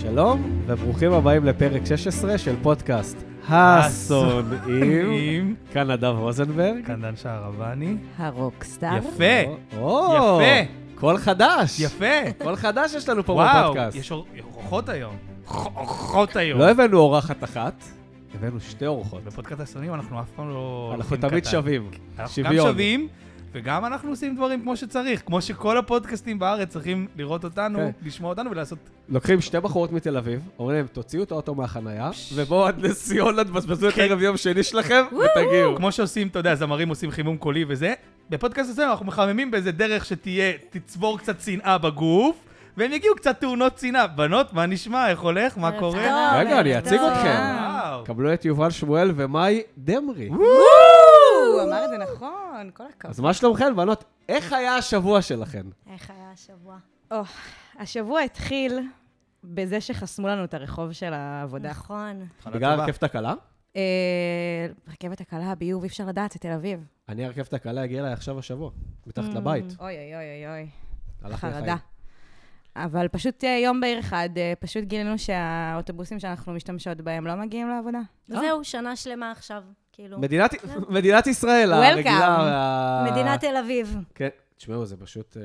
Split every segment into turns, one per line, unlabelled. שלום, וברוכים הבאים לפרק 16 של פודקאסט השונאים.
עם
כאן נדב רוזנברג.
קנדן שערבני.
הרוקסטאר.
לא.
יפה,
או,
יפה.
קול חדש.
יפה.
קול חדש יש לנו פה
וואו,
בפודקאסט.
יש אור- אורחות היום. אורחות היום.
לא הבאנו אורחת אחת, הבאנו שתי אורחות.
בפודקאסט הסונים אנחנו אף פעם לא...
אנחנו
הולכים
תמיד
קטן.
שווים.
אנחנו גם
שוויון.
שווים, וגם אנחנו עושים דברים כמו שצריך. כמו שכל הפודקאסטים בארץ צריכים לראות אותנו,
כן.
לשמוע אותנו ולעשות...
לוקחים שתי בחורות מתל אביב, אומרים להם, תוציאו את האוטו מהחנייה, ובואו עד נס ציונה, תבזבזו את
כן.
ערב יום שני שלכם, ותגיעו.
כמו שעושים, אתה יודע, זמרים עושים חימום קולי וזה. בפודקאסט הזה אנחנו מחממים באיזה דרך שתהיה, תצבור קצת שנאה בגוף, והם יגיעו קצת תאונות שנאה. בנות, מה נשמע? איך הולך? מה
ערב
קורה?
טוב.
רגע, אני אציג
טוב.
אתכם.
וואו.
קבלו את יובל שמואל ומאי דמרי.
הוא אמר את זה נכון, כל הכבוד.
אז מה שלומכן, בנות? איך היה השבוע שלכן?
איך היה השבוע?
או, השבוע התחיל בזה שחסמו לנו את הרחוב של העבודה.
נכון.
התחלה
בגלל
טובה.
הרכבת הקלה?
אה, רכבת הקלה, ביוב, אי אפשר לדעת, זה תל אביב.
אני הרכבת הקלה הגיעה אליי עכשיו השבוע, מתחת לבית.
אוי, אוי, אוי, אוי, אוי,
הלך לי
Mm, חרדה.
החיים.
אבל פשוט אה, יום בהיר אחד, אה, פשוט גילינו שהאוטובוסים שאנחנו משתמשות בהם לא מגיעים לעבודה.
אה?
וזהו, שנה שלמה עכשיו, כאילו.
מדינת- מדינת ישראל,
Welcome.
הרגילה. וה-
מדינת תל אביב.
כן. תשמעו, זה פשוט אה,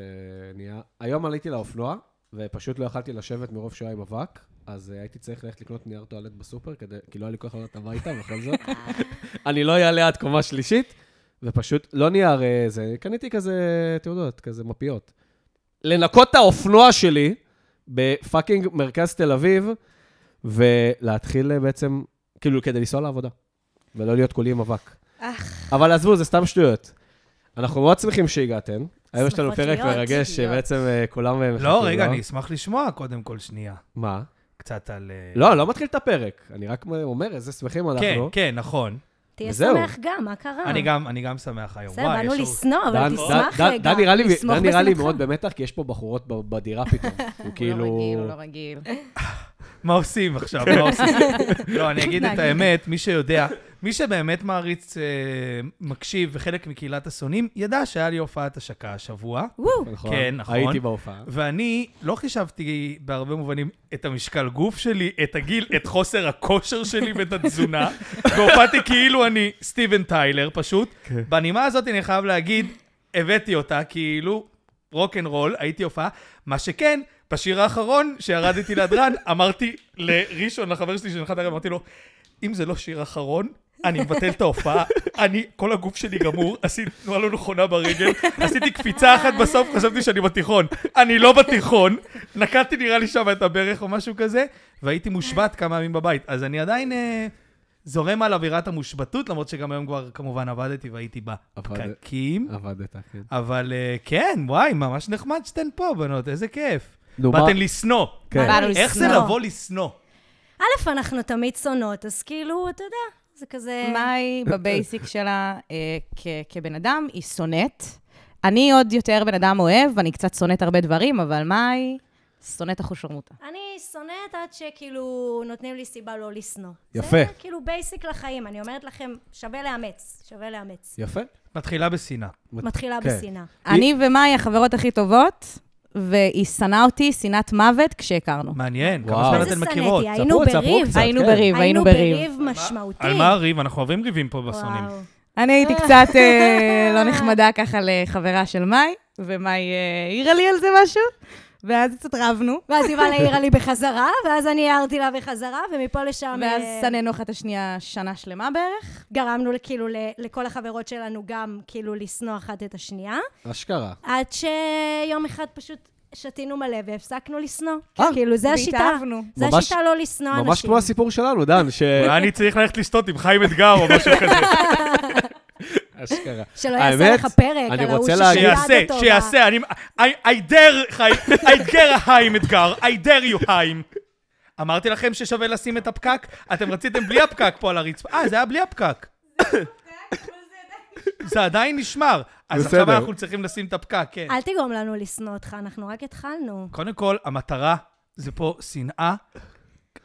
נהיה... היום עליתי לאופנוע, ופשוט לא יכלתי לשבת מרוב שעה עם אבק, אז אה, הייתי צריך ללכת לקנות נייר טואלט בסופר, כדי... כי לא היה לי כוח לעלות הביתה, בכל זאת. אני לא אעלה עד קומה שלישית, ופשוט לא נייר אה, זה, קניתי כזה תעודות, כזה מפיות. לנקות את האופנוע שלי בפאקינג מרכז תל אביב, ולהתחיל אה, בעצם, כאילו, כדי לנסוע לעבודה, ולא להיות כולי עם אבק. אבל עזבו, זה סתם שטויות. אנחנו מאוד שמחים שהגעתם. היום יש לנו
שמחות
פרק
להיות,
מרגש,
להיות.
שבעצם אה, כולם... אה,
לא,
מחכים
רגע,
לו.
אני אשמח לשמוע קודם כל שנייה.
מה?
קצת על... אה,
לא, לא מתחיל את הפרק. אני רק אומר איזה שמחים
כן,
אנחנו. לא.
כן, נכון.
תהיה
וזהו.
שמח גם, מה קרה?
אני גם- אני גם שמח היום.
אה. בסדר,
וואי,
באנו
יש לו-
לשנוא, אבל
דן-
תשמח
דן-
רגע.
דן נראה לי-
לשמוח
דן נראה לי
בשמחה.
מאוד במתח, כי יש פה בחורות ב- בדירה פתאום. הוא כאילו...
הוא לא רגיל, הוא לא רגיל.
מה עושים עכשיו? מה עושים? לא, אני אגיד את האמת, מי שיודע, מי שבאמת מעריץ, אה, מקשיב וחלק מקהילת השונאים, ידע שהיה לי הופעת השקה השבוע,
וואו,
לא
נכון.
כן, נכון.
הייתי בהופעה.
ואני לא חישבתי בהרבה מובנים את המשקל גוף שלי, את הגיל, את חוסר הכושר שלי ואת התזונה, והופעתי כאילו אני סטיבן טיילר פשוט. בנימה הזאת אני חייב להגיד, הבאתי אותה כאילו רול, הייתי הופעה. מה שכן, בשיר האחרון שירדתי להדרן, אמרתי לראשון, לחבר שלי שנחת הערב, אמרתי לו, אם זה לא שיר אחרון, אני מבטל את ההופעה, אני, כל הגוף שלי גמור, עשיתי תנועה לא נכונה ברגל, עשיתי קפיצה אחת בסוף, חשבתי שאני בתיכון. אני לא בתיכון, נקעתי נראה לי שם את הברך או משהו כזה, והייתי מושבת כמה ימים בבית. אז אני עדיין אה, זורם על אווירת המושבתות, למרות שגם היום כבר כמובן עבדתי והייתי בפקקים.
עבדת, כן.
אבל אה, כן, וואי, ממש נחמד שאתן פה, בנות, איזה כיף.
נו, מה-
באתן לשנוא.
כן.
באנו
איך זה
לשנוא.
לבוא לשנוא?
א', אנחנו תמיד שונאות, אז כאילו, אתה יודע, זה כזה...
מאי בבייסיק שלה אה, כ- כבן אדם היא שונאת. אני עוד יותר בן אדם אוהב, אני קצת שונאת הרבה דברים, אבל מאי שונאת אחושרמוטה.
אני שונאת עד שכאילו נותנים לי סיבה לא לשנוא.
יפה.
זה כאילו בייסיק לחיים, אני אומרת לכם, שווה לאמץ, שווה לאמץ.
יפה.
מתחילה בשנאה.
מתחילה
כן.
בשנאה.
אני ומאי החברות הכי טובות, והיא שנאה אותי שנאת מוות כשהכרנו.
מעניין, כמה
וואו.
זמן
אבל
מה זה
אתן מכירות.
שנאתי? היינו
ספרו, ספרו
בריב.
קצת,
היינו
כן.
בריב.
היינו
היינו
בריב משמעותי.
על מה הריב? אנחנו אוהבים ריבים פה בשונאים.
וואו.
אני הייתי קצת אה, לא נחמדה ככה לחברה של מאי, ומאי אה, העירה לי על זה משהו, ואז קצת רבנו,
ואז יובל העירה לי בחזרה, ואז אני הערתי לה בחזרה, ומפה לשם
ואז
אה,
שנאנו אחת את השנייה שנה שלמה בערך.
גרמנו כאילו ל- לכל החברות שלנו גם כאילו לשנוא אחת את השנייה,
אשכרה.
עד שיום אחד פשוט שתינו מלא והפסקנו לשנוא.
אה,
כאילו, זה השיטה.
כן, והתאהבנו.
זה
ממש-
השיטה לא לשנוא אנשים.
ממש כמו הסיפור שלנו, דן, ש...
אולי אה, אני צריך ללכת לשתות עם חיים אתגר או משהו כזה.
אשכרה.
שלא יעשה
האמת,
לך פרק
אני
על ההוא
רוצה להגיד-
ששדד
שיעשה,
אותו.
שיעשה, אני... I- I dare חיים, I dare חיים אתגר, I dare you חיים. אמרתי לכם ששווה לשים את הפקק? אתם רציתם בלי הפקק פה על הרצפה. אה, זה היה בלי הפקק. זה עדיין נשמר. אז
בסדר.
עכשיו אנחנו צריכים לשים את הפקק, כן.
אל תגרום לנו לשנוא אותך, אנחנו רק התחלנו.
קודם כל, המטרה זה פה שנאה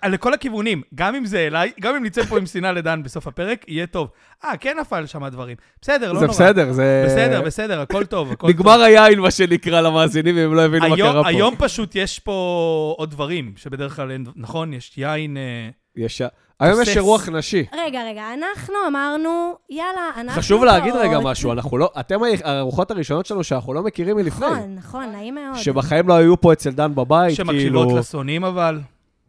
לכל הכיוונים, גם אם זה אליי, גם אם נצא פה עם שנאה לדן בסוף הפרק, יהיה טוב. אה, כן נפל שם דברים. בסדר, לא
זה
נורא.
בסדר, זה...
בסדר, בסדר, הכל טוב, הכל טוב.
נגמר היין, מה שנקרא, למאזינים, אם לא הבינו מה
היום-
קרה פה.
היום פשוט יש פה עוד דברים, שבדרך כלל אין, נכון? יש יין... אה,
יש- היום יש
תוסס.
אירוח נשי.
רגע, רגע, אנחנו אמרנו, יאללה, אנחנו...
חשוב להגיד
באות.
רגע משהו, אנחנו לא, אתם היח- הארוחות הראשונות שלנו שאנחנו לא מכירים מלפני.
נכון, נכון, נעים מאוד.
שבחיים לא היו פה אצל דן בבית,
שמקשיבות
כאילו...
לשונאים, אבל...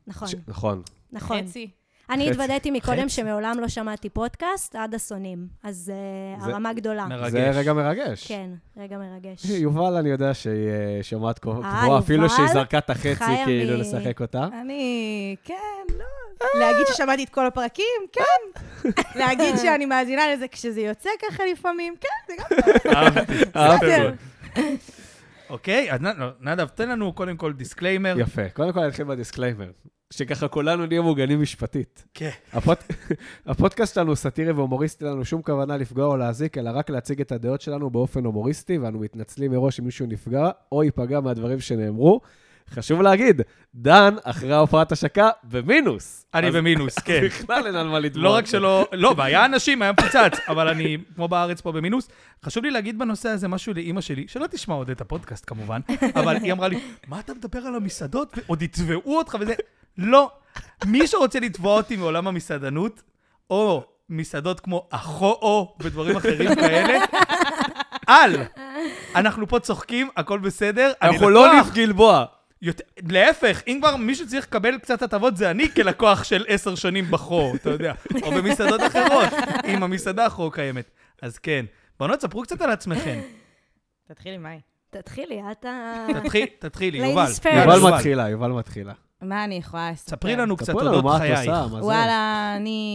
נכון,
ש- נכון.
נכון.
חצי.
אני
חצי.
התוודעתי מקודם
חצי.
שמעולם לא שמעתי פודקאסט עד השונאים, אז
זה-
אה, הרמה גדולה.
מרגש.
זה רגע מרגש.
כן, רגע מרגש.
יובל, אני יודע שהיא אה, שומעת קבוע-
אה,
קבועה, אפילו
יובל
שהיא זרקה את החצי,
חיה
כאילו,
מ- אה,
לשחק אותה.
אני, כן, לא. להגיד ששמעתי את כל הפרקים, כן. להגיד שאני מאזינה לזה כשזה יוצא ככה לפעמים, כן, זה גם
אהבתי.
בסדר.
אוקיי, אז נ- לא, נדב, תן לנו קודם כל דיסקליימר.
יפה. קודם כל נתחיל בדיסקליימר, שככה כולנו נהיה מוגנים משפטית.
כן.
הפוד... הפודקאסט שלנו הוא סאטירי והומוריסטי, אין לנו שום כוונה לפגוע או להזיק, אלא רק להציג את הדעות שלנו באופן הומוריסטי, ואנו מתנצלים מראש אם מישהו נפגע או ייפגע מהדברים שנאמרו. חשוב להגיד, דן, אחרי ההופעת השקה, במינוס.
אני
אז
במינוס, כן.
בכלל אין על מה לתבוע.
לא רק שלא, לא, והיה אנשים, היה מפוצץ, אבל אני, כמו בארץ פה במינוס, חשוב לי להגיד בנושא הזה משהו לאימא שלי, שלא תשמע עוד את הפודקאסט כמובן, אבל היא אמרה לי, מה אתה מדבר על המסעדות? ועוד יתבעו אותך וזה... לא. מי שרוצה לתבוע אותי מעולם המסעדנות, או מסעדות כמו אחו-או ודברים אחרים כאלה, על. אנחנו פה צוחקים, הכל בסדר. אני
אנחנו לא
לקוח.
ניף גלבוע.
יותר, להפך, אם כבר מישהו צריך לקבל קצת הטבות, זה אני כלקוח של עשר שנים בחור, אתה יודע, או במסעדות אחרות, אם המסעדה אחרו קיימת. אז כן. בנות, ספרו קצת על עצמכם.
תתחילי, מאי.
תתחילי, את ה...
תתחיל, תתחילי,
Ladies
יובל.
first.
כן.
יאללה,
יובל מתחילה, יובל מתחילה.
מה אני יכולה לספר?
ספרי לנו קצת
ספרי לנו
אודות
מה את
חייך.
עושה, מה זה.
וואלה, אני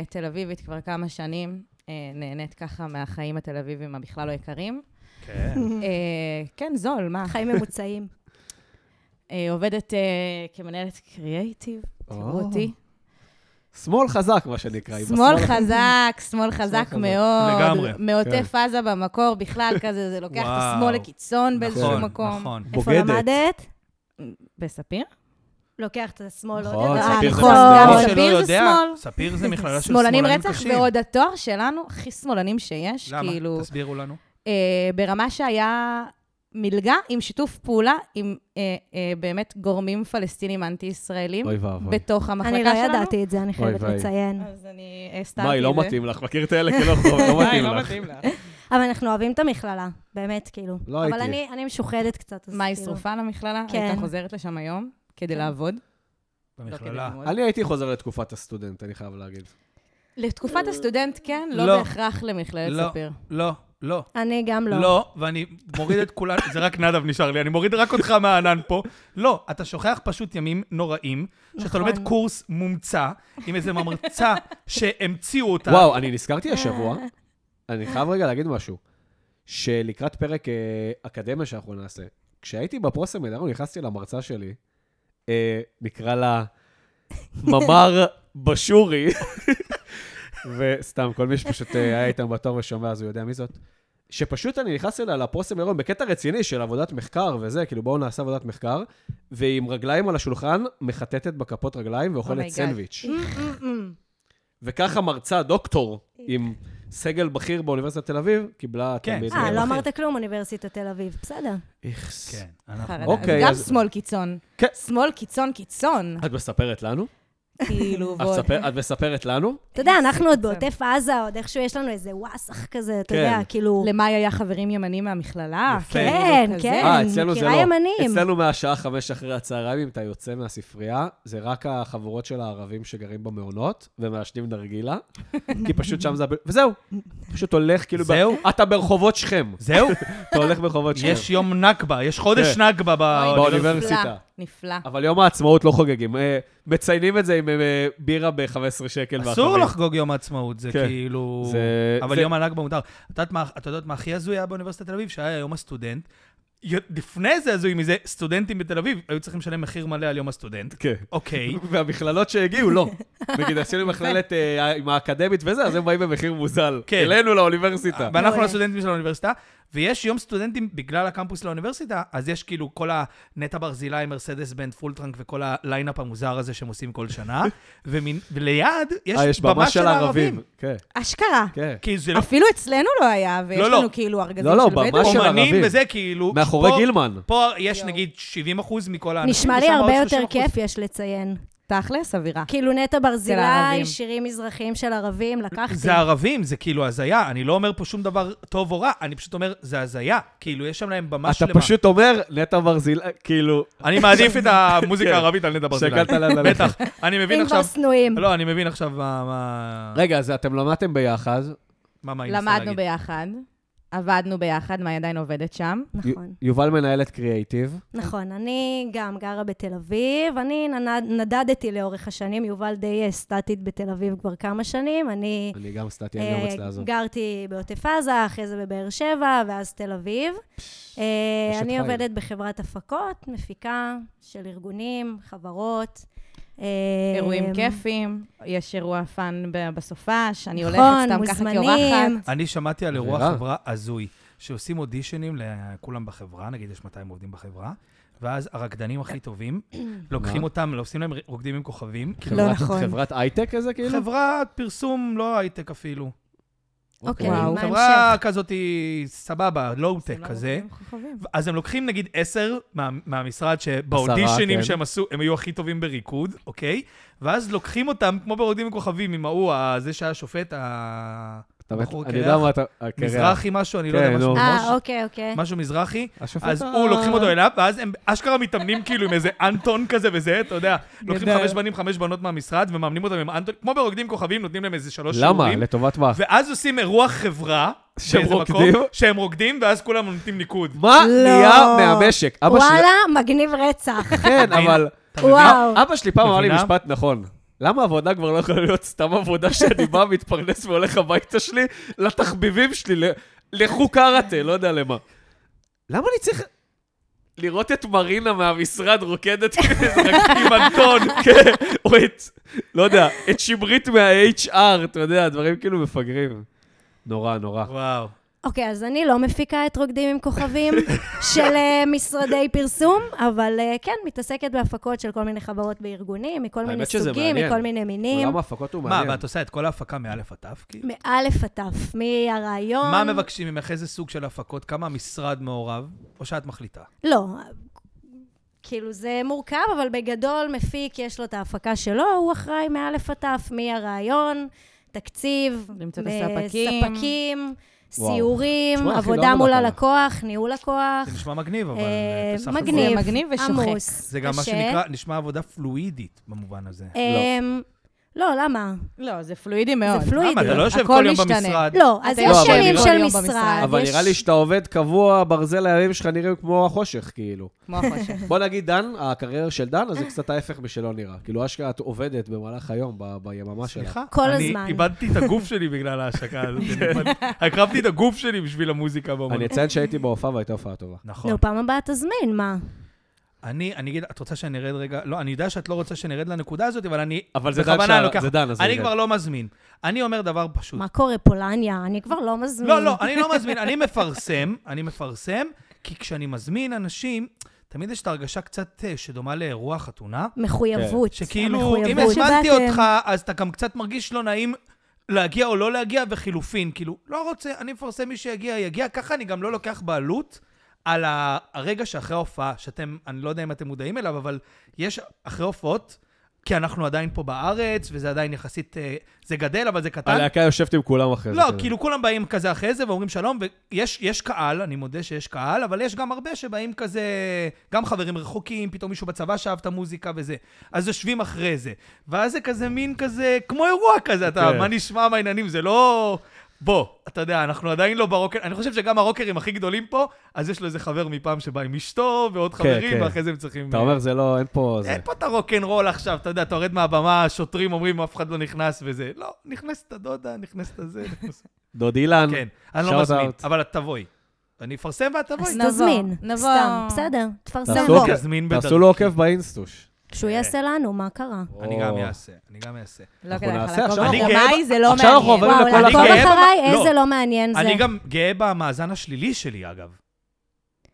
אה, תל אביבית כבר כמה שנים, אה, נהנית ככה מהחיים התל אביבים הבכלל לא יקרים.
כן.
אה, כן, זול, מה?
חיים ממוצעים.
אה, עובדת אה, כמנהלת קריאייטיב,
או.
תראו אותי.
שמאל חזק, מה שנקרא. היא
שמאל
בשמאל.
חזק, שמאל חזק
חזק.
מאוד.
לגמרי.
כן.
מעוטף עזה במקור בכלל, כזה, זה לוקח את
וואו.
השמאל לקיצון באיזשהו
נכון,
מקום.
נכון.
איפה
בוגדת.
למדת?
בספיר?
לוקח את השמאל עוד
נכון,
יותר.
ספיר
אה,
זה
נכון.
מסלול.
מי שלא
גם ספיר זה
יודע,
שמאל.
ספיר זה מכללה של שמאלנים
שמאלנים
קשים.
רצח, ועוד התואר שלנו, הכי שמאלנים שיש, כאילו...
למה? תסבירו לנו.
אה, ברמה שהיה מלגה עם שיתוף פעולה עם אה, אה, באמת גורמים פלסטינים אנטי-ישראלים
אוי ואבוי.
בתוך המחלקה
אני
שלנו.
לא ידעתי את זה, אני חייבת
ואי.
לציין.
אז אני אה, הסתרתי את זה.
מה, היא לא מתאים לך? מכיר את האלה? כי לא לא מתאים לך.
אבל אנחנו אוהבים את המכללה, באמת, כאילו.
לא
אבל
הייתי.
אני- אני משוחדת קצת, אז
מה, היא
כאילו-
שרופה למכללה?
כן.
הייתה חוזרת לשם היום כדי לעבוד? לא כדי
במכללה.
ללמוד.
אני הייתי חוזר לתקופת הסטודנט, אני חייב להגיד.
אה,
לתקופת הסטודנט, כן,
לא.
לא בהכרח למכללת
לא,
ספיר.
לא, לא.
אני גם לא.
לא, ואני מוריד את כולם, זה רק נדב נשאר לי, אני מוריד רק אותך מהענן פה. לא, אתה שוכח פשוט ימים נוראים, שאתה
נכון.
לומד קורס מומצא, עם איזה ממרצה שהמציאו אותה.
וואו, אני נזכרתי השבוע, אני חייב רגע להגיד משהו, שלקראת פרק אה, אקדמיה שאנחנו נעשה, כשהייתי בפרוסמינר, נכנסתי למרצה שלי, אה, נקרא לה ממ"ר בשורי, וסתם, כל מי שפשוט אה, היה איתם בתור ושומע, אז הוא יודע מי זאת. שפשוט אני נכנס אליה לפרוסם מרון בקטע רציני של עבודת מחקר וזה, כאילו בואו נעשה עבודת מחקר, והיא עם רגליים על השולחן, מחטטת בכפות רגליים ואוכלת
אומייגאד.
סנדוויץ'.
Mm-mm-mm.
וככה מרצה, דוקטור, עם
כן.
סגל בכיר באוניברסיטת תל אביב, קיבלה
כן,
תלמיד.
זה
אה,
גם
לא
אחר.
אמרת כלום, אוניברסיטת תל אביב. בסדר.
איכס.
כן, אנחנו...
חרדה.
אוקיי,
גם
אז-
שמאל קיצון.
כן.
שמאל קיצון קיצון.
את מספרת לנו?
כאילו,
את
ועוד-
מספר- את מספרת לנו?
אתה יודע, אנחנו עוד בעוטף עזה, עוד איכשהו יש לנו איזה וואסח כזה,
כן.
אתה יודע, כאילו...
למאי היה חברים ימנים מהמכללה.
יפה.
כאילו,
כן,
כזה.
כן.
אה, אצלנו זה לא.
מכירה ימנים.
אצלנו מהשעה חמש אחרי הצהריים, אם אתה יוצא מהספרייה, זה רק החבורות של הערבים שגרים במעונות, ומעשנים נרגילה, כי פשוט שם זה... הב- וזהו. פשוט הולך כאילו... ב-
זהו?
אתה ברחובות שכם.
זהו,
אתה הולך ברחובות שכם.
יש יום נכבה, יש חודש
כן.
נכבה
אוי,
אה, באוניברסיטה.
באוניברסיטה.
נפלא. נפלא.
אבל יום העצמאות לא חוגגים. אה, מציינים את זה עם אה, בירה ב-15 שקל.
אסור
והחברים.
לחגוג יום העצמאות, זה
כן.
כאילו...
זה-
אבל
זה-
יום הנכבה מותר. את יודעת מה- את יודעת מה הכי הזוי היה באוניברסיטת תל אביב? שהיה יום הסטודנט. י- לפני זה הזוי מזה, סטודנטים בתל אביב היו צריכים לשלם מחיר מלא על יום הסטודנט.
כן.
אוקיי,
והמכללות שהגיעו, לא. נגיד, עשינו מכללת אה, עם האקדמית וזה, אז הם באים במחיר מוזל.
כן. אה,
אלינו לאוניברסיטה.
ואנחנו
מעולה.
הסטודנטים של האוניברסיטה, ויש יום סטודנטים בגלל הקמפוס לאוניברסיטה, אז יש כאילו כל הנטע ברזילי, מרסדס בנד, פולטרנק וכל הליינאפ המוזר הזה שהם עושים כל שנה, ומין- וליד
אה,
יש במה של הערבים.
כן,
אשכרה.
כן.
כי זה לא...
אפילו אצלנו לא היה, ויש
לא, לא.
לנו כאילו ארגזים
לא, לא,
של
ממש
בדואים.
של
אומנים
ערבים.
וזה כאילו...
מאחורי
פה-
גילמן.
פה יש נגיד 70 אחוז מכל האנשים.
נשמע לי
ושם עוד
הרבה יותר
30%.
כיף, יש לציין.
תכלס, אווירה.
כאילו נטע
הערבים.
ברזילי, שירים מזרחיים של ערבים, לקחתי.
זה ערבים, זה כאילו הזיה. אני לא אומר פה שום דבר טוב או רע, אני פשוט אומר, זה הזיה. כאילו, יש שם להם במה
אתה
שלמה.
פשוט אומר, נטע ברזילי, כאילו,
אני מעדיף את המוזיקה
כן.
הערבית על נטע ברזילי.
שקלת לאן ללכת.
בטח. אני מבין
אם
עכשיו...
כבר שנואים.
לא, אני מבין עכשיו מה... מה-
רגע, אז אתם למדתם ביחד.
מה מה היא ניסתה
למדנו
להגיד.
ביחד, עבדנו ביחד, מאי עדיין עובדת שם.
נכון,
יו- יובל מנהלת קריאייטיב.
נכון. אני גם גרה בתל אביב, אני ננד- נדדתי לאורך השנים, יובל די אה, סטטית בתל אביב כבר כמה שנים, אני
אני גם סטטי, כן, אני לא
אה,
אומץ לעזוב.
גרתי בעוטף עזה, אחרי זה בבאר שבע, ואז תל אביב. אה,
אשת
אני
חיל.
עובדת בחברת הפקות, מפיקה של ארגונים, חברות. אה,
אירועים כיפיים, יש אירוע פאן ב- בסופש, אני
נכון,
הולכת סתם ככה
מוזמנים.
כאורחת.
אני שמעתי על אירוע
ורע.
חברה הזוי, שעושים אודישנים לכולם בחברה, נגיד יש 200 עובדים בחברה, ואז הרקדנים הכי טובים, לוקחים
מה?
אותם, לא, עושים להם רוקדים עם כוכבים. כאילו,
חברת-
נכון.
חברת הייטק כזה, כאילו?
חברת פרסום, לא הייטק אפילו.
כן,
אוקיי,
וואו.
מה
חברה
ההמשך?
כזאת היא סבבה, לואו-טק
אתם לא
כזה.
רוצים כוכבים.
אז הם לוקחים נגיד עשר מה, מהמשרד
כן.
שבאודישנים שהם עשו, הם היו הכי טובים בריקוד, אוקיי? ואז לוקחים אותם, כמו ברוקדים עם כוכבים, עם ההוא, ה- זה שהיה שופט,
אתה מת-
הבחור
אני יודע
קרח,
מה אתה... הקרח.
מזרחי משהו, אני לא
כן,
יודע, משהו-
נו.
אה,
משהו-
אוקיי, אוקיי.
משהו מזרחי.
השופט
אז
ה-
הוא, לוקחים אותו אליו, ואז הם אשכרה מתאמנים כאילו עם איזה אנטון כזה וזה, אתה יודע, לוקחים
גדל.
חמש בנים, חמש בנות מהמשרד, ומאמנים אותם עם אנטון, כמו ברוקדים עם כוכבים, נותנים להם איזה שלוש
למה?
לא שיעורים.
לטובת מה?
ואז עושים אירוע חברה,
שהם
באיזה
רוקדים?
מקום, שהם רוקדים, ואז כולם נותנים ניקוד.
מה
לא.
נהיה מהמשק? אבא שלי...
וואלה, מגניב רצח.
כן, אבל...
אתה מבין?
וואו.
לא, אבא שלי פעם אמר לי
מבינה?
משפט נכון. למה עבודה כבר לא יכולה להיות סתם עבודה שאני בא, מתפרנס והולך הביתה שלי לתחביבים שלי, ל- לכו קראטה, לא יודע למה. למה אני צריך לראות את מרינה מהמשרד רוקדת רק עם אנטון, כן, או את, לא יודע, את שמרית מה-HR, אתה יודע, דברים כאילו מפגרים. נורא, נורא.
וואו.
אוקיי, אז אני לא מפיקה את רוקדים עם כוכבים של אה, משרדי פרסום, אבל אה, כן, מתעסקת בהפקות של כל מיני חברות בארגונים, מכל מיני
האמת שזה
סוגים,
מעניין.
מכל מיני מינים.
עולם ההפקות הוא
מה,
מעניין.
ואת עושה את כל ההפקה מאלף עד תף? כאילו?
מאלף עד תף, מהרעיון...
מה מבקשים ממך? איזה סוג של הפקות? כמה המשרד מעורב? או שאת מחליטה?
לא. כאילו, זה מורכב, אבל בגדול מפיק, יש לו את ההפקה שלו, הוא אחראי מאלף עד תף, מהרעיון, תקציב,
למצוא את
אה,
הספקים.
ספקים,
וואו.
סיורים,
תשמע, אחי, לא
עבודה
עבודה
מול
קלה.
הלקוח, ניהול לקוח.
זה נשמע מגניב, אבל...
אה,
אה, בסך הכל-
מגניב,
זה מגניב ושוחק.
עמוס,
זה גם מה
קשה.
שנקרא, נשמע עבודה פלואידית במובן הזה.
אמ, לא, למה?
לא, זה פלואידי מאוד.
זה פלואידי.
למה, אתה לא יושב
הכל
כל יום
משתנה.
במשרד?
לא, אז
אתה
יש
יושב
ימים
כל
של
יום
משרד.
במשרד.
אבל
יש-
נראה לי שאתה עובד קבוע, ברזל הימים שלך נראים כמו החושך, כאילו.
כמו החושך.
בוא נגיד דן, הקריירה של דן,
אה.
אז זה קצת ההפך משלו נראה. כאילו, אשכרה את עובדת במהלך היום, ב- ביממה שלך.
סליחה,
כל הזמן.
אני איבדתי את הגוף שלי בגלל ההשקה הזאת. אני איבד- הקרבתי את הגוף שלי בשביל המוזיקה
אני
באמנות.
אציין שהייתי בהופעה והייתה הופעה טובה.
נכון.
נו, לא, פעם הבאה תזמין, מה?
אני, אני אגיד, את רוצה שנרד רגע? לא, אני יודע שאת לא רוצה שנרד לנקודה הזאת, אבל אני...
אבל זה דן
בכוונה
שה-
לוקח-
זה דן, אז זה
אני
נרד.
כבר לא מזמין. אני אומר דבר פשוט.
מה קורה, פולניה? אני כבר לא מזמין.
לא, לא, אני לא מזמין, אני מפרסם, אני מפרסם, כי כשאני מזמין אנשים, תמיד יש את ההרגשה קצת אה, שדומה לאירוע חתונה,
מחויבות.
כן. שכאילו,
המחויבות.
אם הזמנתי
שבאתם.
אותך, אז אתה גם קצת מרגיש לא נעים להגיע או לא להגיע, וחילופין, כאילו, לא רוצה, אני מפרסם מי שיגיע, יגיע, ככה אני גם לא לוקח בעלות. על ה- הרגע שאחרי ההופעה, שאתם, אני לא יודע אם אתם מודעים אליו, אבל יש אחרי הופעות, כי אנחנו עדיין פה בארץ, וזה עדיין יחסית, אה, זה גדל, אבל זה קטן.
הלהקה יושבת עם כולם אחרי זה.
לא,
כזה.
כאילו כולם באים כזה אחרי זה ואומרים שלום, ויש יש קהל, אני מודה שיש קהל, אבל יש גם הרבה שבאים כזה, גם חברים רחוקים, פתאום מישהו בצבא שאהב את המוזיקה וזה. אז יושבים אחרי זה. ואז זה כזה מין כזה, כמו אירוע כזה, אתה,
כן.
מה נשמע מהעניינים, זה לא... בוא, אתה יודע, אנחנו עדיין לא ברוקר, אני חושב שגם הרוקרים הכי גדולים פה, אז יש לו איזה חבר מפעם שבא עם אשתו ועוד חברים,
כן.
ואחרי זה הם צריכים...
אתה אומר, זה לא, אין פה... זה.
אין פה את הרוקנרול עכשיו, אתה יודע, אתה יורד מהבמה, השוטרים אומרים, אף אחד לא נכנס וזה. לא, נכנסת הדודה, נכנסת הזה, נכנסת...
דוד אילן.
כן, אני
Shout
לא מזמין,
out.
אבל את תבואי. אני אפרסם ואת תבואי.
אז
נבוא,
תזמין.
נבוא.
סתם, בסדר, תפרסם.
תעשו
בוא.
עוקב-
תזמין
תעשו
בדרכי.
לו עוקב באינסטוש.
שהוא יעשה לנו, מה קרה?
אני גם אעשה, אני גם אעשה.
לא
אנחנו
כדאי לך,
נעשה,
לעקוב
עכשיו
אנחנו-
אחריי, זה לא
עכשיו אנחנו עוברים
מעניין.
וואו,
לכל
לעקוב
אחד.
אחריי,
לא.
איזה לא מעניין זה.
אני גם גאה במאזן השלילי שלי, אגב.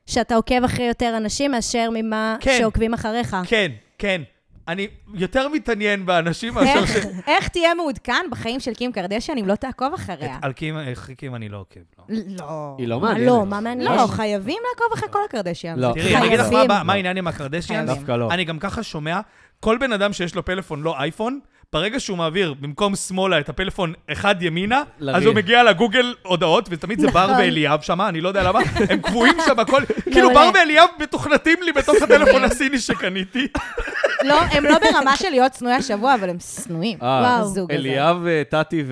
שאתה עוקב אחרי יותר אנשים מאשר ממה
כן.
שעוקבים אחריך.
כן, כן. אני יותר מתעניין באנשים מאשר ש...
כן.
איך- איך תהיה מעודכן בחיים של קים קרדשן אם לא תעקוב אחריה?
על קים, איך קים אני לא עוקב. לא.
לא.
היא לא
מה
מעניינת.
לא, מה מעניין?
לא, חייבים לעקוב אחרי כל הקרדשיאן.
לא.
תראי, אני אגיד לך מה
חייבים.
הבע- מה העניין עם הקרדשיאנס.
חייבים.
דווקא לא.
אני גם ככה שומע, כל בן אדם שיש לו פלאפון לא אייפון, ברגע שהוא מעביר במקום שמאלה את הפלאפון אחד ימינה, אז
לריב.
הוא מגיע לגוגל הודעות, ותמיד זה בר
נכון.
ואליאב שמה, אני לא יודע למה, הם קבועים שם הכל, כאילו בר
מעולה.
ואליאב מתוכנתים לי בתוך הטלפון הסיני שקניתי.
לא, הם לא ברמה של להיות שנואי השבוע, אבל הם שנואים.
אה,
הזוג הזה.
אליאב, אה, טאטי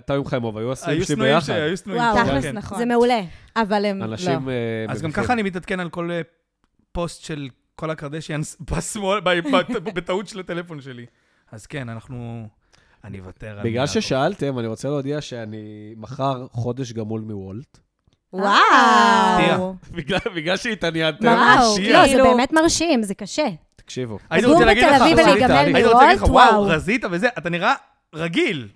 וטאוים חיימוב היו הסויים
היו
שלי
שנואים ש-
ביחד.
היו שנואים
וואו.
שם,
תכלס,
כן.
נכון.
זה מעולה.
אבל הם, לא.
אנשים... אה,
אז גם
מביכים.
ככה אני מתעדכן על כל אה, פוסט של כל הקרדשיאנס בשמאל, ב- ב- בטעות של הטלפון שלי. אז כן, אנחנו... אני אוותר על...
בגלל
מילה טובה.
ששאלתם, אני רוצה להודיע שאני מחר חודש גמול מוולט.
תראה,
וואו.
בגלל- בגלל אה, שהתעניינתם.
ממש,
מרשים.
לא, זה
כאילו-
באמת מרים, זה קשה.
תקשיבו.
הייתי
לגור
רוצה להגיד
בתל
לך,
אביב
אבל-
ולהיגמל
לא
הייתי רוצה להגיד לך,
מוולט,
וואו,
וואו."
רזית וזה, אתה נראה רגיל.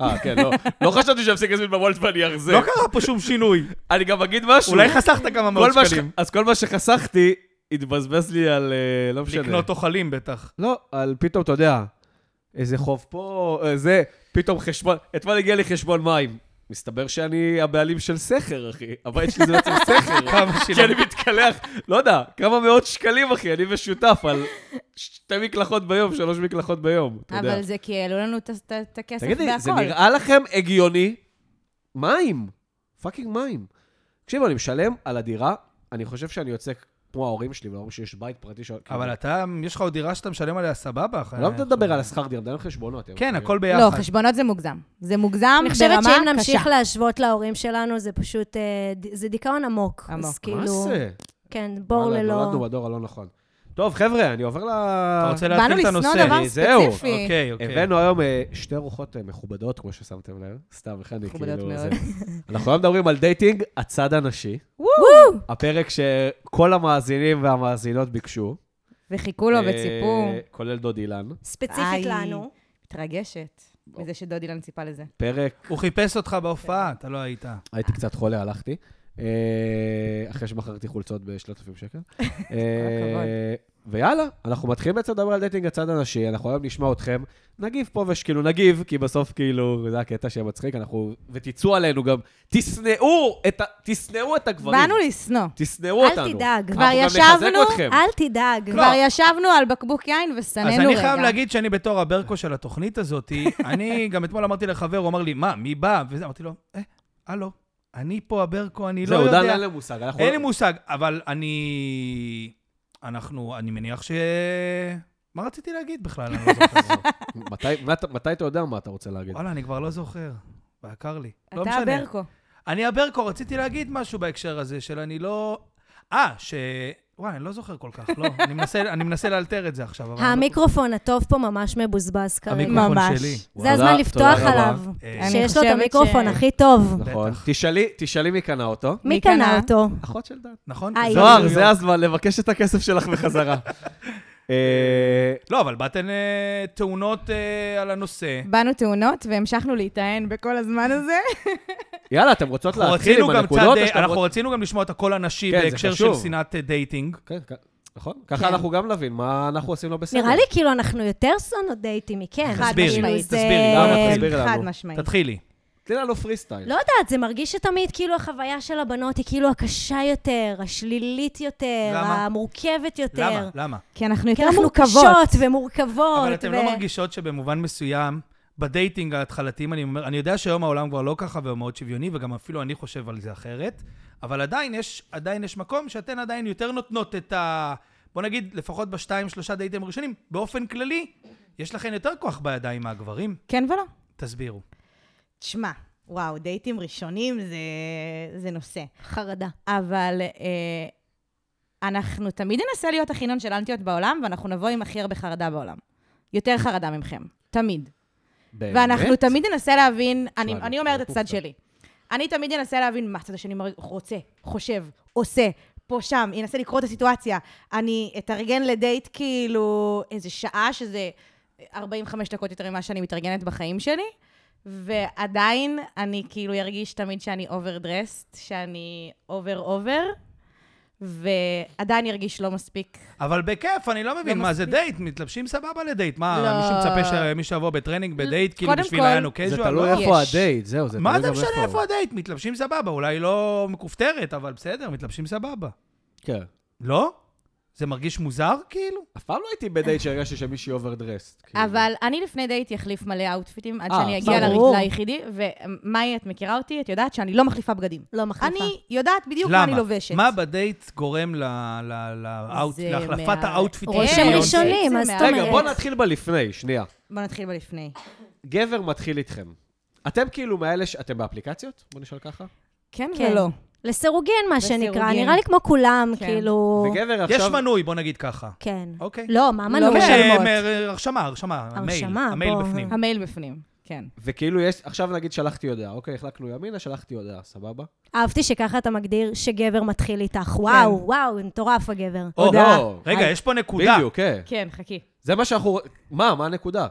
אה, כן, לא. לא חשבתי שאפסיק להזמין בוולט ואני ארזה.
לא קרה פה שום שינוי.
אני גם אגיד משהו.
אולי חסכת כמה
כל
מאות
מה ש-
שקלים.
אז כל מה שחסכתי, התבזבז לי על... אה, לא משנה.
לקנות אוכלים בטח.
לא, על פתאום, אתה יודע, איזה חוב פה, אה, זה, פתאום חשבון, אתמול הגיע לי חשבון מים. מסתבר שאני הבעלים של סכר, אחי. הבית שלי זה בעצם סכר.
כמה
כי אני
שילמת.
מתקלח, לא יודע, כמה מאות שקלים, אחי, אני ושותף על שתי מקלחות ביום, שלוש מקלחות ביום, אתה יודע.
אבל זה כי העלו לנו את- את- את הכסף
תגידי, זה
והכל.
נראה לכם הגיוני? מים, פאקינג מים. תקשיבו, אני משלם על הדירה, אני חושב שאני יוצא כמו ההורים שלי, ולהורים שיש בית פרטי ש... כאילו,
אבל אתה, יש לך עוד דירה שאתה משלם עליה סבבה. אחי.
אני לא מדבר על השכר דירה, אני מדבר על חשבונות.
כן,
אוקיי?
הכל ביחד.
לא, חשבונות זה מוגזם. זה מוגזם
אני חושבת
ברמה קשה.
שאם נמשיך להשוות להורים שלנו, זה פשוט, אה, ד- זה דיכאון עמוק.
עמוק.
אז
מה
כאילו,
זה?
כן, בור
וואלה,
ללא...
נולדנו בדור הלא נכון. טוב, חבר'ה, אני עובר ל...
אתה רוצה
באנו
להתחיל את
לשנוא
הנושא.
דבר
אה, זהו.
ספציפי.
אוקיי, אוקיי.
הבאנו היום אה, שתי רוחות אה, מכובדות, כמו ששמתם לב. סתם, איך אני
מכובדות
כאילו...
מאוד.
זה. אנחנו היום מדברים על דייטינג, הצד הנשי.
וואו.
הפרק שכל המאזינים והמאזינות ביקשו.
וחיכו לו
אה,
וציפו.
כולל דוד אילן.
ספציפית
איי.
לנו.
מתרגשת מזה שדוד אילן ציפה לזה.
פרק,
הוא חיפש אותך בהופעה, אתה לא היית.
הייתי קצת חולה, הלכתי. אה, אחרי שמכרתי חולצות ב-3,000 שקל. אה, ויאללה, אנחנו מתחילים בעצם לדבר על דייטינג הצד הנשי, אנחנו היום נשמע אתכם, נגיב פה וש... כאילו נגיב, כי בסוף כאילו זה הקטע שמצחיק, אנחנו... ותצאו עלינו גם, תשנאו את, ה... תשנאו את הגברים.
באנו לשנוא.
תשנאו
אל
אותנו.
תדאג.
אנחנו
כבר
גם נחזק
ישבנו,
אתכם.
אל תדאג.
כבר ישבנו על בקבוק יין ושנאנו
אז
רגע.
אני חייב להגיד שאני בתור הברקו של התוכנית הזאת, אני גם אתמול אמרתי לחבר, הוא אמר לי, מה, מי בא? וזה, אמרתי לו, אה, הלו, אני פה הברקו, אני לא
זהו, דן,
יודע.
אין לי מושג. אנחנו-
אין לי מושג, אבל אני... אנחנו, אני מניח ש... מה רציתי להגיד בכלל? אני לא זוכר.
מתי- מה אתה- מתי אתה יודע מה אתה רוצה להגיד?
וואלה, אני כבר לא זוכר. בעקר לי. לא
אתה
משנה.
הברקו.
אני הברקו, רציתי להגיד משהו בהקשר הזה, של אני לא... אה, ש... וואי, אני לא זוכר כל כך, לא. אני מנסה- אני מנסה לאלתר את זה עכשיו, אבל... אני לא-
המיקרופון הטוב פה ממש מבוזבז כרגע.
המיקרופון
ממש.
שלי.
זה הזמן
תודה-
לפתוח
תודה רבה.
עליו.
אה,
אני
שיש לו
חושבת
את המיקרופון
ש-
הכי טוב.
נכון.
בטח.
תשאלי, תשאלי מי קנה אותו.
מי
מי
קנה
קנה?
אותו?
אחות של דן.
נכון?
אה,
זוהר, זה הזמן לבקש את הכסף שלך בחזרה. אה,
לא, אבל באתן אה, תאונות אה, על הנושא.
באנו תאונות והמשכנו להיטען בכל הזמן הזה.
יאללה, אתם רוצות
אנחנו
להתחיל
רצינו
עם
גם קצת,
הנקודות? או
אה,
שאתם
אנחנו
רוצ-
רצינו גם לשמוע את הקול הנשי
כן, זה
בהקשר של
חשוב.
שנאת אה, דייטינג.
כן, כ- נכון. ככה אנחנו גם נבין מה אנחנו עושים לא בסדר.
נראה לי כאילו אנחנו יותר שונאות דייטים מכן.
חד תסבירי,
כאילו,
משמעית.
זה-
תסבירי,
למה? תסבירי לנו.
אה, חד משמעית.
תתחילי.
תני לנו פרי סטייל.
לא יודעת, זה מרגיש שתמיד כאילו החוויה של הבנות היא כאילו הקשה יותר, השלילית יותר,
למה?
המורכבת יותר.
למה? למה?
כי אנחנו
כי
יותר
אנחנו
מורכבות.
קשות ומורכבות.
נכון,
אבל אתן
ו-
לא מרגישות שבמובן מסוים, בדייטינג ההתחלתיים, אני אומר, אני יודע שהיום העולם כבר לא ככה והוא מאוד שוויוני, וגם אפילו אני חושב על זה אחרת, אבל עדיין יש, עדיין יש מקום שאתן עדיין יותר נותנות את ה... בוא נגיד, לפחות בשתיים, שלושה דייטים הראשונים, באופן כללי, יש לכן יותר כוח בידיים מהגברים.
כן ולא.
תסבירו.
תשמע, וואו, דייטים ראשונים זה- זה נושא.
חרדה.
אבל אה, אנחנו תמיד ננסה להיות הכי נונשלנטיות בעולם, ואנחנו נבוא עם הכי הרבה חרדה בעולם. יותר חרדה ממכם, תמיד.
באמת?
ואנחנו תמיד ננסה להבין, אני,
אני-
אני אומרת את
אני פה
הצד
קצת.
שלי. אני תמיד אנסה להבין מה הצד השני מרג- רוצה, חושב, עושה, פה, שם, אנסה לקרוא את הסיטואציה. אני אתארגן לדייט כאילו איזה שעה, שזה 45 דקות יותר ממה שאני מתארגנת בחיים שלי, ועדיין אני כאילו ארגיש תמיד שאני אוברדרסט, שאני אובר אובר, ועדיין ארגיש לא מספיק.
אבל בכיף, אני לא מבין,
לא
מה זה
מספיק.
דייט? מתלבשים סבבה לדייט. מה,
לא.
מישהו מצפה שמישהו יבוא בטרנינג בדייט, כאילו
קודם
בשביל
כל-
היה נו
זה
קז'ואל?
תלוי
לא.
איפה
יש.
הדייט, זהו, זה תלוי
מה זה
גם
משנה
הוא.
איפה הדייט? מתלבשים סבבה, אולי לא מכופתרת, אבל בסדר, מתלבשים סבבה.
כן.
לא? זה מרגיש מוזר, כאילו?
אף פעם לא הייתי בדייט שהרגשתי שמישהי אוברדרסט. כאילו.
אבל אני לפני דייט יחליף מלא אאוטפיטים, עד
אה,
שאני אגיע
בסדר.
לרג- ליחידי, ומאי, את מכירה אותי? את יודעת שאני לא מחליפה בגדים.
לא מחליפה.
אני יודעת בדיוק מה
למה?
אני לובשת.
מה בדייט גורם ל- ל- לאאוט-
זה
להחלפת אוקיי.
מה-
האאוטפיטים?
רושם
של ביונסה?
ראשוני.
זה
מה זאת
מהמם.
אומרת?
רגע, בוא נתחיל בלפני, שנייה.
בוא נתחיל בלפני.
גבר מתחיל איתכם. אתם כאילו מאלה ש... אתם באפליקציות? בוא נשאל ככה.
כן
כן.
ולא.
לסירוגין, מה שנקרא,
לסירוגין.
נראה לי כמו כולם,
כן.
כאילו...
וגבר
יש
עכשיו...
מנוי, בוא נגיד ככה.
כן.
אוקיי.
לא, מה מנוי?
לא משלמות.
כן, אה, הרשמה, הרשמה, המייל,
הרשמה,
המייל
בוא.
בפנים.
המייל בפנים, כן.
וכאילו יש... עכשיו נגיד שלחתי הודעה, אוקיי, החלקנו ימינה, שלחתי הודעה, סבבה?
אהבתי שככה אתה מגדיר שגבר מתחיל איתך. וואו, וואו, מטורף הגבר.
או,
הודעה.
לא. רגע,
היי.
יש פה נקודה.
בדיוק, כן.
כן, חכי.
זה מה שאנחנו... מה, מה הנקודה?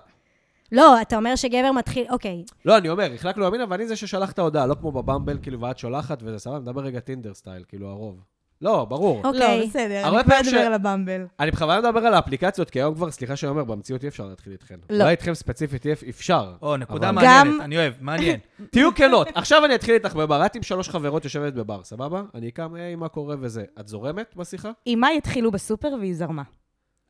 לא, אתה אומר שגבר מתחיל, אוקיי,
לא, אני אומר, החלקנו ימינה, ואני זה ששלח את ההודעה, לא כמו בבמבל, כאילו, ואת שולחת, וזה סבבה, מדבר רגע טינדר סטייל, כאילו, הרוב. לא, ברור.
לא,
אוקיי.
בסדר,
הרבה
אני כבר
פעמים ש-
אדבר על הבמבל.
אני בכוונה מדבר על האפליקציות, כי היום כבר, סליחה שאני אומר, במציאות אי אפשר להתחיל איתכן.
לא.
לא איתכם ספציפית, אי אפשר.
או, נקודה
אבל-
מעניינת,
גם-
אני אוהב, מעניין.
תהיו כנות. עכשיו אני אתחיל איתך בבר. את עם שלוש חברות יושבת בבר, סבבה? אני קם, היי, מה קורה וזה. את זורמת בשיחה?
עם מה התחילו בסופר והיא זרמה.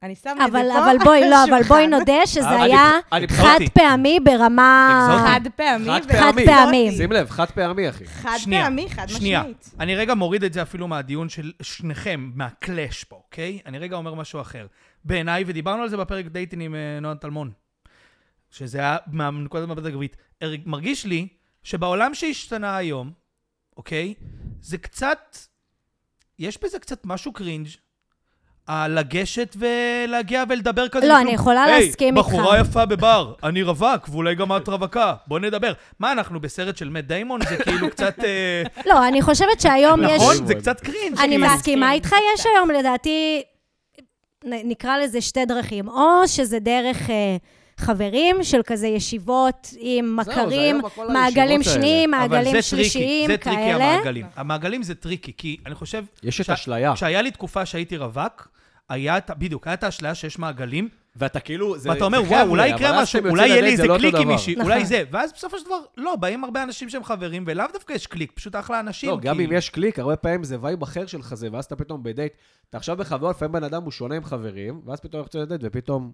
אני שמה את זה
אבל,
פה
אבל בואי,
על
לא, אבל בואי
השולחן.
נודה שזה
אה, אני-
היה
אני-
חד פעמי ברמה...
אקזוטי.
חד פעמי.
חד
ו-
פעמי.
חד פעמי.
שים לב, חד פעמי, אחי.
חד
שנייה,
פעמי, חד
שנייה.
משמעית.
אני רגע מוריד את זה אפילו מהדיון של שניכם, מהקלאש פה, אוקיי? אני רגע אומר משהו אחר. בעיניי, ודיברנו על זה בפרק דייטין עם אה, נועה טלמון, שזה היה מהנקודת מבט הגבית, הרג- מרגיש לי שבעולם שהשתנה היום, אוקיי? זה קצת... יש בזה קצת משהו קרינג'. ה- לגשת ולהגיע ולדבר כזה.
לא,
בכלום.
אני יכולה
היי,
להסכים איתך."
בחורה יפה בבר, אני רווק, ואולי גם את רווקה, בוא נדבר. מה, אנחנו בסרט של מאט דיימון? זה כאילו קצת... אה,
לא, אני חושבת שהיום יש...
נכון? זה קצת קרינג'.
אני
כאילו.
מסכימה איתך, יש
כן.
היום לדעתי, נ- נקרא לזה שתי דרכים. או שזה דרך אה, חברים של כזה ישיבות עם
זה
מכרים,
היום הכל
מעגלים
הישיבות האלה.
שניים,
אבל
מעגלים
זה טריקי,
שלישיים,
זה טריקי
כאלה.
המעגלים. המעגלים זה טריקי, כי אני חושב...
יש את
שה-
אשליה.
כשהיה לי תקופה שהייתי רווק, היה, את ה- בדיוק, היה את האשליה שיש מעגלים,
ואתה כאילו... זה-
ואתה אומר,
זה
וואו,
חבר'ה,
אולי
אבל
יקרה
אז
משהו,
כשהם
אולי
יוצאים
יהיה לי
לדייט זה
איזה
לא אותו
קליק עם
דבר.
מישהי,
נכון.
אולי זה, ואז בסופו של דבר, לא, באים הרבה אנשים שהם חברים, ולאו דווקא יש קליק, פשוט אחלה אנשים.
לא, גם אם
כאילו.
יש קליק, הרבה פעמים זה וייב אחר של חזה, ואז אתה פתאום בדייט, אתה עכשיו בחבר, לפעמים בן אדם הוא שונה עם חברים, ואז פתאום יוצא לדייט, ופתאום...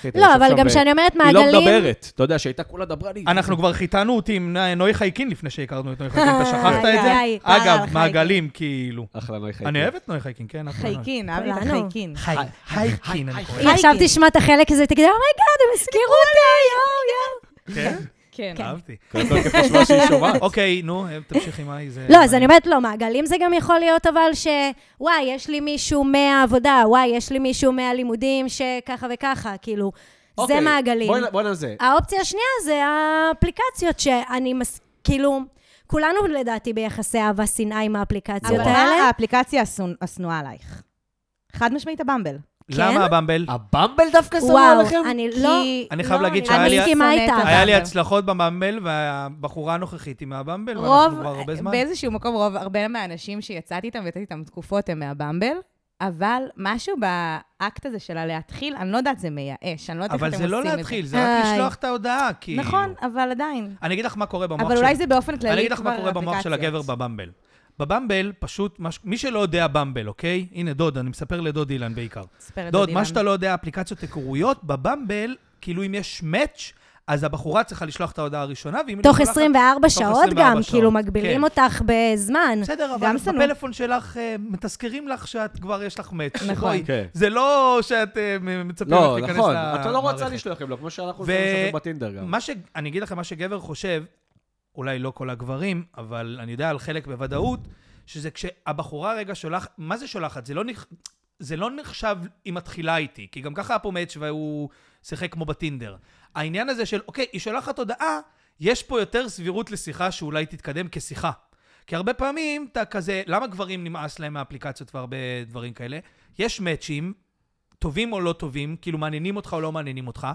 אחי, אתה
לא,
יושב
אבל
שם
גם
ב-
כשאני אומרת
היא לא
מעגלים...
מדברת. אתה יודע, שהייתה כולה דברנית.
אנחנו כבר חיתנו אותי עם נ- נוי חייקין לפני שהכרנו את נוי חייקין, אתה שכחת
איי,
את זה?
איי, פרה על
אגב,
חייקין.
מעגלים, כאילו.
אחלה, נוי חייתי.
אני אוהב את נוי חייקין, כן? אחלה נוי.
חייקין, אהבתי את
לנו.
החייקין.
חי- חייקין, אני קורא.
היא עכשיו
חייקין.
תשמע את החלק הזה, תגיד, אומייגאד, הם הזכירו אותה, יואו, יואו.
כן?
כן.
אהבתי.
קודם כל, כיף לשמוע שהיא שומעת.
אוקיי, נו, תמשיך עם מאי.
כן,
זה-
לא, אז אני אומרת, לא, מעגלים זה גם יכול להיות, אבל ש... וואי, יש לי מישהו מהעבודה, וואי, יש לי מישהו מהלימודים, שככה וככה, כאילו, זה
אוקיי,
מעגלים.
בואי נ- בואי נעשה.
האופציה השנייה זה האפליקציות, שאני מס... כאילו, כולנו לדעתי ביחסי אהבה שנאה עם האפליקציות
אבל
האלה.
מה האפליקציה השונ- השנואה עלייך? חד משמעית הבמבל.
למה הבמבל?
הבמבל דווקא
וואו, אני לא...
כי-
אני חייב
לא,
להגיד
לא
שהיה לי-
שונאת
מסכימה איתך.
את
היה לי
הבמבל.
הצלחות בבמבל, והבחורה הנוכחית היא מהבמבל, ואנחנו
רוב, אה,
כבר הרבה זמן.
באיזשהו מקום, רוב, הרבה מהאנשים שיצאתי איתם ויצאתי איתם תקופות הם מהבמבל, אבל משהו באקט הזה שלה להתחיל, אני לא יודעת, זה מייאש, אני לא יודעת איך אתם
אבל
עושים
זה
את זה.
לא להתחיל, זה רק
איי.
לשלוח את ההודעה, כאילו.
נכון, אבל עדיין.
אני אגיד לך מה קורה במוח
אבל
של-
אולי זה באופן כללי כבר
אני אגיד לך מה קורה במוח של
אפליקציות.
הגבר בבמבל. בבמבל, פשוט, מה ש- מי שלא יודע במבל, אוקיי? הנה, דוד, אני מספר לדוד אילן בעיקר.
ספר לדוד
דוד, מה
אילן.
שאתה לא יודע, אפליקציות היכרויות, בבמבל, כאילו אם יש מאץ', אז הבחורה צריכה לשלוח את ההודעה הראשונה, ואם היא לא
תוך
שולחת-
24 שעות
24
גם,
שעות,
כאילו,
כן.
מגבילים אותך בזמן.
בסדר, אבל
גם שנוא.
בפלאפון שלך אה, מתזכירים לך שאת כבר יש לך מאץ'.
נכון.
בואי,
כן.
זה לא שאת אה, מ- מצפים לך
לא,
להיכנס
נכון,
למערכת.
את לא רוצה לשלוח לו, כמו שאנחנו משלמים בטינדר גם.
מה ש... אני אגיד לכם, מה שגבר חושב, אולי לא כל הגברים, אבל אני יודע על חלק בוודאות, שזה כשהבחורה רגע שולחת, מה זה שולחת? זה לא, נכ... זה לא נחשב היא מתחילה איתי, כי גם ככה היה פה מאץ' והוא שיחק כמו בטינדר. העניין הזה של, אוקיי, היא שולחת הודעה, יש פה יותר סבירות לשיחה שאולי תתקדם כשיחה. כי הרבה פעמים אתה כזה, למה גברים נמאס להם מהאפליקציות והרבה דברים כאלה? יש מאצ'ים, טובים או לא טובים, כאילו מעניינים אותך או לא מעניינים אותך,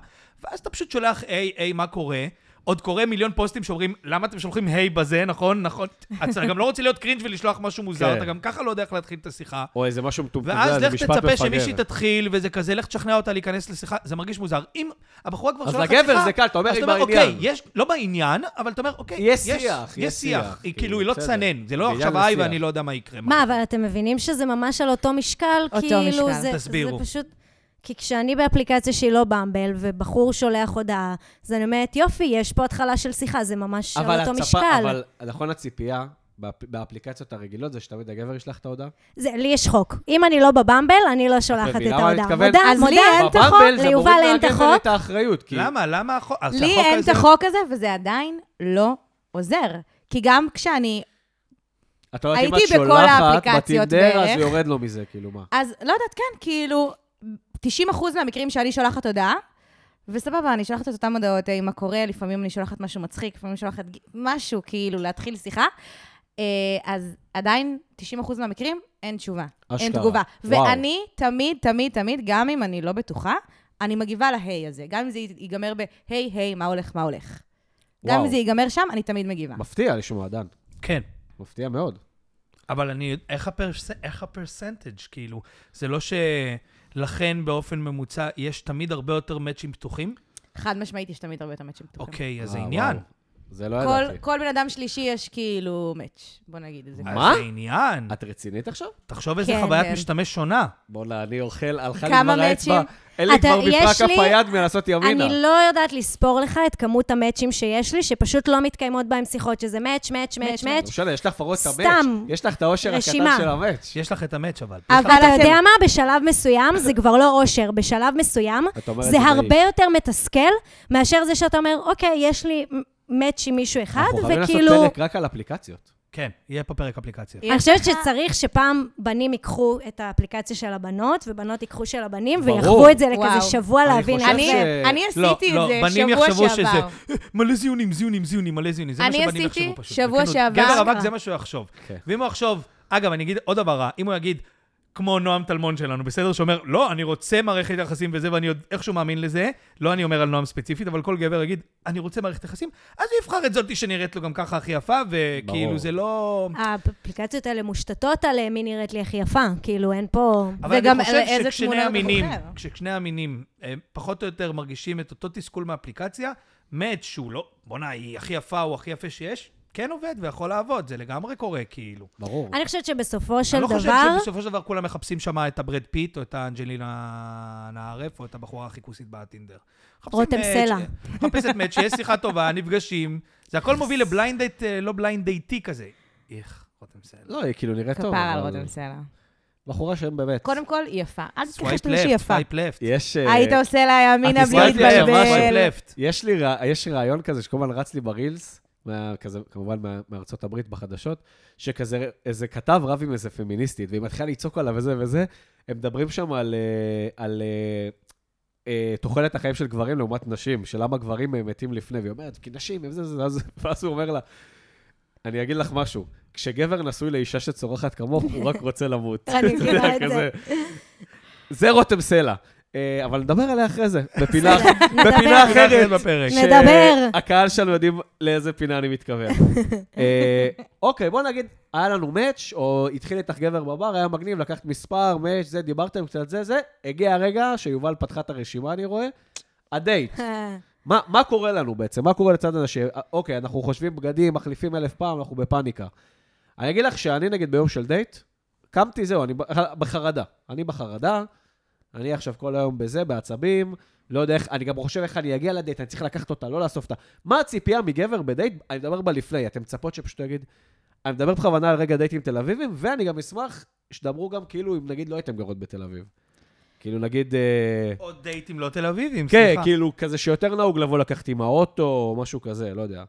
ואז אתה פשוט שולח, היי, היי, מה קורה? עוד קורא מיליון פוסטים שאומרים, למה אתם שולחים היי בזה, נכון? נכון. אתה גם לא רוצה להיות קרינג' ולשלוח משהו מוזר,
כן.
אתה גם ככה לא יודע איך להתחיל את השיחה.
או איזה משהו מטומטם,
ואז
זה
לך
משפט
תצפה
מפגר.
שמישהי תתחיל, וזה כזה, לך תשכנע אותה להיכנס לשיחה, זה מרגיש מוזר. אם הבחורה כבר
אז
שולחת
לגבר
שיחה...
זה קל, אתה אומר,
אז
היא
אוקיי,
בעניין.
יש, לא בעניין, אבל אתה אומר, אוקיי,
יש שיח,
יש
יש
שיח.
שיח,
היא
כאילו,
כאילו, היא לא
בסדר.
תסנן, זה לא
בעניין
עכשיו
זה
היי
שיח.
ואני לא יודע מה יקרה.
מה, אבל אתם מבינים שזה ממש על אותו משקל?
אותו
כאילו,
משקל.
זה,
תסבירו.
זה פשוט... כי כשאני באפליקציה שהיא לא במבל, ובחור שולח הודעה, אז אני אומרת, יופי, יש פה התחלה של שיחה, זה ממש על
אבל
אותו
הצפה-
משקל.
אבל נכון הציפייה באפ- באפליקציות הרגילות זה שתמיד הגבר ישלח את ההודעה?
זה, לי יש חוק. אם אני לא בבמבל, אני לא שולחת את
מבינה מה אני
ההודעה.
מתכוון?
מודה,
אז לי
מודה.
אין את החוק,
בבמבל זה
ליובל
מוריד
אין את
מהגבר
החוק?
את האחריות. כי-
למה? למה החוק? אז
לי
שהחוק
אין את
הזה-
החוק הזה, וזה עדיין לא עוזר. כי גם כשאני
את אומרת, אם את
הייתי בכל
שולחת
האפליקציות
בטינדר, אז
בערך.
יורד לו מזה, כאילו, מה?
אז לא יודעת, כן, כאילו, 90 אחוז מהמקרים שאני שולחת הודעה, וסבבה, אני שולחת את אותן הודעות אה, עם הקורא, לפעמים אני שולחת משהו מצחיק, לפעמים אני שולחת ג- משהו, כאילו, להתחיל שיחה. אה, אז עדיין, 90 אחוז מהמקרים, אין תשובה. אין
אשכרה.
תגובה.
וואו.
ואני תמיד, תמיד, תמיד, גם אם אני לא בטוחה, אני מגיבה להיי הזה. גם אם זה ייגמר בהיי, היי, מה הולך, מה הולך. גם
וואו.
אם זה ייגמר שם, אני תמיד מגיבה.
מפתיע לשמוע, דן.
כן.
מפתיע מאוד.
אבל אני, איך, הפרס, איך הפרסנטג', כאילו? זה לא שלכן באופן ממוצע יש תמיד הרבה יותר מאצ'ים פתוחים?
חד משמעית, יש תמיד הרבה יותר מאצ'ים פתוחים.
אוקיי, אז זה
אה,
עניין.
וואו. זה לא
כל,
ידעתי.
כל בן אדם שלישי יש כאילו מאץ', בוא נגיד את זה.
מה?
אז זה עניין.
את רצינית עכשיו?
תחשוב איזה
כן,
חוויית
כן.
משתמש שונה.
בואנה, אני אוכל, הלכה לי
כמה
כבר האצבע.
מאצ'ים?
אין לי
אתה-
כבר
יש
מפרק
לי-
כף היד מלעשות ימינה.
אני לא יודעת לספור לך את כמות המאצ'ים שיש לי, שפשוט לא מתקיימות בהם שיחות, שזה מאץ', מאץ', מאץ',
לא
לא
מאץ'.
משנה, יש לך פרות את המאץ'.
סתם.
יש לך את האושר הקטן
רשימה.
של המאץ'.
יש לך את המאץ' אבל. יש לך-
אבל
אתה יודע
אתם-
מה? בשלב מסוים זה כבר לא אושר, בשלב מסוים
את אומרת
זה
את זה
הרבה יותר מתסכל מאשר זה שאתה אומר, אוקיי, יש לי מאץ' עם מישהו אחד,
אנחנו חייבים לעשות
וכאילו...
פרק רק על אפליקציות.
כן, יהיה פה פרק אפליקציה.
יש
אני חושבת
לך-
שצריך שפעם בנים ייקחו את האפליקציה של הבנות, ובנות ייקחו של הבנים,
ברור.
ויחוו את זה לכזה
וואו.
שבוע
אני
להבין
חושב
איך
אני,
ש-
זה...
אני
לא,
עשיתי
לא,
את זה
בנים
שבוע
יחשבו
שעבר.
שזה, "אה, מלא זיונים, זיונים, זיונים, מלא זיונים. זה מה
אני
שבנים יחשבו
עשיתי
פשוט.
שבוע
בכנות.
שעבר.
גבר רווק
אה.
זה מה שהוא יחשוב.
כן.
ואם הוא יחשוב, אגב, אני אגיד עוד דבר רע, אם הוא יגיד, כמו נועם טלמון שלנו, בסדר? שאומר, לא, אני רוצה מערכת יחסים וזה, ואני עוד איכשהו מאמין לזה. לא אני אומר על נועם ספציפית, אבל כל גבר יגיד, אני רוצה מערכת יחסים, אז הוא יבחר את זאתי שנראית לו גם ככה הכי יפה, וכאילו
ברור.
זה לא...
האפליקציות האלה מושתתות על אה, מי נראית לי הכי יפה, כאילו אין פה...
אבל
וגם
אני חושב
על איזה
שכשני
תמונה אתה
המינים,
בוחר.
כששני המינים אה, פחות או יותר מרגישים את אותו תסכול מהאפליקציה, מת שהוא לא, בואנה, היא הכי יפה, הוא הכי יפה שיש, כן עובד ויכול לעבוד, זה לגמרי קורה, כאילו.
ברור.
אני חושבת שבסופו של
אני לא חושב
דבר...
שבסופו של דבר כולם מחפשים שם את הברד פיט, או את האנג'לינה נערף, או את הבחורה הכי בעד טינדר. מחפשים
רותם
מאץ',
סלע.
אה, מחפשת מאץ', שיש שיחה טובה, נפגשים, זה הכל מוביל לבליינד דייט, אה, לא בליינד דייטי כזה. איך, רותם סלע.
לא, היא כאילו נראית טוב.
כפר על
אבל-
רותם סלע.
בחורה שהם באמת.
קודם כל, היא יפה. אל תתכחש
סווייפ
לי שהיא
לפט,
יפה.
סווייפ לפט.
יש... אה,
היית עושה לה ימינה
את
בלי
הסתכלת לי,
סווייפ לפט, סווייפ
להתבלבל.
לפט.
יש לי רע- יש רעיון כזה שכל הזמן רץ לי ברילס, מה- כזה- כמובן מה- מארצות הברית בחדשות, שכזה איזה כתב רב עם איזה פמיניסטית, והיא מתחילה לצעוק עליו וזה וזה, הם מדברים שם על, אה, על אה, אה, תוחלת החיים של גברים לעומת נשים, שלמה גברים אה, מתים לפני, והיא אומרת, כי נשים, הם זה זה, זה", אז- ואז הוא אומר לה, אני אגיד לך משהו, כשגבר נשוי לאישה שצורחת כמוך, הוא רק רוצה למות.
אני
אתה יודע,
מכירה את זה.
כזה. זה רותם סלע. אה, אבל נדבר עליה אחרי זה, בפינה
בסדר, נדבר.
בפינה אחרת.
בפרק.
ש- נדבר.
שהקהל שלנו יודעים לאיזה פינה אני מתכוון. אה, אוקיי, בוא נגיד, היה לנו מאץ', או התחיל איתך גבר בבר, היה מגניב, לקחת מספר, מאץ', זה, דיברתם קצת זה, זה. הגיע הרגע שיובל פתחה את הרשימה, אני רואה. הדייט. מה, מה קורה לנו בעצם? מה קורה לצד הזה ש... אוקיי, אנחנו חושבים בגדים, מחליפים אלף פעם, אנחנו בפאניקה. אני אגיד לך שאני, נגיד, ביום של דייט, קמתי, זהו, אני בח- בחרדה. אני בחרדה, אני עכשיו כל היום בזה, בעצבים, לא יודע איך, אני גם חושב איך אני אגיע לדייט, אני צריך לקחת אותה, לא לאסוף אותה. מה הציפייה מגבר בדייט? אני מדבר בלפני, אתם מצפות שפשוט הוא יגיד... אני מדבר בכוונה על רגע דייטים תל אביבים, ואני גם אשמח שתדברו גם כאילו אם נגיד לא הייתם גרות בתל אביב. כאילו נגיד... אה,
או דייטים לא תל אביבים,
כן,
סליחה.
כאילו, כזה שיותר נהוג לבוא לקחת עם האוטו, או משהו כזה, לא יודע.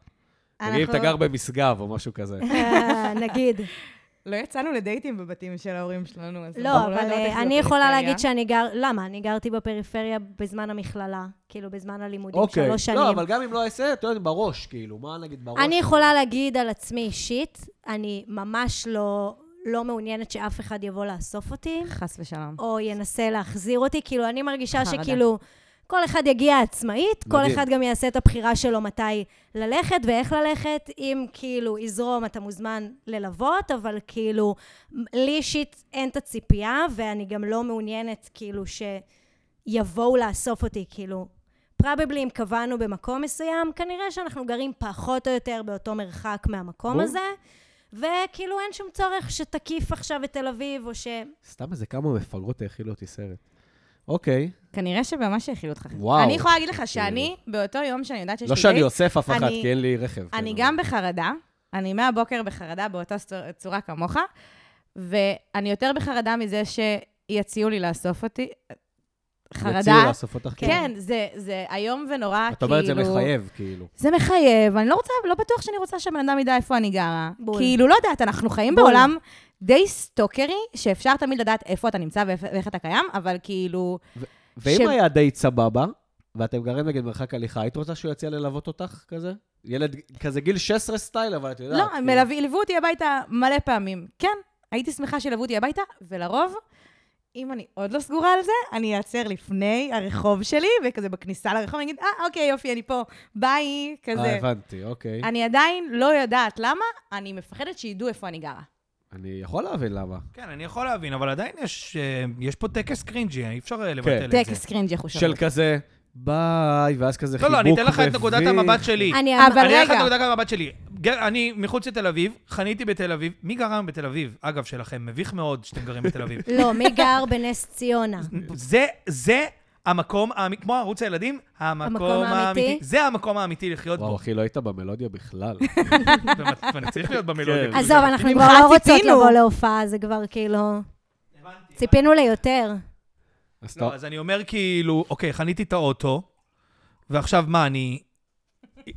נגיד אם אתה
אנחנו-
גר במשגב, או משהו כזה.
אה, נגיד.
לא יצאנו לדייטים בבתים של ההורים שלנו, אז
לא,
אנחנו
אבל
יודעות איך
אה,
זה
אני יכולה
בפריפריה.
להגיד שאני גר... למה? אני גרתי בפריפריה בזמן המכללה, כאילו בזמן הלימודים,
אוקיי.
שלוש שנים.
לא, אבל גם אם לא אעשה, אתה יודע, בראש, כאילו, מה נגיד בראש?
אני יכולה להגיד על עצמי אישית, אני ממש לא, לא מעוניינת שאף אחד יבוא לאסוף אותי,
חס ושלום.
או ינסה להחזיר אותי. כאילו, אני מרגישה
חרדה.
שכאילו, כל אחד יגיע עצמאית, כל
מדהים.
אחד גם יעשה את הבחירה שלו מתי ללכת ואיך ללכת. אם כאילו יזרום, אתה מוזמן ללוות, אבל כאילו, לי אישית אין את הציפייה, ואני גם לא מעוניינת כאילו שיבואו לאסוף אותי, כאילו. פראבבלי אם קבענו במקום מסוים, כנראה שאנחנו גרים פחות או יותר באותו מרחק מהמקום
בום.
הזה, וכאילו אין שום צורך שתקיף עכשיו את תל אביב, או ש...
סתם איזה כמה מפגרות האכילו אותי סרט. אוקיי,
כנראה שממש האכילו אותך.
וואו.
אני יכולה להגיד לך שאני,
אה.
באותו יום שאני יודעת שיש לי
לא
דייט,
שאני אוסף אף
אני-
אחת, כי אין לי רכב.
אני
כן,
גם
אבל-
בחרדה, אני מהבוקר בחרדה באותה סצ- צורה כמוך, ואני יותר בחרדה מזה שיציעו לי לאסוף אותי.
יציעו
חרדה.
לאסוף אותך. כן.
כן, זה- זה איום ונורא, כאילו...
את אומרת, זה מחייב, כאילו.
זה מחייב, אני לא רוצה, לא בטוח שאני רוצה שהבן אדם ידע איפה אני גרה.
בול.
כאילו, לא יודעת, אנחנו חיים
בול.
בעולם די סטוקרי, שאפשר תמיד לדעת איפה אתה נמצא ואיפה- ואיך אתה קיים, אבל כאילו,
ואם
ש-
היה דייט סבבה, ואתם גרים נגיד מרחק הליכה, היית רוצה שהוא יציע ללוות אותך כזה? ילד כזה גיל 16 סטייל, אבל את יודעת.
לא,
כאילו.
הם מלוו- ילוו אותי הביתה מלא פעמים. כן, הייתי שמחה שילוו אותי הביתה, ולרוב, אם אני עוד לא סגורה על זה, אני אעצר לפני הרחוב שלי, וכזה בכניסה לרחוב, אני אגיד, אה, אוקיי, יופי, אני פה, ביי,
אה,
כזה.
הבנתי, אוקיי.
אני עדיין לא יודעת למה, אני מפחדת שידעו איפה אני גרה.
אני יכול להבין למה.
כן, אני יכול להבין, אבל עדיין יש, אה, יש פה טקס קרינג'י, אי אפשר אה, לבטל את זה.
טקס קרינג'י חושבת.
של כזה, ביי, ואז כזה
לא,
חיבוק
לא, אני אתן לך את נקודת
מביך.
המבט שלי.
אני
אבל
אני אתן לך את
רגע.
נקודת המבט שלי. גר- אני מחוץ לתל אביב, חניתי בתל אביב. מי גרם בתל אביב? אגב, שלכם, מביך מאוד שאתם גרים בתל אביב.
לא, מי גר בנס ציונה?
זה, זה המקום, האמי- כמו ערוץ הילדים, המקום
המקום האמיתי.
האמיתי. זה המקום האמיתי לחיות
וואו,
בו.
אחי, לא היית במלודיה בכלל.
ומת- ואני צריך להיות במלודיה.
כן.
כאילו,
עזוב,
זה-
אנחנו
ממך
כבר לא רוצות
ציפינו.
לבוא להופעה, זה כבר כאילו...
הבנתי.
ציפינו ליותר.
אז
לא,
אתה-
אז אני אומר כאילו, אוקיי, חניתי את האוטו, ועכשיו מה, אני...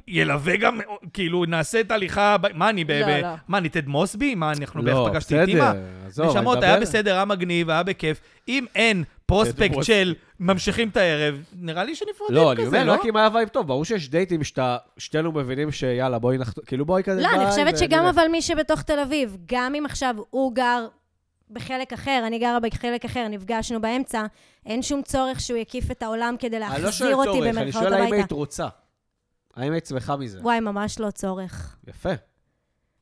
ילווה גם, כאילו, נעשה את ההליכה, ב- מה אני, ב...
לא,
ב-
לא.
מה, אני טד מוסבי? מה, אנחנו
לא,
בערך פגשתי את אימא?
בסדר, לא, עזוב, אני
נשמות, היה
מדבר.
בסדר, היה מגניב, היה בכיף. אם אין פרוספקט
מוסבי.
של ממשיכים את הערב, נראה לי שנפרדים
לא, אני
כזה,
אומר,
לא?
רק אם היה וייב טוב, ברור שיש דייטים שאתה, שתינו מבינים שיאללה, בואי נחתום, כאילו בואי כזה
לא, אני
ביי,
חושבת שגם
ונלך.
אבל מי שבתוך תל אביב, גם אם עכשיו הוא גר בחלק אחר, אני גרה בחלק אחר, נפגשנו באמצע, אין שום צורך שהוא יקיף את העולם כדי
אני לא
להחזיר
שואל
אותי
צורך, אני
במרכאות
שואל האם
הביתה.
היית רוצה. האם היית שמחה מזה?
וואי, ממש לא צורך.
יפה.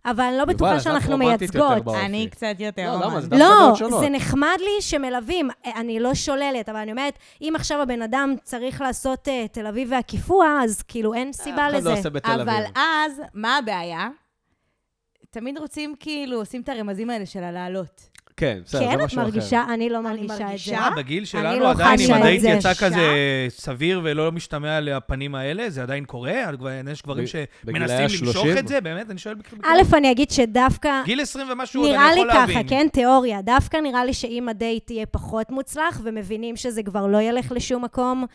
אבל אני לא
יובל,
בטוחה
אז את
שאנחנו
רומנטית יותר
מייצגות.
באופי.
אני קצת יותר.
לא, למה?
הומנית.
זה דווקא
לא,
דעות שונות.
זה נחמד לי שמלווים, אני לא שוללת, אבל אני אומרת, אם עכשיו הבן אדם צריך לעשות אה, תל אביב והקיפוע, אז כאילו אין סיבה
אף אחד
לזה. אה-
לא עושה בתל
אבל
אביב.
אז, מה הבעיה? תמיד רוצים, כאילו, עושים את הרמזים האלה של הלעלות.
כן, בסדר, זה
כן, את
משהו אחר.
מרגישה, אני לא מרגישה את זה.
מרגישה.
אה, בגיל שלנו
לא
עדיין, אם
חשה את
הדייט
זה.
יצא
שעה.
כזה סביר ולא משתמע על הפנים האלה, זה עדיין קורה? אבל כבר- יש גברים
ב-
שמנסים
בגילאי
למשוך
ה-
את זה? באמת, אני שואל... בכלל-
א', אני אגיד שדווקא
גיל 20 ומשהו עוד אני
נראה לי
יכול להבין.
ככה, כן, תיאוריה. דווקא נראה לי שאם הדייט יהיה פחות מוצלח, ומבינים שזה כבר לא ילך לשום מקום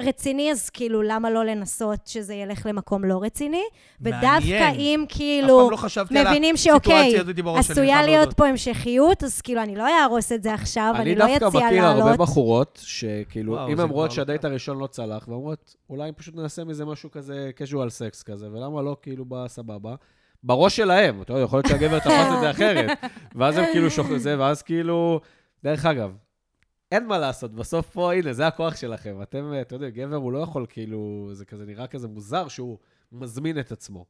רציני, אז כאילו, למה לא לנסות שזה ילך למקום לא רציני? ודווקא
מעניין.
אם
אף פעם
כאילו...
לא חשבתי על
מבינים
הסיטואציה
שאוקיי,
הזאת בראש שלי. אני
עשויה
חייב
להיות
להודות.
פה המשכיות, אז כאילו, אני לא אהרוס את זה עכשיו, אני לא
דווקא
אציע
מכיר הרבה
לעלות.
בחורות, שכאילו,
וואו,
אם
זה
הן רואות
כבר-
שהדייט הראשון לא צלח, והן אומרות, אולי פשוט נעשה מזה משהו כזה, casual sex כזה, ולמה לא כאילו בסבבה? בראש שלהם, אתה יודע, יכול להיות שהגבר תפס את
כן.
זה אחרת. ואז הם כאילו שוכרים זה, ואז כאילו... דרך אגב, אין מה לעשות, בסוף פה, הנה, זה הכוח שלכם. אתם, אה, אתה יודע, גבר הוא לא יכול כאילו, זה כזה נראה כזה מוזר שהוא מזמין את עצמו.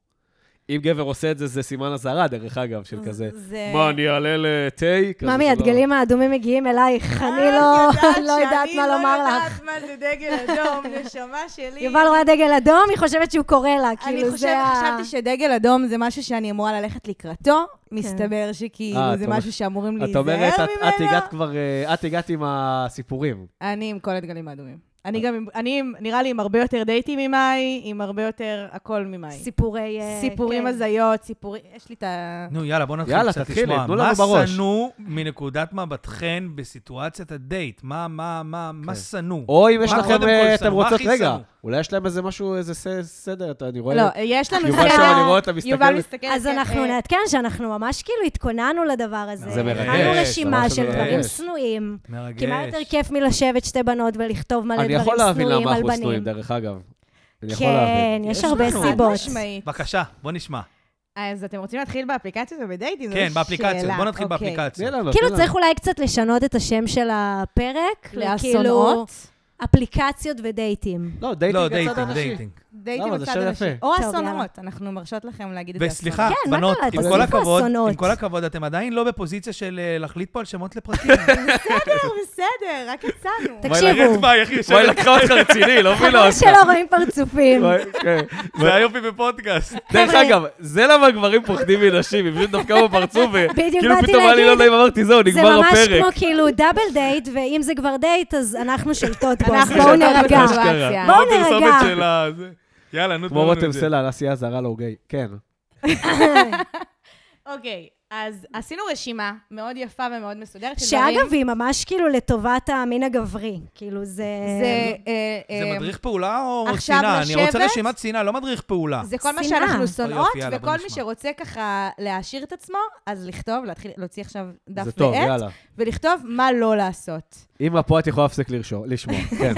אם גבר עושה את זה, זה סימן אזהרה, דרך אגב, של כזה,
זה...
מה, אני אעלה לתה? כזה,
ממי,
זה לא-
הדגלים האדומים מגיעים אלייך,
אה,
אני לא- לא יודעת מה לומר לך.
שאני לא יודעת מה זה דגל אדום, נשמה שלי.
יובל רואה דגל אדום, היא חושבת שהוא קורא לה,
אני
כאילו
חושבת,
זה ה...
חשבתי שדגל אדום זה משהו שאני אמורה ללכת לקראתו,
כן.
מסתבר
אה,
שכאילו זה
את אומרת-
משהו שאמורים
את
להיזהר
אומרת, את- את
ממנו.
הגעת כבר, אה, את הגעת עם הסיפורים.
אני עם כל הדגלים האדומים. אני
אה.
גם, עם- אני עם- נראה לי עם הרבה יותר דייטים ממאי, עם הרבה יותר הכל ממאי.
סיפורי... אה,
סיפורים
כן.
הזיות, סיפורים, יש לי את ה...
נו, יאללה, בוא נתחיל
יאללה,
קצת
תתחילי,
לשמוע.
תנו לנו בראש.
מה שנוא מנקודת מבטכן בסיטואציית הדייט? מה, מה, מה, מה שנוא?
כן. או אם יש
מה
לכם,
קודם
אה,
כל
אתם
שנוא? מה
רוצות,
הכי
רגע,
שנוא?
אולי יש להם איזה משהו, איזה ס- סדר, אתה- אני רואה...
לא, יש לנו...
יובל
סדר.
שם, אני רואה אותה
יובל
מסתכלת.
מסתכל...
אז
כן,
אנחנו
אה,
נעדכן שאנחנו ממש כאילו התכוננו לדבר הזה.
זה מרגש,
הכנו
ממש
רשימה של
מרגש.
דברים שנואים.
מרגש.
כי מה יותר כיף מלשבת שתי בנות ולכתוב מלא
אני
דברים
יכול להבין
שנואים
למה
על
אנחנו
בנים.
שנואים, דרך אגב. אני יכול
כן,
להבין.
יש
יש
הרבה
לנו.
סיבות.
חד משמעית.
בבקשה, בוא נשמע.
אז אתם רוצים להתחיל באפליקציות ובדייטים? זו
כן,
שאלה.
באפליקציות, בוא נתחיל
אוקיי.
באפליקציות.
תני לנו,
כאילו
תני לנו.
צריך אולי קצת לשנות את השם של הפרק,
לאסונות?
אפליקציות ודייטים.
לא, דייטינג
לא,
הצד
דייטינג,
הנשי.
דייטינג.
דייטים
למה? זה
בצד
שם
הנשי.
יפה.
או
טוב, יאללה.
אסונות, אנחנו מרשות לכם להגיד את זה.
וסליחה,
כן, מה
לא,
בנות,
קרה?
עם כל
תוסיפו
הכבוד,
אסונות.
עם כל הכבוד, אתם עדיין לא בפוזיציה של אה, להחליט פה על שמות לפרקים.
בסדר, לא, בסדר, רק יצאנו.
תקשיבו,
וואי, לקחה אותך רציני, לא מבין
חבל שלא
כן.
רואים פרצופים.
זה היופי בפודקאסט.
דרך
חבר'ה.
אגב, זה למה גברים פוחדים מנשים, הם פשוט
לא
דפקה בפרצוף,
בדיוק
וכאילו
באתי
פתאום היה לי לא
להגיד.
נעים, אמרתי, זהו,
זה
נגמר
ממש
הפרק.
כמו כאילו דאבל דייט, ואם זה כבר דייט, אז אנחנו שולטות בו, אז
אנחנו
בואו
שולטות
נרגע.
כן.
בסיטואציה.
בואו
לא פרסומת
נרגע.
של ה... זה. יאללה, נו,
כמו
תנו לנו
רותם
את זה.
סלע על עשייה זרה לא הוא גיי. כן.
אוקיי, אז עשינו רשימה מאוד יפה ומאוד מסודרת של דברים.
שאגב, היא ממש כאילו לטובת המין הגברי. כאילו, זה...
זה... אה, אה,
זה מדריך פעולה או
עכשיו
צנעה? אני רוצה
לשבת?
רשימת צנעה, לא מדריך פעולה.
זה כל מה
שנאה.
שאנחנו
אוי,
שונאות,
יופי, יאללה, בוא
וכל מי
נשמע.
שרוצה ככה להעשיר את עצמו, אז לכתוב, להתחיל, להוציא עכשיו דף
זה טוב,
ועט,
יאללה.
ולכתוב מה לא לעשות.
אמא, פה את יכולה להפסיק לרשום- לשמוע. כן.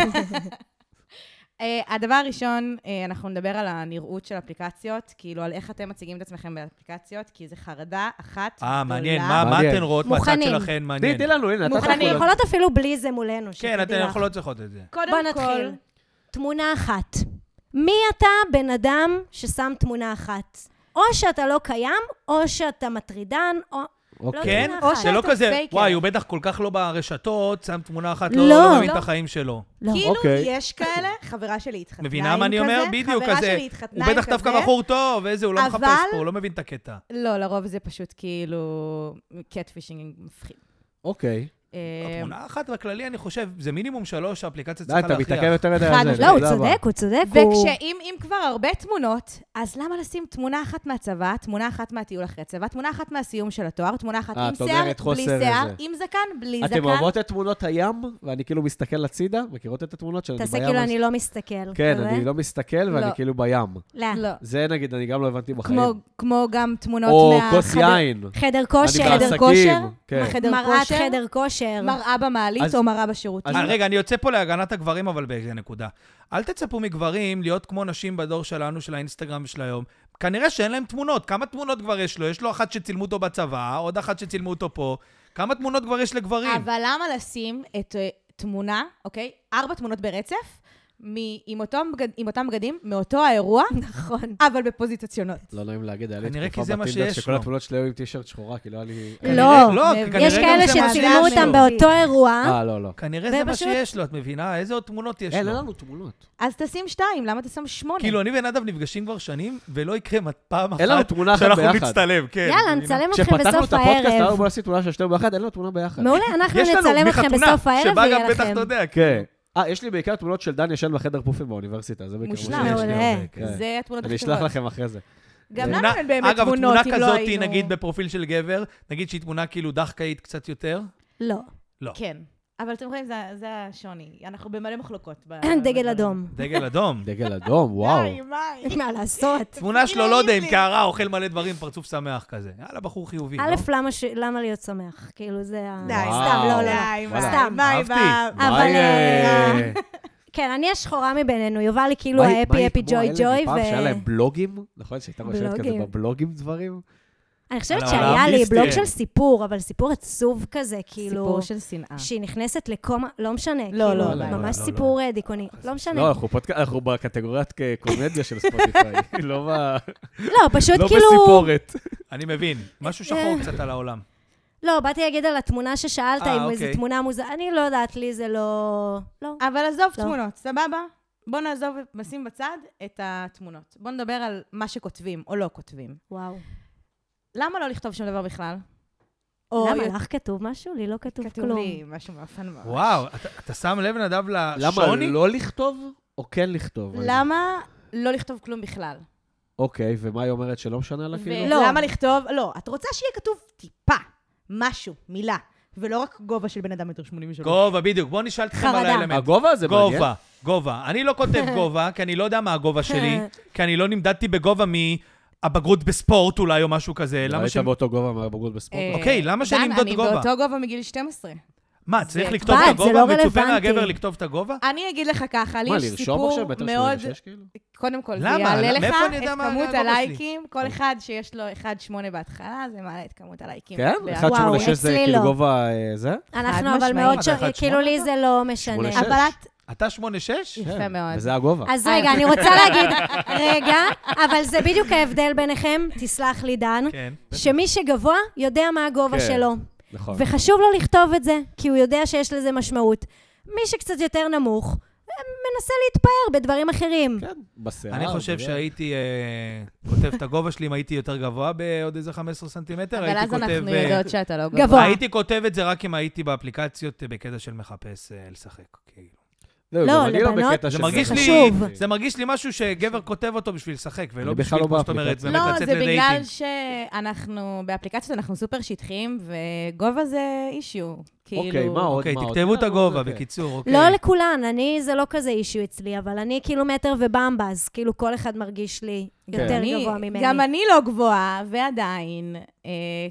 אה, הדבר הראשון, אה, אנחנו נדבר על הנראות של אפליקציות, כאילו על איך אתם מציגים את עצמכם באפליקציות, כי זה חרדה אחת גדולה.
אה, מעניין, מה מה
מעניין.
אתן רואות מהצד
מוכנים.
שלכן?
תני
מעניין.
תני לנו, הנה, נתת
מוכנים.
אנחנו
לכולם.
יכולות אפילו בלי זה מולנו,
כן, אתן
שתדעי לך.
יכולות צריכות את זה.
קודם
בוא
כל,
נתחיל. תמונה אחת. מי אתה בן אדם ששם תמונה אחת? או שאתה לא קיים, או שאתה מטרידן, או...
אוקיי.
לא
כן?
תמונה
או
אחת.
זה לא
שאתה
כזה,
פייקר.
וואי, הוא בטח כל כך לא ברשתות, שם תמונה אחת, לא
לא.
לא מבין את
אוקיי. לא.
החיים שלו.
לא.
כאילו
אוקיי.
יש כאלה, חברה שלי התחתנה עם כזה,
מבינה מה אני אומר? בדיוק,
חברה
כזה.
שלי התחתנה
הוא
עם
בטח דווקא
כזה.
בחור טוב, איזה, הוא לא מחפש
אבל-
פה, הוא לא מבין את הקטע.
לא, לרוב זה פשוט כאילו קט פישינג מפחיד.
אוקיי.
אה,
התמונה אחת בכללי, אני חושב, זה מינימום שלוש, האפליקציה
די,
צריכה
אתה
להכריח.
מתעכב יותר מדי
חד
על כן, זה.
לא, הוא
תודה רבה.
צודק, הוא צודק. הוא-
וכשאם אם כבר הרבה תמונות, אז למה לשים תמונה אחת מהצבא, תמונה אחת מהטיול אחרי צבא, תמונה אחת מהסיום של התואר, תמונה אחת
אה,
עם
את אומרת
שיער, בלי
חוסר
שיער,
איזה.
עם זקן, בלי זקן.
אתם אוהבות את תמונות הים, ואני כאילו מסתכל הצידה, מכירות את התמונות שאני בים?
תעשה כאילו אני לא מסתכל.
כן,
כזה.
אני לא מסתכל
לא.
ואני כאילו בים.
לא.
לא.
זה נגיד, אני גם לא הבנתי בחיים.
כמו- כמו גם תמונות
או
מה-
כוס
חדר-
יין.
חדר כושר,
אני
חדר
בעסקים,
כושר?
כן.
מהחדר
מראת
כושר?
חדר כושר.
מראה במעלית
אז-
או מראה בשירותים.
אה, רגע, אני יוצא פה להגנת הגברים, אבל באיזה נקודה. אל תצפו מגברים להיות כמו נשים בדור שלנו, של האינסטגרם ושל היום. כנראה שאין להם תמונות. כמה תמונות כבר יש לו? יש לו אחת שצילמו אותו בצבא, עוד אחת שצילמו אותו פה. כמה תמונות כבר יש לגברים?
אבל למה לשים את אה, תמונה, אוקיי? ארבע תמונות ברצף, מ- עם אותם בגד- עם אותם בגדים, מאותו האירוע,
נכון.
אבל בפוזיציות שונות.
לא נעים להגיד, היה לי
כנראה כי
תקופה
זה מה
בטינדר
שיש לא.
שכל
לו.
התמונות שלי היו עם טישרט שחורה, כי לא היה לי...
לא.
כנראה- לא,
יש
כנראה
יש
גם
כאלה
זה מה שיש
שצילמו אותם
לו.
באותו אירוע.
אה, לא, לא.
כנראה זה מה
ופשוט-
שיש לו, את מבינה? איזה עוד תמונות יש
אין, אין
לו?
לנו תמונות.
אז תשים שתיים, למה תשים שמונה?
כאילו, אני ונדב נפגשים כבר שנים, ולא יקרה מת- פעם אחת
אין לנו תמונה אחת
שאנחנו
ביחד.
נצטלם, כן.
יאללה,
מבינה?
נצלם אתכם
כשפתחנו את
בסוף
הפודקאסט, אמרנו
הערב.
בוא נעשה תמונה של שתינו ביחד, אין לנו תמונה ביחד.
מעולה, אנחנו
יש לנו
נצלם אתכם
מחתונה,
בסוף הערב
שבא גם
ויהיה
בטח,
לכם.
אתה יודע, כן.
כן. אה, יש לי בעיקר תמונות של דן ישן בחדר פופים באוניברסיטה, זה בעיקר מה
מושלם. לא
שיש לי.
מעולה.
הרבה, כן.
זה התמונות
אני
הכי
אשלח
טובות.
לכם אחרי זה.
גם לנו
תמונה-
אין לא באמת
אגב,
תמונות, אם לא
תמונה כזאת,
היינו...
נגיד בפרופיל של גבר, נגיד שהיא תמונה כאילו דחקאית קצת יותר,
לא.
כן. אבל אתם רואים, זה- זה השוני. אנחנו במלא מחלוקות. ב-
דגל
בדברים.
אדום.
דגל אדום.
דגל אדום, וואו.
די, מאי.
מה לעשות?
תמונה שלו, לא יודע, עם
לי.
קערה, אוכל מלא דברים, פרצוף שמח כזה. יאללה, בחור חיובי, לא?
א', למה ש- למה להיות שמח? כאילו, זה ה...
די,
סתם, לא, לא.
וואו.
די, מאי.
וואלה.
סתם.
מאי,
אהבתי.
ב-
אבל,
וואי,
אה,
אה,
כן, אני השחורה מבינינו, יובל היא כאילו
מה היא- מה
ההפי
היא
הפי
כמו
ג'וי
הילד
ג'וי,
מפעם שהיה להם
ו...
בלוגים, נכון? שהייתה רושמת כזה
בלוגים.
בבלוגים דברים?
אני חושבת
על
שהיה לי
העולם
בלוג
מיסטי.
של סיפור, אבל סיפור עצוב כזה, כאילו...
סיפור של שנאה.
שהיא נכנסת לקומה, לא משנה,
לא,
כאילו,
לא,
לא,
ממש
לא, לא.
סיפור אה, דיכאוני, לא משנה.
לא, אנחנו פודקאסט, אנחנו בקטגוריית כ- קומדיה של ספוטיפיי, לא ב-
לא, פשוט
לא
כאילו...
בסיפורת.
אני מבין. משהו שחור קצת על העולם.
לא, באתי להגיד על התמונה ששאלת,
אה,
אם איזו
אוקיי.
תמונה מוזרה, אני לא יודעת, לי זה לא... לא.
אבל עזוב
לא.
תמונות, סבבה? בוא נעזוב, נשים בצד את התמונות. בוא נדבר על מה שכותבים או לא כותבים.
וואו.
למה לא לכתוב שום דבר בכלל?
למה,
יוצ-
לך כתוב משהו? לי לא כתוב
כתוב
כלום.
לי משהו מאפן מאוד.
וואו, אתה- אתה שם לב, נדב,
למה
לשוני?
לא לכתוב או כן לכתוב?
למה לא לכתוב כלום בכלל?
אוקיי, ומה היא אומרת שלא משנה לה כאילו?
ולמה לכתוב? לא, את רוצה שיהיה כתוב טיפה, משהו, מילה, ולא רק גובה של בן אדם מטר שמונים ושלוש.
גובה, בדיוק. בואו נשאל אתכם על
חרדה.
האלמנט.
הגובה הזה מעניין.
גובה, גובה. אני לא כותב גובה, כי אני לא יודע מה הגובה שלי, כי אני לא נמדדתי בגובה מהבגרות בספורט אולי, או משהו כזה.
לא
למה
היית
ש...
באותו גובה מהבגרות בספורט?
אה,
אוקיי, למה
דן,
שנמדוד גובה?
אני באותו גובה מגיל 12.
מה, צריך
זה
לכתוב את
בת, זה
הגובה?
לא
מצופה
רלוונטי.
מהגבר לכתוב את הגובה?
אני אגיד לך ככה, לי
מה,
יש
לרשום עכשיו
סיפור
מטר
מאוד...
86 כאילו?
קודם כל, זה
למה?
יעלה
למה?
לך
מאיפה אני יודע
את
מה
כמות
הגובה שלי?
הלייקים. כל אחד שיש לו 1.8 בהתחלה, זה מעלה את כמות הלייקים.
כן?
ביחד.
1.86 זה
אצלי
כאילו
לא.
גובה אה, זה?
אנחנו
חד
אבל
משמעית.
מאוד, ש-
מה, אתה אחד
כאילו לי
שמונה?
זה לא משנה.
שמונה שש.
אבל את...
אתה 8-6?
יפה
כן,
מאוד.
וזה הגובה.
אז רגע, אני רוצה להגיד, רגע, אבל זה בדיוק ההבדל ביניכם, תסלח לי דן,
כן.
שמי שגבוה יודע מה הגובה
כן.
שלו.
נכון.
וחשוב לו לכתוב את זה, כי הוא יודע שיש לזה משמעות. מי שקצת יותר נמוך, אה, מנסה להתפאר בדברים אחרים.
כן, בשיער.
אני חושב
בזה.
שהייתי אה, כותב את הגובה שלי אם הייתי יותר גבוה בעוד איזה 15 סנטימטר,
אבל
הייתי
אז
כותב...
אנחנו
אה,
יודעות שאתה לא
גבוה.
גבוה.
הייתי כותב את זה רק אם הייתי באפליקציות אה, בקטע של מחפש אה, לשחק. כאילו.
זהו,
לא,
גם אני
לבנות-
בקטע
זה
של
מרגיש לי,
חשוב.
זה מרגיש לי משהו שגבר כותב אותו בשביל לשחק, ולא
אני בכלל
בשביל,
לא
כמו שאת אומרת,
באפליקציה.
באמת
לא,
לצאת
זה בגלל
לדייטינג.
שאנחנו, באפליקציות אנחנו סופר שטחיים, וגובה זה אישיו. כאילו...
אוקיי, מה עוד?
אוקיי,
מה עוד?
תכתבו את הגובה,
אוקיי.
בקיצור, אוקיי.
לא לכולן, אני, זה לא כזה אישיו אצלי, אבל אני כאילו מטר ובמבה, אז כאילו כל אחד מרגיש לי יותר
אני-
גבוה ממני.
גם אני לא גבוהה, ועדיין, אה,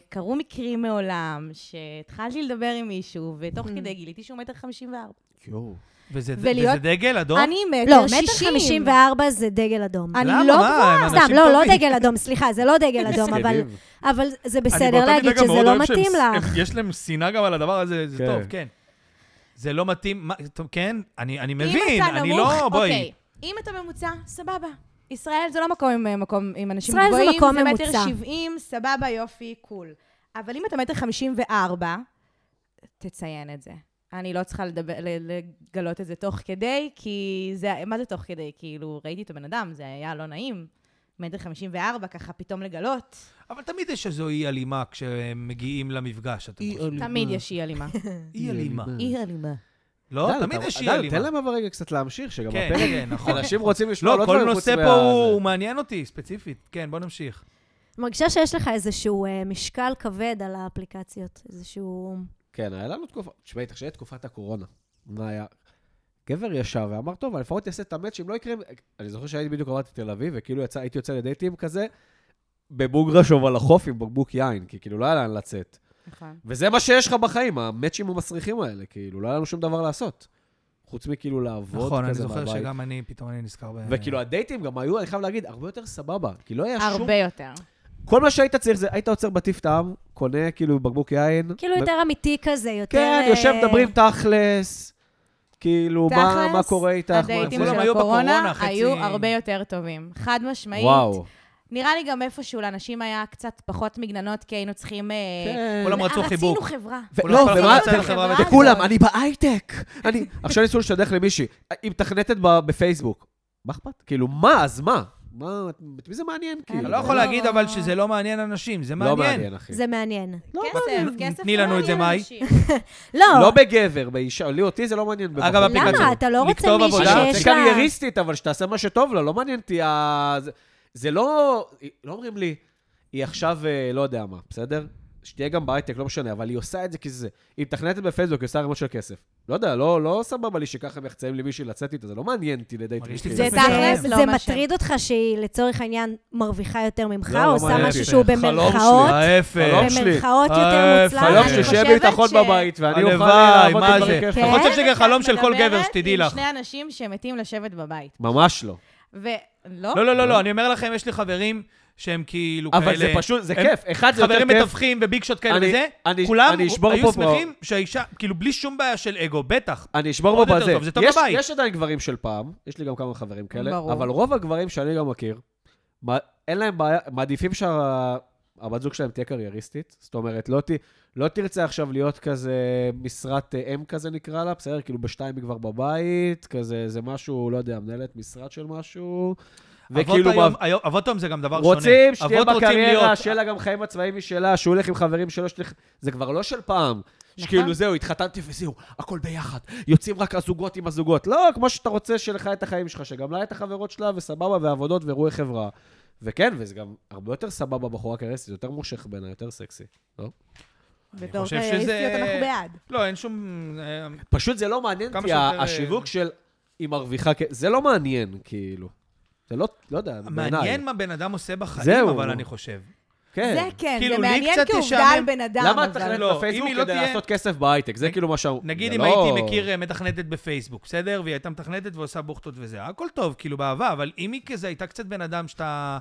קרו מקרים מעולם שהתחלתי לדבר עם מישהו,
Mm.
ותוך כדי גיליתי שהוא מטר חמישים וארבע.
יואו.
וזה וזה
ולהיות-
דגל אדום?
אני מטר
לא, מטר
שישים.
חמישים וארבע זה דגל אדום.
אני
למה?
לא
מה?
גבוהה.
הם
סתם,
אנשים
לא, לא
טובים.
דגל אדום, סליחה, זה לא דגל אדום, אבל-
מסכנים.
אבל זה
אני
בסדר
באותה מידה
להגיד
גם
שזה
מאוד
לא
אוהב שהם-
מתאים
הם-
לך.
יש להם שנאה גם על הדבר הזה, זה
כן.
טוב, כן. זה לא מתאים, מה- טוב, כן, אני אני
אם
מבין,
אתה
אני
נמוך,
לא,
אוקיי.
בואי.
אם אתה ממוצע, סבבה. ישראל זה לא מקום עם, אה, מקום עם אנשים
ישראל זה
גבוהים,
מקום
זה
ממוצע.
מטר שבעים, סבבה, יופי, קול. אבל אם אתה מטר חמישים וארבע, תציין את זה. אני לא צריכה לדבר, ל- לגלות את זה תוך כדי, כי זה, מה זה תוך כדי? כאילו, ראיתי את הבן אדם, זה היה לא נעים. מטר חמישים וארבע, ככה פתאום לגלות.
אבל תמיד יש איזו אי הלימה כשהם מגיעים למפגש, אתם חושבים.
תמיד יש אי הלימה.
אי הלימה.
אי הלימה.
לא,
דן,
תמיד
אתה-
יש אי
דן,
הלימה.
תן להם אבל רגע קצת להמשיך, שגם
כן,
הפרק...
כן, נכון.
אנשים רוצים לשמוע
לא,
לא
כל
דברים חוץ
נושא
מה-
פה הוא מעניין אותי, ספציפית. כן, בוא נמשיך.
מרגישה שיש לך איזשהו אה, משקל כבד על האפליקציות, איזשהו...
כן, היה לנו תקופה... תשמעי, תחשבי תקופת הקורונה. מה היה? גבר ישב ואמר, טוב, אני לפחות אעשה את המאץ' אם לא יקרה... אני זוכר שהייתי בדיוק עבדתי בתל אביב, וכאילו יצא, הייתי יוצא לדייטים כזה, בבוגרשוב על החוף עם בקבוק יין, כי כאילו לא היה לאן לצאת.
נכון.
וזה מה שיש לך בחיים, המאצ'ים המסריחים האלה, כאילו, לא היה לנו שום דבר לעשות. חוץ מכאילו לעבוד
נכון, אני
כזה
זוכר
מהבית.
שגם אה, אני, פתאום אני נזכר ב...
וכאילו הדייטים גם היו, אני חייב להגיד, הרבה יותר סבבה. כי לא היה שום...
הרבה יותר.
כל מה שהיית צריך זה, היית עוצר בטיף טעם, קונה כאילו בקבוק יין.
כאילו
ו-
יותר אמיתי כזה, יותר...
כן, יושב,
אה,
מדברים תכלס. כאילו, מה
תכלס,
מה קורה איתך? מה
הדייטים
זה?
כולם
של
היו
הקורונה
בקורונה, חצי-
היו הרבה יותר טובים. חד משמעית.
וואו.
נראה לי גם איפשהו לאנשים היה קצת פחות מגננות, כי היינו צריכים... אה,
כן.
כולם רצו
רצינו
חיבוק.
חברה.
ו-
כולם
לא,
כל
ומה,
אחד רצה לחברה
הזאת.
וכולם, אני בהייטק. אני, עכשיו ניסו לשדך למישהי, היא מתכנתת ב- בפייסבוק. מה אכפת? כאילו, מה, אז מה? מה, את מי זה מעניין? כאילו?
אתה לא יכול להגיד אבל שזה לא מעניין אנשים, זה
לא
מעניין.
מעניין, אחי.
זה מעניין.
לא
כסף, כסף.
תני לנו
לא
את זה,
מעניין
מאי.
אנשים.
לא,
לא בגבר, באישה, לי אותי זה לא מעניין.
אגב,
בבחור.
אפליקציה.
למה? אתה לא רוצה
לכתוב
מישהי
עבודה,
זה
שיש לה...
קרייריסטית, אבל שתעשה מה שטוב לה, לא מעניין אותי ה... זה- זה לא... לא אומרים לי, היא עכשיו אה, לא יודע מה, בסדר? שתהיה גם בהייטק, לא משנה, אבל היא עושה את זה כי זה... היא מתכנתת בפייסבוק, היא עושה ערימות של כסף. לא יודע, לא לא סבבה לי שככה מייחצאים למישהי לצאת איתה, זה לא מעניין אותי כן. לדייט.
מרגיש לי
מישהי.
קצת
זה תכלס
זה-
לא
זה
מה ש-
מטריד אותך שהיא לצורך העניין מרוויחה יותר ממך,
לא, לא
עושה
מעניין
משהו
אותי.
שהוא
חלום שלי.
במרכאות,
חלום
ההפך.
שלי.
במרכאות
אה,
יותר מוצלח.
היום
אני
שיהיה
חושבת
ביטחון
ש-
בבית, ואני אוכל אה,
הלוואי,
לעבוד
מה
בדברים
זה?
כיפים.
כן?
אני חושב שזה חלום של כל גבר,
מדברת
שתדעי
עם
לך.
שני אנשים שמתים לשבת בבית.
ממש לא.
ולא?
לא, לא, לא, לא, אני אומר לכם, יש לי חברים שהם כאילו כאלה...
אבל זה פשוט, זה
הם-
כיף. אחד, זה יותר
חברים
כיף.
מתווכים וביג שוט כאלה
אני-
וזה,
אני-
כולם
אני אשבור פה-
היו שמחים שהאישה, כאילו בלי שום בעיה של אגו, בטח.
אני אשמור
עוד
בו
יותר
בזה.
טוב, זה טוב
יש,
לבית.
יש עדיין גברים של פעם, יש לי גם כמה חברים כאלה,
ברור.
אבל רוב הגברים שאני גם מכיר, מה, אין להם בעיה, מעדיפים שהבת זוג שלהם תהיה קרייריסטית, זאת אומרת, לא, ת, לא תרצה עכשיו להיות כזה משרת אה, אם כזה נקרא לה, בסדר? כאילו בשתיים היא כבר בבית, כזה, זה משהו, לא יודע, מנהלת משרד של משהו,
אבות
וכאילו...
היום-
ב-
היום- אבות היום זה גם דבר שונה.
רוצים שתהיה
אבות רוצים
בקריירה,
להיות-
שיהיה לה גם חיים עצמאיים משלה, שהוא ילך עם חברים שלו, שתלך... זה כבר לא של פעם. שכאילו זהו, התחתנתי וזהו, הכל ביחד. יוצאים רק הזוגות עם הזוגות. לא, כמו שאתה רוצה שלך יהיה את החיים שלך, שגם לה יהיה את החברות שלה, וסבבה, ועבודות, ואירועי חברה. וכן, וזה גם הרבה יותר סבבה בחורה קרייריסטית, יותר מושך בעיניי, יותר סקסי. לא?
בתור
חושב שזה-
קרייריסטיות אנחנו בעד.
לא, אין שום... אה,
פשוט זה לא מעניין
כמה
אותי,
שיותר,
ה-
אה,
השיווק של היא מרוויחה, כ- זה לא מעניין, כאילו. זה לא, לא יודע, בעיניי.
מעניין מה בן אדם עושה בחיים,
זהו.
אבל אני חושב.
כן.
זה כן,
כאילו,
זה
לי
מעניין
קצת
כעובדה
ישעמם-
על בן אדם,
למה
אבל-
את מתכננת
לא, אם
בפייסבוק
היא לא
כדי
תהיה-
לעשות כסף בהייטק? זה כאילו מה ש...
נגיד
זה
אם
לא-
הייתי מכיר אה, מתכנתת בפייסבוק, בסדר? והיא הייתה מתכנתת ועושה בוכטות וזה, הכל טוב, כאילו באהבה, אבל אם היא כזה הייתה קצת בן אדם שאתה...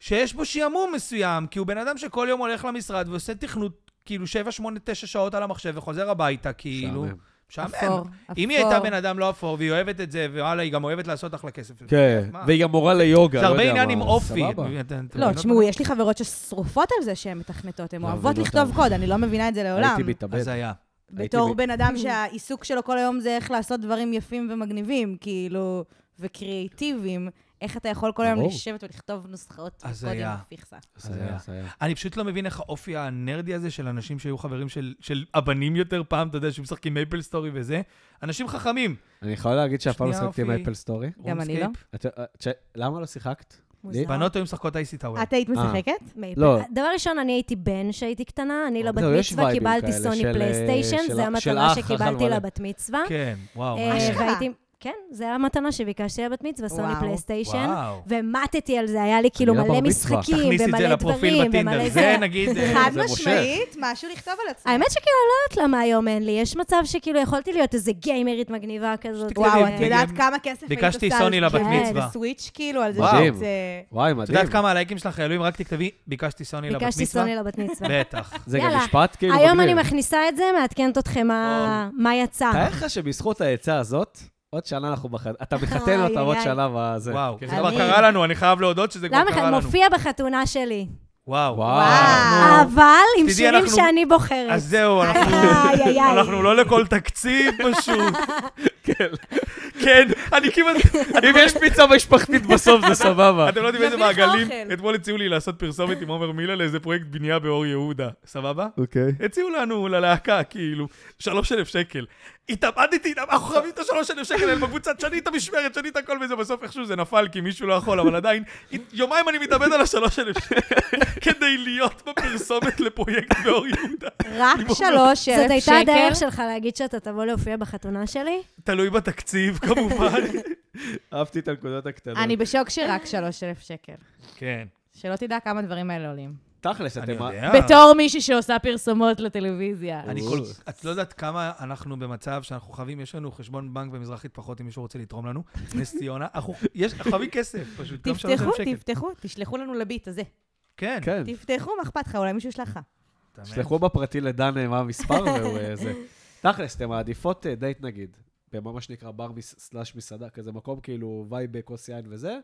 שיש בו שעמום מסוים, כי הוא בן אדם שכל יום הולך למשרד ועושה תכנות, כאילו 7, 8, 9 שעות על המחשב וחוזר הביתה, כאילו...
משעמם.
אפור,
משעמם. אם היא
אפור.
הייתה בן אדם לא אפור, והיא אוהבת את זה, ווואלה, היא גם אוהבת לעשות אחלה כסף.
כן,
מה?
והיא גם מורה ליוגה,
זה
לא
הרבה
יודע
עניין
מה,
עם אופי.
סבבה.
אתה- אתה מבין
לא,
אותי?
תשמעו, יש לי חברות ששרופות על זה שהן מתכנתות, הן
לא,
אוהבות
זה לא
לכתוב
טוב.
קוד, אני לא מבינה את זה לעולם.
הייתי מתאבד.
אז היה.
הייתי
בתור
ב-
בן אדם שהעיסוק שלו כל היום זה איך לעשות דברים יפים ומגניבים, כאילו, וקריאיטיביים, איך אתה יכול כל היום
ברור.
לשבת ולכתוב נוסחאות
אז
קודים
היה.
פיכסה.
אז היה, אז היה.
אני פשוט לא מבין איך האופי הנרדי הזה של אנשים שהיו חברים של, של הבנים יותר פעם, אתה יודע, שמשחקים מייפל סטורי וזה, אנשים חכמים.
אני יכול להגיד שאף פעם לא
שנייה,
שיחקתי
אופי.
מייפל סטורי.
גם אני לא.
רומסקייפ.
את- את- למה לא שיחקת?
מוזר.
בנות היו משחקות אייסי טאוור.
את היית משחקת?
מייפל.
לא.
דבר ראשון, אני הייתי בן שהייתי קטנה, אני
זהו,
לבת
יש
מצווה
וייבים
קיבלתי
כאלה
סוני
של, אה,
פלייסטיישן,
של-
זה
של
המתנה
אח, חבל
שקיבלתי
מלא.
לבת מצווה.
כן, וואו,
אה,
מה זה?
אשכרה.
והייתי, כן, זה המתנה שביקשתי לבת מצווה, סוני
וואו.
פלייסטיישן.
וואו.
ומטתי על זה, היה לי כאילו
בר
מלא
מצווה.
משחקים,
תכניס את זה
ומלא
לפרופיל
דברים,
בטינדר.
ומלא
זה
זה.
נגיד... אה,
חד
זה כן. מושך.
משמעית, משהו לכתוב על עצמו.
האמת שכאילו, לא יודעת למה היום אין לי, יש מצב שכאילו יכולתי להיות איזה גיימרית מגניבה כזאת.
תכתבי
וואו,
את
את
זה
יודעת
גם-
כמה כסף היית
ביקשתי
עושה
סוני
על
לבת
כן,
מצווה.
בסוויץ', כאילו, על זה אה,
מדהים.
שזה...
וואי,
את
מדהים.
יודעת כמה הלייקים שלך יעלו אם רק תכתבי, ביקשתי סוני לבת לא מצווה?
ביקשתי סוני לבת מצווה.
בטח.
זה גם
יאללה,
משפט כאילו
היום אני
מגניב.
מכניסה את זה, מעדכנת אתכם מה- מה יצא.
תאר לך שבזכות העצה הזאת, עוד שנה אנחנו בחתונה, אתה מחתן
איי,
אותה עוד
איי.
שנה בזה.
וואו, זה
כן.
כבר
אני-
קרה לנו, אני חייב להודות שזה כבר
למה
קרה
לך?
לנו.
מופיע בחתונה שלי.
וואו.
וואו.
אנחנו-
אבל עם
תדעי,
שירים
אנחנו-
שאני בוחרת.
אז זהו, אנחנו...
איי, איי, איי.
אנחנו לא לכל תקציב פשוט. כן, אני כמעט...
אם יש פיצה משפחתית בסוף, זה סבבה.
אתם לא יודעים איזה
נביא לך
מעגלים.
אוכל.
אתמול הציעו לי לעשות פרסומת עם עומר מילה לאיזה פרויקט בנייה באור יהודה. סבבה?
אוקיי.
הציעו לנו ללהקה, כאילו, שלוש אלף שקל. התאבדתי, אנחנו חייבים את השלוש אלף שקל האלה בקבוצה, תשני את המשמרת, תשני את הכל וזה, בסוף איכשהו זה נפל, כי מישהו לא יכול, אבל עדיין, יומיים אני מתאבד על השלוש אלף שקל, כדי להיות בפרסומת לפרויקט באור יהודה.
רק שלוש
זאת
אלף
הייתה
שקל.
הדרך שלך להגיד שאתה תבוא להופיע בחתונה שלי?
תלוי בתקציב, כמובן.
אהבתי את הנקודות הקטנות.
אני בשוק שרק שלוש אלף שקל.
כן.
שלא תדע כמה הדברים האלה עולים.
תכלס,
אני
אתם...
יודע.
בתור מישהי שעושה פרסומות לטלוויזיה.
אני
או.
כל... את לא יודעת כמה אנחנו במצב שאנחנו חייבים, יש לנו חשבון בנק במזרחית פחות, אם מישהו רוצה לתרום לנו, נס ציונה, אנחנו יש- אנחנו חייבים כסף, פשוט גם שלוש
תפתחו,
אלף שקל.
תפתחו, תשלחו לנו לביט הזה.
כן.
כן.
תפתחו, מה אכפת לך? אולי מישהו ישלח לך.
אתה מבין?
שלחו בפרטי לדן אה, מה המספר והוא אה, זה. תכלס, אתם מעדיפות אה, דייט נגיד, במה שנקרא בר מס- סלאש מסעדה, כזה מקום כאילו וייב בכוס יין וזה,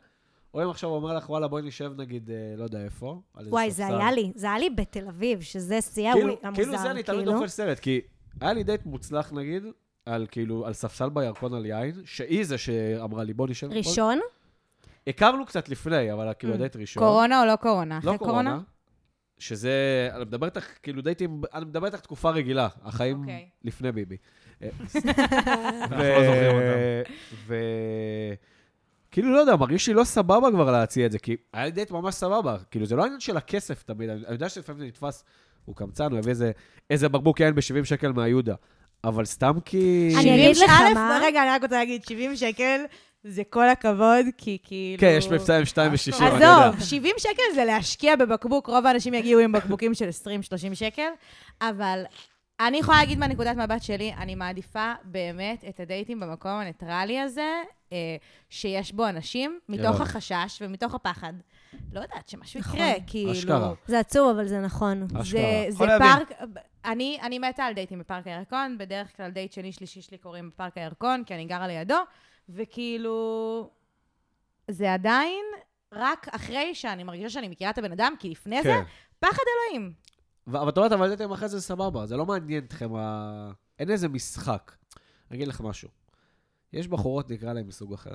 או אם עכשיו הוא אומר לך, וואלה, בואי נשב נגיד, אה, לא יודע איפה. על איזה
וואי, זה
ספסל."
היה לי, זה היה לי בתל אביב, שזה שיא
כאילו-
המוזר,
כאילו זה אני תמיד
כאילו.
אוכל סרט, כי היה לי דייט מוצלח נגיד, על כאילו, על ספסל בירקון על יין, שהיא זה שאמרה לי, בוא נשב. בוא-"
ראשון? Mm.
הכרנו קצת לפני, אבל כאילו הדייט ראשון.
קורונה או לא קורונה?
לא
אחרי
קורונה. שזה, אני מדבר איתך, כאילו דייטים, אני מדבר איתך תקופה רגילה, החיים
אוקיי.
לפני ביבי. אה,
אנחנו
ו-
לא זוכרים אותם.
ו... כאילו, לא יודע, מרגיש לי לא סבבה כבר להציע את זה, כי היה לי דייט ממש סבבה. כאילו, זה לא העניין של הכסף תמיד, אני אני יודע שלפעמים זה נתפס, הוא קמצן, הוא הביא איזה, איזה בקבוק יין ב-70 שקל מהיהודה. אבל סתם כי...
אני אגיד לך
70
מה.
אלף, רגע, אני רק רוצה להגיד, 70 שקל זה כל הכבוד, כי כאילו...
כן, יש מבצעים 2 ו-60, אני יודע.
עזוב, 70 שקל זה להשקיע בבקבוק, רוב האנשים יגיעו עם בקבוקים של 20-30 שקל, אבל אני יכולה להגיד מהנקודת מבט שלי, אני מעדיפה באמת את הדייטים במקום הניטרלי הזה, אה, שיש בו אנשים, מתוך
יאללה.
החשש ומתוך הפחד. לא יודעת שמשהו
נכון.
יקרה, כאילו...
אשכרה. אה,
זה עצוב, אבל זה נכון.
אשכרה.
זה, זה
יכול להבין.
פארק, אני, אני מתה על דייטים בפארק הירקון, בדרך כלל דייט שני שלישי שלי קוראים בפארק הירקון, כי אני גרה לידו, וכאילו, זה עדיין רק אחרי שאני מרגישה שאני מכירה את הבן אדם, כי לפני זה,
כן.
פחד אלוהים.
ו- אבל את אומרת, אבל דייטים אחרי זה סבבה, זה לא מעניין אתכם, ה... אין איזה משחק. אני אגיד לך משהו. יש בחורות, נקרא להן מסוג אחר,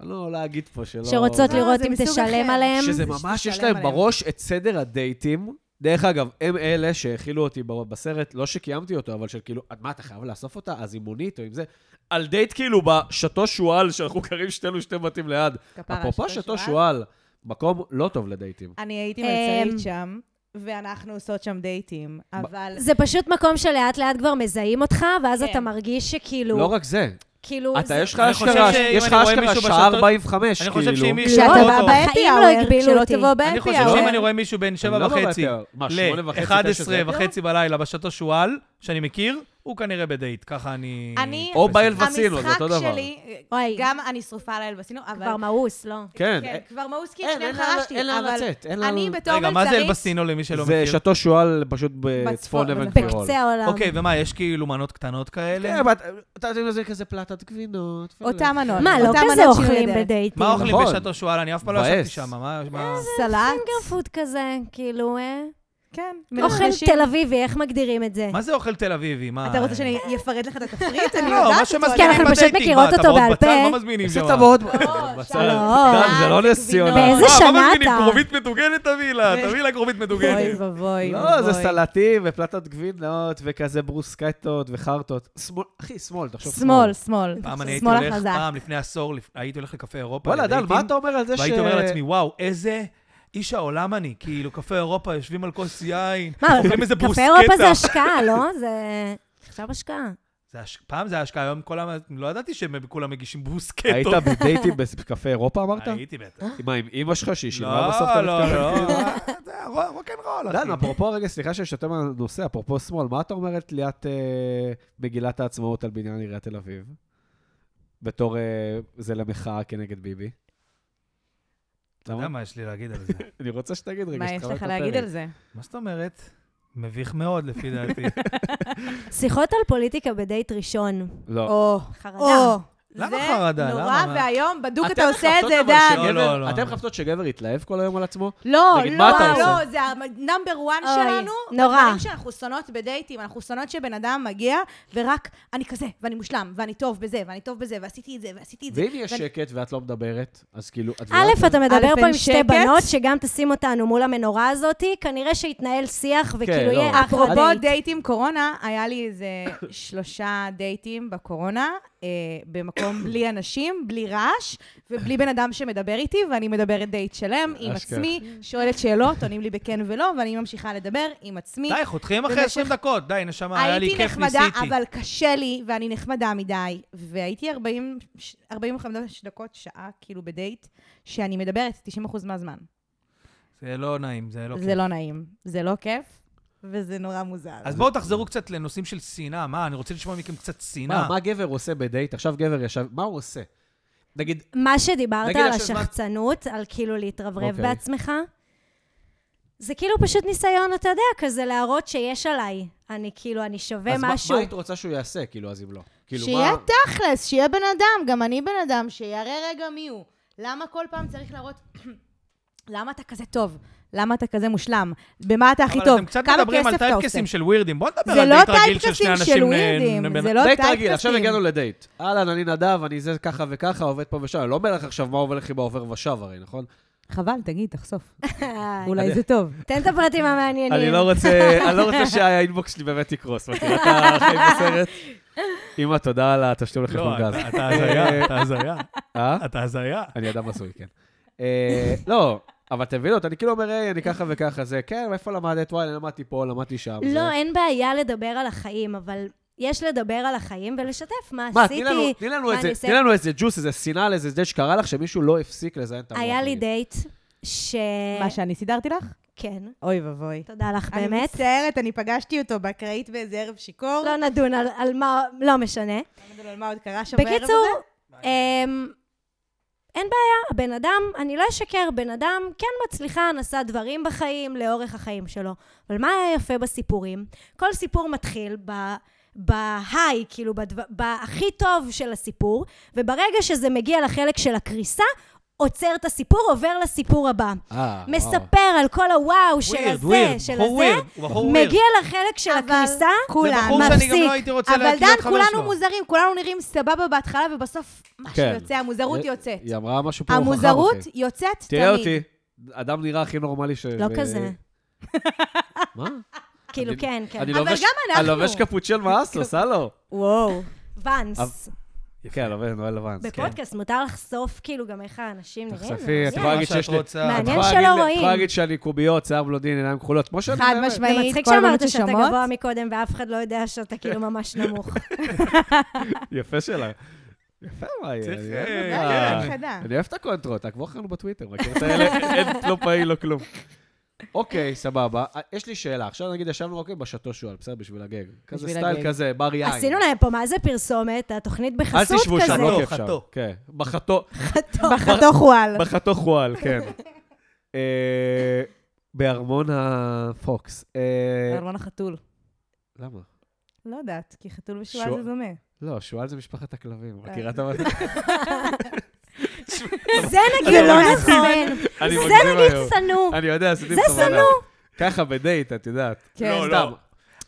אני לא לא אגיד פה שלא...
שרוצות
לא,
לראות
זה
אם
מסוג
תשלם
אחר.
עליהם.
שזה
זה
ממש, יש
שמשתלם
להם
עליהם.
בראש את סדר הדייטים. דרך אגב, הם אלה שהכילו אותי ב- בסרט, לא שקיימתי אותו, אבל של כאילו, "את- מה, אתה חייב לאסוף אותה? אז עם מונית או עם זה? על דייט כאילו בשתו שועל, שאנחנו גרים שתינו שתי בתים ליד.
כפרה,
אפרופו
שתו
שתו
שועל.
שועל, מקום לא טוב לדייטים.
אני הייתי
אמ,
מלצרית שם, ואנחנו עושות שם דייטים, אבל...
זה פשוט מקום שלאט לאט כבר מזהים אותך, ואז
כן.
אתה מרגיש שכאילו...
לא רק זה,
כאילו...
אתה,
זה-
יש לך
אני חושב
אשכרה,
שאם
יש לך
אני רואה
אשכרה
מישהו
שעה
בשלטון-
45,
אני
כאילו.
חושב שאם מישהו...
כשאתה
כשאתה
רואה אותו-
בא-
בהפי
בחיים לא
האוור,
הגבילו
שלא
אותי.
תבוא
אני
בהפי
חושב שאם אני
האוור.
רואה מישהו בין שבע
אני לא בא
וחצי
בהפי hour. מה, שמונה וחצי, תשע,
ל-11
זה
וחצי בלילה בשעתו שועל, שאני מכיר, הוא כנראה בדייט, ככה אני...
אני-
או באל וסינו, זה אותו דבר.
המשחק שלי,
וואי.
גם אני שרופה על אלבסינו, אבל...
כבר מאוס, לא.
כן,
כן,
אה,
כבר מאוס כי את
אין,
שניהם
אין לאן-
חרשתי.
אין לאן
אבל
לצאת, אין לאן-
אני בתור מלצרית...
לא. רגע, מה זה אלבסינו למי שלא
זה
מכיר?
שתו שועל פשוט בצפון אבן קרול.
בקצה העולם.
אוקיי, ומה, יש כאילו מנות קטנות כאלה?
כן, אבל אתה- אתה יודע, זה כזה פלטת גבינות.
אותם מנות.
מה, לא
אותם
כזה
מנות שהיא
אוכלים
יודעת.
בדייטים.
מה אוכלים
נכון.
בשעתו שועל? אני אף פעם לא
מבאס.
ישבתי שם, מה... מה-
סלט.
פוד כזה, כאילו, אה,
כן.
אוכל
מנשנשים.
תל אביבי, איך מגדירים את זה?
מה זה אוכל תל אביבי? מה...
אתה רוצה שאני אפרט לך את התפריט? אני
אה. לא, מה
יודעת אותו.
שמזכירים
אנחנו פשוט
בדייטים,
מכירות
מה,
אותו
טבעות
בעל
בצל?
פה.
לא
מה מזמינים שם?
עשית מאוד...
לא.
דן, זה לא נס ציונה.
באיזה
אה,
שנה
מה מזמינים?
אתה?
כרובית מטוגנת תביא לה, תביא לה כרובית
אוי
מטוגנת.
ואבוי.
לא, זה
ואבוי.
סלטים ופלטת גבינות וכזה ברוסקטות וחרטות. שמאל, אחי, שמאל, תחשוב
שמאל, שמאל.
פעם אני הייתי
שמאל
הולך,
החזק.
פעם לפני עשור, לפ- הייתי הולך לקפה אירופה.
וואלה, דן,
לדייטים,
מה אתה אומר על זה ש...
והייתי אומר לעצמי, וואו, איזה איש העולם אני. כאילו, קפה אירופה, יושבים על כוס יין,
מה,
אוכלים איזה
קפה אירופה זה
ברוסקטה.
השקעה, לא? זה עכשיו השקעה.
זה הש- פעם זה ההשקעה, היום כל ה... לא ידעתי שהם כולם מגישים ברוסקטות.
היית בדייטים בקפה אירופה, אמרת?
הייתי בטח.
מה, עם אימא שלך שהיא שילמה בסוף את
לא, לא,
המתקרב?
לא. זה הרו- רוקנרול,
דן,
אחי.
לא, אפרופו רגע, סליחה שאני שותה מהנושא, אפרופו שמאל, מה אתה אומר על תליית אה, מגילת העצמאות על בניין עיריית תל אביב? בתור אה, זה למחאה כנגד ביבי.
אתה יודע מה יש לי להגיד על זה.
אני רוצה שתגיד רגע,
מה יש
שתחבר
לך
את
להגיד
הפרק.
על זה?
מה זאת אומרת? מביך מאוד, לפי דעתי.
שיחות על פוליטיקה בדייט ראשון.
לא.
או.
חרדה.
או.
למה
זה
חרדה?
נורא
למה? מה?
ואיום, בדוק
אתם
אתה עושה את
מחפשות
זה,
אבל
דן.
לא, לא,
שגבר-
לא.
אתם מחפשות שגבר יתלהב כל היום על עצמו?
לא,
נגיד,
לא,
מה אתה
לא,
עושה?
זה הנאמבר וואן
אוי,
שלנו.
נורא.
הדברים שאנחנו שונאות בדייטים, אנחנו שונאות שבן אדם מגיע, ורק אני כזה, ואני מושלם, ואני טוב בזה, ואני טוב בזה, ועשיתי את זה, ועשיתי את זה.
ואם יש
ואני-
שקט ואת לא מדברת, אז כאילו... את
א', אתה מדבר
א',
פה
אין
עם שתי
שקט.
בנות, שגם תשים אותנו מול המנורה הזאתי, כנראה שיתנהל שיח וכאילו
לא.
יהיה
אפרופו
אפרופו דייט.
דייטים קורונה, היה לי איזה שלושה דייטים בקורונה, אה, במקום בלי אנשים, בלי רעש, ובלי בן אדם שמדבר איתי, ואני מדברת דייט שלם עם
אשכרה.
עצמי, שואלת שאלות, עונים לי בכן ולא, ואני ממשיכה לדבר עם עצמי.
די, חותכים אחרי
במשך-
20 דקות, די, נשמה, היה לי
הייתי
כיף,
נחמדה,
ניסיתי.
אבל קשה לי, ואני נחמדה מדי. והייתי 40, 45 דקות, שעה, כאילו, בדייט, שאני מדברת 90% מהזמן.
זה לא נעים, זה לא
זה
כיף.
לא נעים, זה לא כיף, וזה נורא מוזר.
אז בואו תחזרו קצת לנושאים של שנאה. מה, אני רוצה לשמוע מכם קצת שנאה.
מה, מה גבר עושה בדייט? עכשיו גבר ישב, מה הוא עושה? נגיד,
מה שדיברת
נגיד
על
עכשיו מה-
השחצנות, על כאילו להתרברב
אוקיי.
בעצמך, זה כאילו פשוט ניסיון, אתה יודע, כזה להראות שיש עליי. אני כאילו, אני שווה
אז מה-
משהו.
מה היית רוצה שהוא יעשה, כאילו, אז אם לא? כאילו,
שיהיה
מה-
תכלס, שיהיה בן אדם, גם אני בן אדם, שיראה רגע מי הוא. למה כל פעם צריך להראות... למה אתה כזה טוב? למה אתה כזה מושלם? במה אתה הכי
אבל
טוב?
אתם קצת
כמה
מדברים על
כסף אתה עושה?
טייפקסים של ווירדים. בואו נדבר
זה
על
לא
דייט רגיל של שני
טייפקסים של
אנשים. אה,
ווירדים,
נ-
זה
נ-
לא
דייט
טייפקסים.
רגיל, עכשיו הגענו לדייט. אהלן, אני נדב, אני זה ככה וככה, עובד פה ושם. אני לא אומר לך עכשיו מה עובר לך בעובר ושב הרי, נכון?
חבל, תגיד, תחשוף.
אה,
אולי זה טוב.
תן את הפרטים המעניינים.
אני לא רוצה, אני לא רוצה שהאינבוקס שלי באמת יקרוס, מכירה את החיים בסרט? אמא, תודה על התשלום
לא,
לחשבון גז.
אתה- אתה הזיה, אתה הזיה.
אה?
אתה הזיה.
אני אדם נשוי, כן. אה, לא, אבל אתם מבינות, אני כאילו אומר, היי, אני ככה וככה זה, כן, מאיפה למדת? וואי, אני למדתי פה, למדתי שם. זה.
לא, אין בעיה לדבר על החיים, אבל יש לדבר על החיים ולשתף מה
מה,
עשיתי.
תני לנו- תני לנו
מה
איזה-
אני עושה.
תני לנו איזה ג'וס, איזה שנאה על איזה זה שקרה לך, שמישהו לא הפסיק לזיין את המוח.
היה לי
נגיד.
דייט ש...
מה שאני סידרתי לך?
כן,
אוי ואבוי.
תודה לך
אני
באמת.
מצטערת, אני פגשתי אותו בקראית באיזה ערב שיכור.
לא נדון על- על מה, לא משנה.
לא יודעת על מה עוד קרה שם בערב הזה.
בקיצור, אמ, אין בעיה, הבן אדם, אני לא אשקר, בן אדם כן מצליחן, עשה דברים בחיים, לאורך החיים שלו. אבל מה היה יפה בסיפורים? כל סיפור מתחיל ב... בהיי, כאילו, בדו... בהכי טוב של הסיפור, וברגע שזה מגיע לחלק של הקריסה, עוצר את הסיפור, עובר לסיפור הבא.
אה, וואו.
מספר על כל הוואו של
ווירד,
הזה,
ווירד,
של
בחור ווירד,
הזה,
הוא בחור ווירד.
מגיע לחלק של
אבל
הקריסה,
זה
כולנו,
בחור שאני גם
מפסיק.
לא הייתי רוצה
אבל
להכיר
דן,
את חבר
כולנו
שלו.
מוזרים, כולנו נראים סבבה בהתחלה, ובסוף משהו
כן.
יוצא,
אה,
המוזרות יוצאת.
היא אמרה משהו פה חכם, אחי.
המוזרות יוצאת תמיד.
תראה אותי, אדם נראה הכי נורמלי ש...
לא כזה.
מה?
כאילו,
אני-
כן, כן.
אני
אבל
לובש-
גם אנחנו.
אני לובש קפוצ'ל מאסוס, הלו.
וואו. ואנס.
כן, לובש נואל לבנס.
בפודקאסט מותר לחשוף כאילו גם איך האנשים נראים.
תחשפי, כן. את
זה
יכולה
מעניין.
להגיד
מה שאת
שיש לי-
רוצה.
את
מעניין
יכולה
שלא
להגיד- את
רואים.
יכולה להגיד שאני קוביות, שיער בלונדין, עיניים כחולות, כמו שאני...
חד
אומר.
משמעית,
זה מצחיק
כל הבנות
שאמרת שאתה
נשמות.
גבוה מקודם ואף אחד לא יודע שאתה כאילו ממש נמוך.
יפה שלה. יפה, מה יהיה?
צריך,
אני אוהב את
אה,
ה-
כן.
אה, חדה.
אני אוהב את הקונטרות, תעקבו אחרינו בטוויטר, מכיר את האלה? אין, לא פעיל, לא כלום. אוקיי, סבבה. אה, יש לי שאלה. עכשיו נגיד ישבנו, אוקיי, בשתו שועל, בסדר, בשביל הגג. כזה
בשביל
סטייל
הגג.
כזה, בר יין.
עשינו להם פה, מה זה פרסומת? התוכנית
אל
בחסות
תשבו
כזה.
שם, לא
חתוך,
כיף שם.
חתוך.
כן, בחתו,
בחתוך וואל.
בחתוך וואל, כן. אה, בארמון הפוקס. אה,
ארמון החתול.
למה?
לא יודעת, כי חתול ושועל
שוע-
זה דומה.
לא, שועל זה משפחת הכלבים.
אה.
מכירה את המ...
זה נגיד לא
אני מגזים.
נכון.
אני
זה
מגזים
נגיד
היום.
שנוא.
אני יודע, עשיתי
זה
בכוונה.
שנוא.
ככה בדייט, את יודעת.
כן.
לא,
סתם.
לא.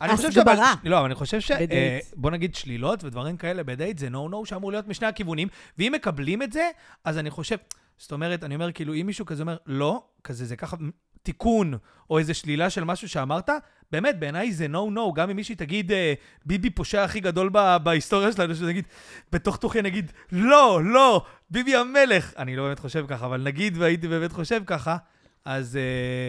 אני חושב שאבל...
הסברה.
לא, אבל אני חושב ש...
בדייט.
אה, בוא נגיד שלילות ודברים כאלה בדייט זה נו-נו שאמור להיות משני הכיוונים, ואם מקבלים את זה, אז אני חושב... זאת אומרת, אני אומר, כאילו, אם מישהו כזה אומר, לא, כזה זה ככה מ- תיקון, או איזה שלילה של משהו שאמרת, באמת, בעיניי זה נו-נו, גם אם מישהי תגיד, אה, ביבי פושע הכי גדול ב- בהיסטוריה שלנו, שנגיד, בתוך תוכי נגיד, לא, לא, ביבי המלך. אני לא באמת חושב ככה, אבל נגיד והייתי באמת חושב ככה, אז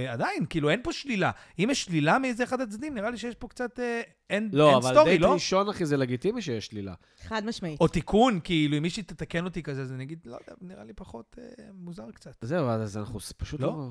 אה, עדיין, כאילו, אין פה שלילה. אם יש שלילה מאיזה אחד הצדדים, נראה לי שיש פה קצת אה, אין
לא,
אין
אבל
סטורי,
דייט
לא?
ראשון, אחי, זה לגיטימי שיש שלילה.
חד משמעית.
או תיקון, כאילו, אם מישהי תתקן אותי כזה, אז אני אגיד, לא יודע, נראה לי פחות אה, מוזר קצת.
זהו, אז אנחנו ס- פשוט
לא?
לא...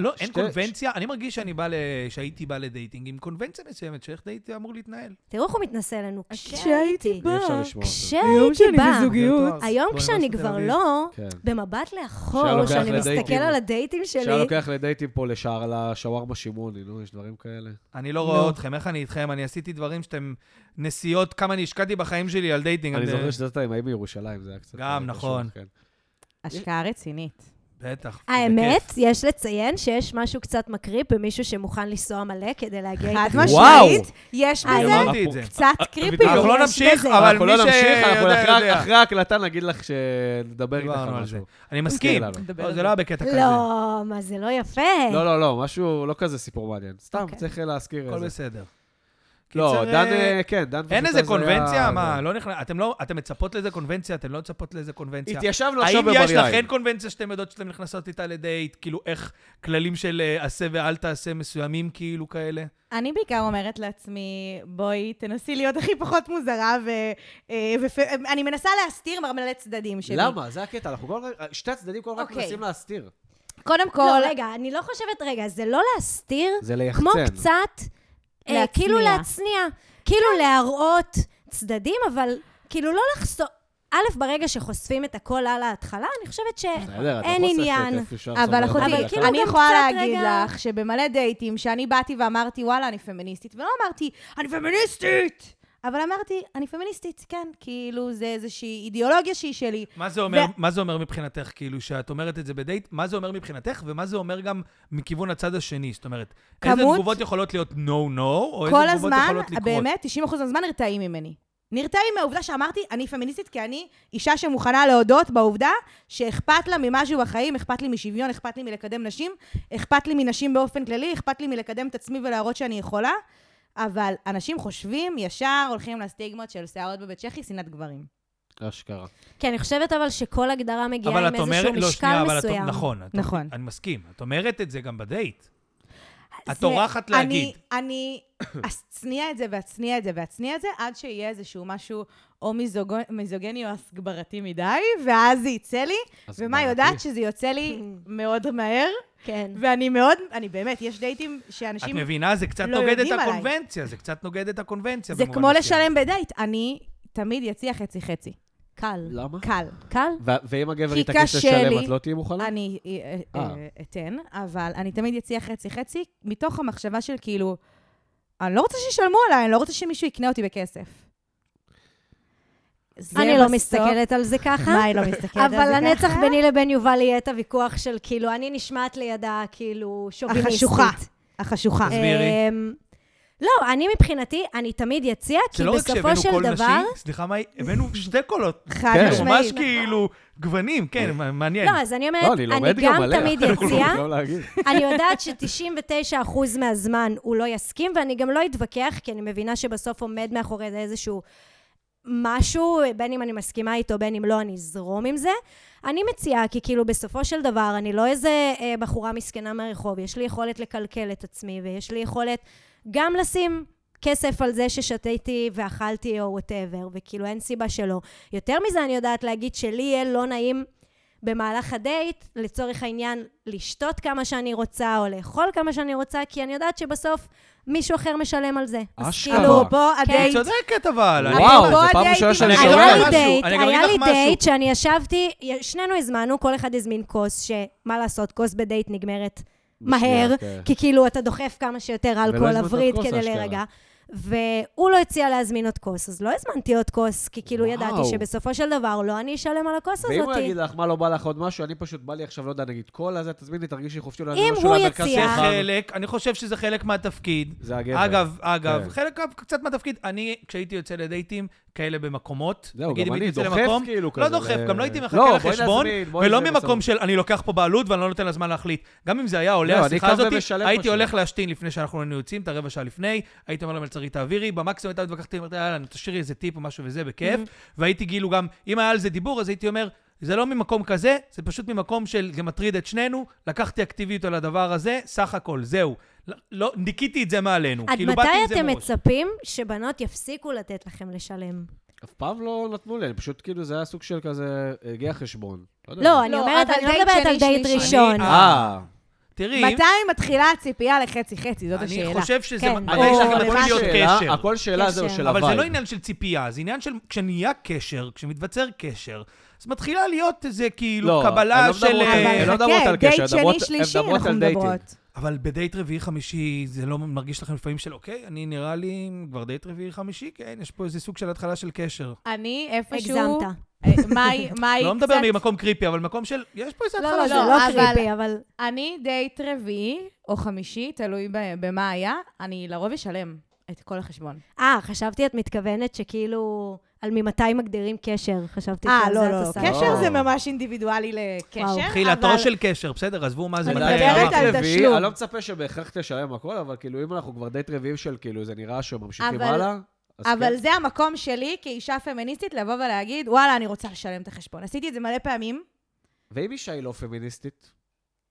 לא, אין
שתי-
קונבנציה, אני מרגיש שאני בא ל... שהייתי בא לדייטינג עם קונבנציה מסוימת, שאיך דייט אמור להתנהל.
תראו איך הוא מתנסה לנו.
כשהייתי
כשהייתי.
אי אפשר לשמוע את זה.
היום
כשהייתי
שאני
בא.
בזוגיות.
זה התואר.
היום
באוניברסיטת
כשאני
תל
כבר
אביב.
לא,
כן.
במבט
שהיה
לאחור,
לוקח
כשאני
לדייטים.
מסתכל על הדייטים
אפשר
שלי,
לוקח לדייטים פה לשער, לשווארמה שמעוני, נו, יש דברים כאלה.
אני לא רואה
לא.
אתכם, איך אני איתכם? אני עשיתי דברים שאתם... נסיעות, כמה אני השקעתי בחיים שלי על דייטינג.
אני
על-
זוכר שזאת עם האם מירושלים, זה היה קצת...
גם,
קשוח,
נכון.
כן.
השקעה רצינית.
בטח. זה
האמת,
בכיף.
יש לציין שיש משהו קצת מקריפ במישהו שמוכן לנסוע מלא כדי להגיע
חד
איתך.
משמעית, יש
אני
אני
בזה
אמרתי את זה.
קצת קריפי.
בדיוק.
אנחנו לא
יש
נמשיך,
בזה.
אבל
אנחנו
מי
לא נמשיך, אנחנו
שיודע,
אחרי-
יודע.
אחרי ההקלטה נגיד לך שנדבר איתך
דיברנו
על
על זה.
משהו.
אני מסכים.
תזכיר לנו.
נדבר
לא,
על
זה
זה.
לא היה בקטע כזה.
לא, מה זה לא יפה.
לא, לא, לא, משהו, לא כזה סיפור מעניין. סתם,
אוקיי.
צריך אה, להזכיר
הכל
את זה.
בסדר.
לא,
קיצר,
דן,
אה,
אה, כן, דן פשוט
אין
אז
איזה
היה-
קונבנציה? מה, לא נכנס... אתם לא... אתם מצפות לזה קונבנציה? אתם לא מצפות לזה קונבנציה?
התיישבנו עכשיו
האם
בבר
יש
יין.
לכן קונבנציה שאתם יודעות שאתם נכנסות איתה לדייט? כאילו, איך כללים של אה, עשה ואל תעשה מסוימים כאילו כאלה?
אני בעיקר אומרת לעצמי, בואי, תנסי להיות הכי פחות מוזרה, אה, ואני מנסה להסתיר מלא צדדים שלי.
למה? זה הקטע, אנחנו כל רגע, שתי הצדדים כל רגע
אוקיי.
מנסים להסתיר.
קודם
לא,
כל,
רגע, אני לא חושבת, רגע, זה לא להסתיר,
זה
כמו
ליחצן.
קצת, אה,
להצניע.
כאילו להצניע, כאילו להראות צדדים, אבל כאילו לא לחשוף. א', ברגע שחושפים את הכל על ההתחלה, אני חושבת ש...
בסדר, את לא
אין
חושפת
עניין.
איפה שאפשר לסובב
אבל
את
אחותי,
זה.
אבל כאילו
אני
גם
יכולה
קצת
להגיד
רגע-
לך שבמלא דייטים, שאני באתי ואמרתי, וואלה, אני פמיניסטית, ולא אמרתי, אני פמיניסטית! אבל אמרתי, אני פמיניסטית, כן, כאילו, זה איזושהי אידיאולוגיה שהיא שלי.
מה זה אומר, מה זה אומר מבחינתך, כאילו, שאת אומרת את זה בדייט, מה זה אומר מבחינתך, ומה זה אומר גם מכיוון הצד השני? זאת אומרת, איזה
כמות-
תגובות יכולות להיות no-no, או איזה
כל
תגובות
הזמן,
יכולות לקרות?
באמת, 90% מהזמן נרתעים ממני. נרתעים מהעובדה שאמרתי, אני פמיניסטית כי אני אישה שמוכנה להודות בעובדה שאכפת לה ממשהו בחיים, אכפת לי משוויון, אכפת לי מלקדם נשים, אכפת לי מנשים באופן כללי, אכפת לי מלקדם את עצמי ולהראות שאני יכולה, אבל אנשים חושבים, ישר הולכים לסטיגמות של שערות בבית צ'כי, שנאת גברים.
אשכרה.
כי אני חושבת אבל שכל הגדרה
אבל
מגיעה עם
את אומרת,
איזשהו
לא, שנייה,
משקל
אבל את...
מסוים.
נכון, את...
נכון.
אני מסכים. את אומרת את זה גם בדייט. את
זה-
טורחת
אני,
להגיד.
אני אצניע את זה ואצניע את זה ואצניע את זה, עד שיהיה איזשהו משהו או מיזוגו- מיזוגני או הסגברתי מדי, ואז זה יצא לי, ומה
הסברתי.
יודעת שזה יוצא לי מאוד מהר,
כן.
ואני מאוד, אני באמת, יש דייטים
את
שאנשים...
מבינה? זה קצת
לא
נוגד את
יודעים עליי.
הקונבנציה, זה קצת נוגד את הקונבנציה.
זה
במובן
כמו
מסוים.
לשלם בדייט, אני תמיד אציע חצי-חצי.
קל.
למה?
קל.
קל?
ו- ואם הגבר
כי
יתעקש
קשה
לשלם,
לי.
את לא תהיי מוכנה?
אני אה, אה,
אה.
אה, אתן, אבל אני תמיד אציע חצי-חצי, מתוך המחשבה של כאילו, אני לא רוצה שישלמו עליי, אני לא רוצה שמישהו יקנה אותי בכסף. זה
אני לא
בסוף-
מסתכלת על זה ככה.
מה, היא לא מסתכלת על זה
אבל לנצח
ככה?
ביני לבין יובל יהיה את הוויכוח של כאילו, אני נשמעת לידה כאילו שוביניסטית.
החשוכה. החשוכה.
אז- תסבירי.
אמ, לא, אני מבחינתי, אני תמיד יציע, כי
זה לא רק
בסופו
שהבאנו
של
קול
דבר...
נשי, סליחה, מאי, הבאנו שתי קולות.
חד
כן.
כאילו, ממש
משמעית.
כאילו גוונים,
אה.
כן, מעניין.
לא, אז אני אומרת,
לא, אני
אני
לומד
גם
גם עליה.
תמיד יציע,
לא להגיד.
אני יודעת ש-99% מהזמן הוא לא יסכים, ואני גם לא אתווכח, כי אני מבינה שבסוף עומד מאחורי זה איזשהו משהו, בין אם אני מסכימה איתו, בין אם לא, אני אזרום עם זה. אני מציעה, כי כאילו בסופו של דבר, אני לא איזה אה, בחורה מסכנה מהרחוב, יש לי יכולת לקלקל את עצמי, ויש לי יכולת גם לשים... כסף על זה ששתיתי ואכלתי או וואטאבר, וכאילו אין סיבה שלא. יותר מזה אני יודעת להגיד שלי יהיה לא נעים במהלך הדייט, לצורך העניין, לשתות כמה שאני רוצה, או לאכול כמה שאני רוצה, כי אני יודעת שבסוף מישהו אחר משלם על זה. אז
אשכרה.
כאילו,
וואו.
אפרופו
היא
הדייט,
צודקת אבל. אני-
וואו,
אפרופו
זו פעם ראשונה
הדייטים,
שאני
אני
שומע.
היה לי
משהו,
דייט,
אני גם אגיד
היה
לך
לי
משהו.
דייט שאני ישבתי, שנינו הזמנו, כל אחד הזמין כוס, שמה לעשות, כוס בדייט נגמרת מהר,
כן.
כי כאילו אתה דוחף כמה שיותר אלכוהול
הזמנת עוד
הווריד
כוס,
כדי
אשכרה.
להירגע. והוא לא הציע להזמין עוד כוס, אז לא הזמנתי עוד כוס, כי כאילו
וואו.
ידעתי שבסופו של דבר לא אני אשלם על הכוס
ואם הוא יגיד
הזאתי.
לך, מה לא בא לך עוד משהו, אני פשוט בא לי עכשיו, לא יודע, נגיד כל הזה, תזמיני, תרגישי חופשי, אולי
אם
זה משהו
הוא
למרכז
יציע-
שלך.
זה חלק, אני חושב שזה חלק מהתפקיד.
זה הגבר.
אגב, אגב,
כן.
חלק קצת מהתפקיד, אני, כשהייתי יוצא לדייטים כאלה במקומות,
זהו,
נגיד
גם
אם
אני
הייתי יוצא
דוחף
למקום,
כאילו
לא
כזה,
דוחף,
ל-
גם לא הייתי
לא,
מחכה
בואי
לחשבון,
נזמין, בואי
ולא
נזמין,
ממקום
בסדר.
של אני לוקח פה בעלות ואני לא נותן לזמן להחליט. גם אם זה היה
לא,
עולה,
אני
השיחה
קם
הזאת,
ומשלם
הייתי
פשוט.
הולך להשתין לפני שאנחנו היינו יוצאים, את הרבע שעה לפני, הייתי אומר למלצרית תעבירי, במקסימום הייתה מתווכחת, אמרתי, יאללה, תשאירי איזה טיפ או משהו וזה, בכיף, והייתי כאילו גם, אם היה על זה דיבור, אז הייתי אומר, זה לא ממקום כזה, זה פשוט ממקום של זה מטריד את שנינו, לקחתי אקטיביות על הדבר הזה, סך הכל, זהו. לא- לא, ניקיתי את זה מעלינו.
עד
כאילו, באתי
מתי
עם זה
אתם
מראש.
מצפים שבנות יפסיקו לתת לכם לשלם?
אף פעם לא נתנו לי, אני פשוט כאילו, זה היה סוג של כזה, אה, הגיע חשבון. יודע.
לא, אני
לא,
אומרת,
אבל
אני לא
דייט
מדברת
שני,
על דייט
שלישי.
ראשון.
אני-
אה,
תראי,
אוקיי.
מתי מתחילה הציפייה לחצי-חצי? זאת השאלה.
אני חושב שזה...
כן.
מתי
אני
יש
חושב
לכם
שהכל
מתחיל להיות
שאלה-
קשר?
הכל שאלה זהו
קשר.
של הוואי.
אבל זה לא עניין של ציפייה, זה עניין של כשנהיה קשר, כשמתווצר קשר, אז מתחילה להיות איזה כאילו
לא,
קבלה
אני לא
של...
מדבר-
אה,
הן לא
אבל
מדברות על
חכה,
קשר, הן
דייט
מדברות-
שני,
הן
שלישי,
מדברות
אנחנו
על דייטים.
מדברות.
אבל בדייט רביעי חמישי זה לא מרגיש לכם לפעמים של אוקיי, אני נראה לי כבר דייט רביעי חמישי, כן, יש פה איזה סוג של התחלה של קשר.
אני איפשהו...
הגזמת.
אה, מאי, מאי
לא
קצת...
מדבר ממקום קריפי, אבל מקום של, יש פה איזה
לא,
התחלה
לא,
לא,
זה
של...
לא
אבל-
קריפי, אבל...
אני דייט רביעי או חמישי, תלוי ב- במה היה, אני לרוב אשלם את כל החשבון.
אה, חשבתי את מתכוונת שכאילו, על ממתי מגדירים קשר. חשבתי
אה,
אה,
שעל
לא,
לא,
זה את
אוקיי.
עושה.
קשר זה ממש אינדיבידואלי לקשר,
תחילתו של קשר, בסדר, עזבו מה זה.
אני
מתי היה
מדברת
מה.
על-
דייט רביעי,
תשלום.
אני לא מצפה שבהכרח תשלם הכל, אבל כאילו, אם אנחנו כבר דייט רביעי של כאילו, זה נראה שממשיכים
אבל-
הלאה, אז
אבל
כן.
זה המקום שלי כאישה פמיניסטית לבוא ולהגיד, וואלה, אני רוצה לשלם את החשבון. עשיתי את זה מלא פעמים.
ואם אישה היא לא פמיניסטית,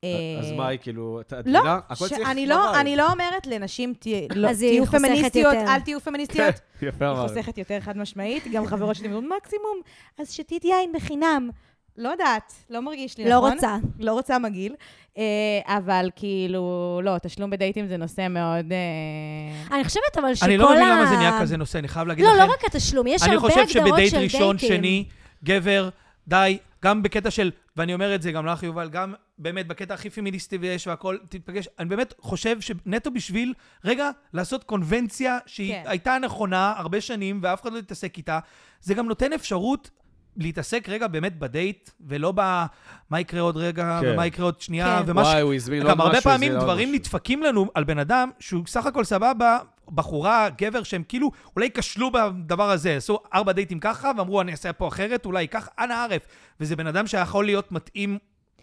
אה,
אז מה היא כאילו, את את
לא,
מבינה? הכל צריך
שאני לא,
בוואי.
אני לא אומרת לנשים, "תה- לא,
אז היא
תהיו
חוסכת
פמיניסטיות,
יותר.
אל תהיו פמיניסטיות.
כן, יפה
היא
אמרת.
חוסכת יותר חד משמעית, גם חברות שלי אומרות מקסימום, אז שתית יין בחינם. לא יודעת, לא מרגיש לי
לא
נכון.
רוצה.
לא רוצה מגעיל, אה, אבל כאילו, לא, תשלום בדייטים זה נושא מאוד... אה,
אני חושבת אבל שכל ה...
אני לא מבין למה זה נהיה כזה נושא, אני חייב להגיד
לא,
לכם.
לא רק התשלום, יש הרבה
אני
הגדרות של
חושב
דייטים.
שבדייט ראשון, שני, גבר, די, גם בקטע של, ואני אומר את זה גם לך, יובל, גם באמת בקטע הכי פמיניסטי ויש והכול, תתפגש. אני באמת חושב שנטו בשביל, רגע, לעשות קונבנציה שהיא
כן.
הייתה נכונה הרבה שנים ואף אחד לא התעסק איתה, זה גם נותן אפשרות להתעסק רגע באמת בדייט, ולא ב... מה יקרה עוד רגע,
כן.
ומה יקרה עוד שנייה,
כן.
ומה ש...
וואי, הוא הזמין עוד כאילו, לא משהו.
גם הרבה
הזמין
פעמים
עוד
דברים
משהו.
נדפקים לנו על בן אדם שהוא סך הכל סבבה, בחורה, גבר, שהם כאילו אולי כשלו בדבר הזה. עשו ארבע דייטים ככה, ואמרו, אני אעשה פה אחרת, אולי כך, אנא ערף. וזה בן אדם שיכול להיות מתאים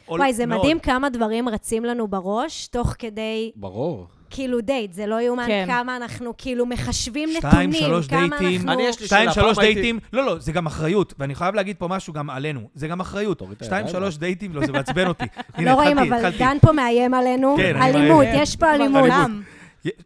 עול-
וואי, זה
מאוד.
מדהים כמה דברים רצים לנו בראש, תוך כדי,
ברור.
כאילו, דייט. זה לא יאומן
כן.
כמה אנחנו, כאילו, מחשבים
שתיים,
נתונים,
שלוש
כמה
דייטים.
אנחנו...
אני, יש לי
שתיים,
שאלה,
שלוש
פעם הייתי-
דייטים, לא, לא, זה גם אחריות, ואני חייב להגיד פה משהו גם עלינו, זה גם אחריות.
תוריד את
שתיים,
הידיים. אה.
שלוש דייטים, לא, זה מעצבן אותי. הנה,
לא רואים,
התחלתי,
אבל
התחלתי.
דן פה מאיים עלינו.
כן, אני
אלימות,
מאיים.
יש פה אלימות.
אלימות.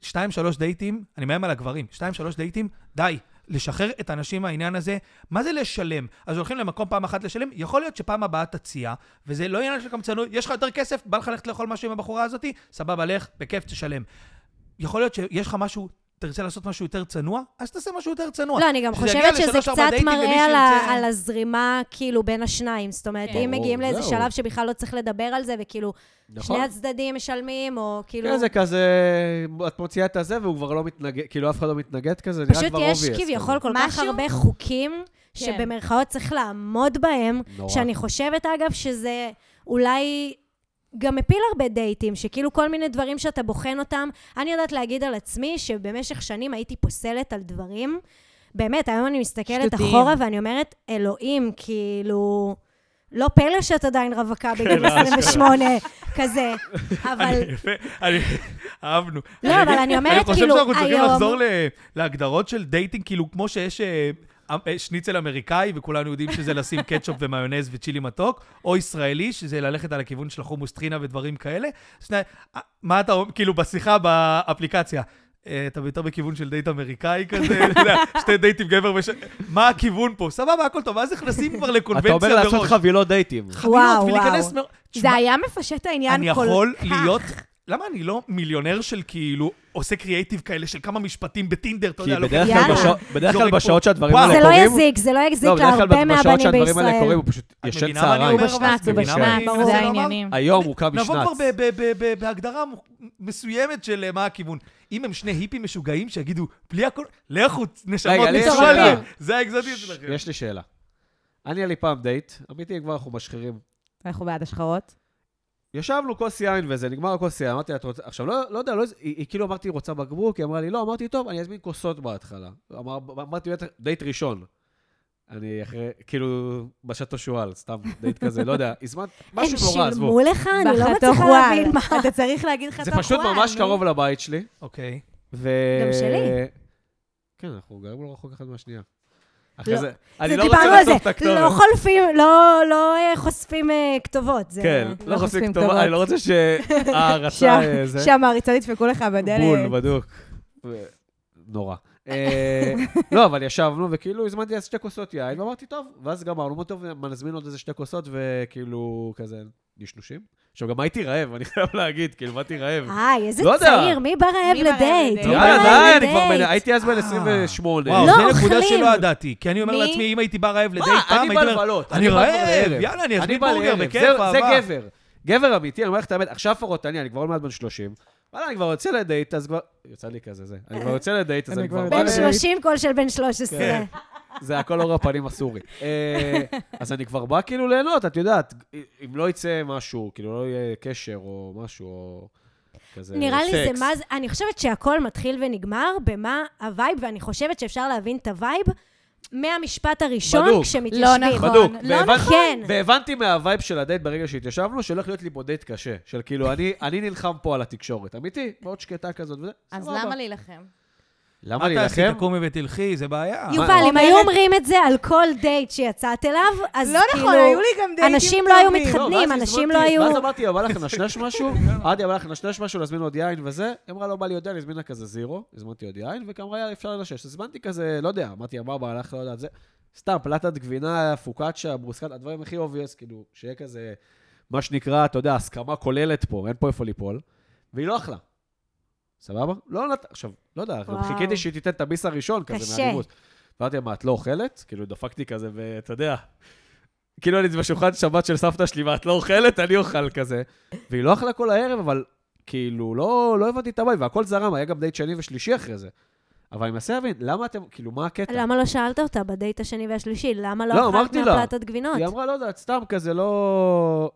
שתיים, שלוש דייטים, אני מאיים על הגברים, שתיים, שלוש דייטים, די. לשחרר את האנשים מהעניין הזה, מה זה לשלם? אז הולכים למקום פעם אחת לשלם, יכול להיות שפעם הבאה תציע, וזה לא עניין של קמצנות, יש לך יותר כסף, בא לך ללכת לאכול משהו עם הבחורה הזאת, סבבה, לך, בכיף תשלם. יכול להיות שיש לך משהו, תרצה לעשות משהו יותר צנוע, אז תעשה משהו יותר
נכון.
צנוע.
לא, אני גם
שזה יגיע
חושבת שזה
לשלוש, ארבע
קצת
דייטים
מראה
ומישהו
על, ה-
ירצה-
על הזרימה, כאילו, בין השניים. זאת אומרת,
כן.
אם
ברור,
מגיעים לאיזה
זהו.
שלב שבכלל לא צריך לדבר על זה, וכאילו,
נכון.
שני הצדדים משלמים, או כאילו...
כן, זה כזה, את מוציאה את הזה והוא כבר לא מתנגד, כאילו אף אחד לא מתנגד כזה, נראה כבר
פשוט
obvious. כאילו.
יש כביכול כל כך
משהו?
הרבה חוקים, שבמרכאות צריך לעמוד בהם,
נורא.
שאני חושבת, אגב, שזה אולי... גם מפיל הרבה דייטים, שכאילו כל מיני דברים שאתה בוחן אותם. אני יודעת להגיד על עצמי שבמשך שנים הייתי פוסלת על דברים. באמת, היום אני מסתכלת
שטותיים.
אחורה ואני אומרת, אלוהים, כאילו... לא פלא שאת עדיין רווקה בגיל
כן,
28, כזה. אבל...
אני- יפה, אני- אהבנו.
לא, אבל אני אומרת,
אני
כאילו,
חושב שאנחנו צריכים
היום-
לחזור ל- להגדרות של דייטינג, כאילו, כמו שיש אה, אה, שניצל אמריקאי, וכולנו יודעים שזה לשים קטשופ ומיונז וצ'ילי מתוק, או ישראלי, שזה ללכת על הכיוון של חומוס טחינה ודברים כאלה. שני- אה, מה אתה אומר, כאילו, בשיחה באפליקציה. אה, אתה יותר בכיוון של דייט אמריקאי כזה, אתה יודע, שתי דייטים גבר וש... מה הכיוון פה? סבבה, הכל טוב, ואז נכנסים כבר
אתה
לקונבנציה מראש.
אומר לעשות חבילות דייטים.
חבילות
וואו,
ולהיכנס
וואו.
מר-
זה
תשמע,
היה מפשט העניין
אני
כל כך.
יכול להיות... למה אני לא מיליונר של כאילו עושה קריאייטיב כאלה של כמה משפטים בטינדר, אתה
כי
יודע, לא...
בדרך
יאללה.
כלל בשעות- בדרך כלל
זורק פה.
בשעות שהדברים
וואו.
אה,
האלה
זה
קורים...
לא יזיק, זה לא יזיק
לא, בדרך כלל
להרבה
בשעות
מהבנים
שהדברים האלה קורים,
בישראל.
הוא פשוט
את
ישן
מבינה מה אני
צהריים.
אומר? אבל
בשנץ,
את
הוא
מבינה?
בשנץ,
ברור.
זה
זה
העניינים.
היום הוא קם
נבוא כבר
משנץ.
ב- ב- ב- ב- בהגדרה מ- מסוימת של אה, מה הכיוון. אם הם שני היפים משוגעים שיגידו, בלי הכל, לכו, נשמות
רגע, לי יש
נשמע
שאלה.
לי. זה האקזוטיות שלכם.
יש לי שאלה. אני היה לי פעם דייט, אמיתי, כבר אנחנו משחירים.
אנחנו בעד השחרות.
ישבנו כוס יין וזה, נגמר הכוס יין, אמרתי לה, את רוצה... עכשיו, לא, לא יודע, לא... היא, היא כאילו אמרתי, היא רוצה בקבוק, היא אמרה לי, לא, אמרתי, טוב, אני אזמין כוסות בהתחלה. אמר, אמרתי, "בטח, דייט ראשון. אני אחרי, כאילו, בשעתו שועל, סתם דייט כזה, לא יודע, הזמנת משהו נורא,
הם
עזבו.
שילמו לך? אני לא
בחתוך
מצליחה
וואל.
להבין מה.
אתה צריך להגיד חתוך
זה
וואל.
פשוט ממש
נו.
קרוב לבית שלי.
אוקיי.
ו...
גם שלי.
כן, אנחנו גרים לא רחוק אחד מהשנייה. אחרי
לא.
זה,
זה
אני לא
דיברנו
רוצה
על זה.
לחשוף את הכתובת.
לא חולפים, לא- לא אה, חושפים אה, כתובות. זה-
כן,
לא
לא חושפים
חושפים
כתובה,
כתובות.
אני לא רוצה שההערצה
שה-
אה, זה.
שהמעריצות ידפקו לך בדלת.
בול, בדוק. ו- נורא. אה, לא, אבל ישבנו, וכאילו הזמנתי אז שתי כוסות יין, ואמרתי, טוב, ואז גמרנו, אמרתי, טוב, מה, נזמין עוד איזה שתי כוסות, וכאילו, כזה, נשנושים. עכשיו, גם הייתי רעב, אני חייב להגיד, כאילו, באתי רעב.
אה,
איי, איזה
לא יודע.
צעיר, מי בא רעב
מי בא רעב
לדייט?
לדייט?
מי בא
יאללה,
רעב
די, אני כבר בן...
לדייט?
הייתי אז בן
אה.
28.
וואו,
לא,
זו נקודה
אוכלים.
שלא ידעתי, כי אני אומר
מי?
לעצמי, אם הייתי בא רעב לדייט
מה, אני
פעם, הייתי
בא
אומר,
לבלות.
אני
בא כבר
רעב,
לערב.
יאללה, אני אזמין
בא
בורגר,
לערב.
בכיף,
זה- זה
אהבה.
גבר. גבר אמיתי, אני אומר לך את האמת, עכשיו לפחות אני, אני כבר עוד מעט בן 30. וואלה, אני כבר יוצא לדייט, אז כבר... יוצא לי כזה, זה. אני כבר יוצא לדייט, אז
אני
אני כבר...
כבר
בא
בן
בדייט.
30 קול של בן 13.
כן. זה הכל אור הפנים הסורי. אה, אז אני כבר בא כאילו ליהנות, את יודעת, אם לא יצא משהו, כאילו לא יהיה קשר או משהו, או כזה
נראה לי זה
סקס.
מה זה, אני חושבת שהכל מתחיל ונגמר במה הווייב, ואני חושבת שאפשר להבין את הווייב מהמשפט הראשון
בדוק.
כשמתיישבים.
לא נכון.
בדוק.
לא
והבנ-
נכון.
כן.
והבנתי מהווייב של הדייט ברגע שהתיישבנו, שהולך להיות לי פה דייט קשה. של כאילו, אני, אני נלחם פה על התקשורת. אמיתי, מאוד שקטה כזאת וזה,
אז
סבבה.
למה להילחם?
למה
את תעשי,
להילחם?
תקומי ותלכי, זה
אה,
בעיה.
יובל, אם
אומרת-
היו אומרים את זה על כל דייט שיצאת אליו, אז
אוקיי. לא
כאילו...
נכון, היו לי גם דייטים
אנשים לא היו
טובים.
לא, ואז
מתחתנים,
הזמנתי-
אנשים לא היו...
ואז אמרתי, בא לך לנשנש משהו? עדי, בא לך לנשנש משהו, להזמין עוד יין וזה? היא אמרה, לא בא לי עוד יין, הזמינה כזה זירו, הזמנתי עוד יין, וכאמרה, יאללה, אפשר לנשש. אז הזמנתי כזה, לא יודע, אמרתי, אמר, בא לך, לא יודעת, זה... סתם, פלטת גבינה, פוקאצ'ה, ברוסקת, הדברים הכי אובייס, כאילו, שיהיה כזה, מה שנקרא, אתה יודע, הסכמה כוללת פה, אין פה איפה ליפול. והיא לא אכלה. סבבה? לא נת... עכשיו, לא יודע, גם
וואו.
חיכיתי שהיא תיתן את הביס הראשון, כזה,
קשה.
מהנימוס. אמרתי לה, מה, את לא אוכלת? כאילו, דפקתי כזה, ואתה יודע, כאילו אני בשולחן שבת של סבתא שלי, ואת לא אוכלת, אני אוכל כזה. והיא לא אכלה כל הערב, אבל כאילו, לא, לא הבנתי את הבעיה, והכל זרם, היה גם דייט שני ושלישי אחרי זה. אבל אני מנסה להבין, למה אתם, כאילו, מה הקטע?
למה לא שאלת אותה בדייט השני והשלישי? למה
לא,
לא אכלת
אמרתי לה.
מהפלטת גבינות?
היא אמרה, לא יודעת, סתם כזה, לא...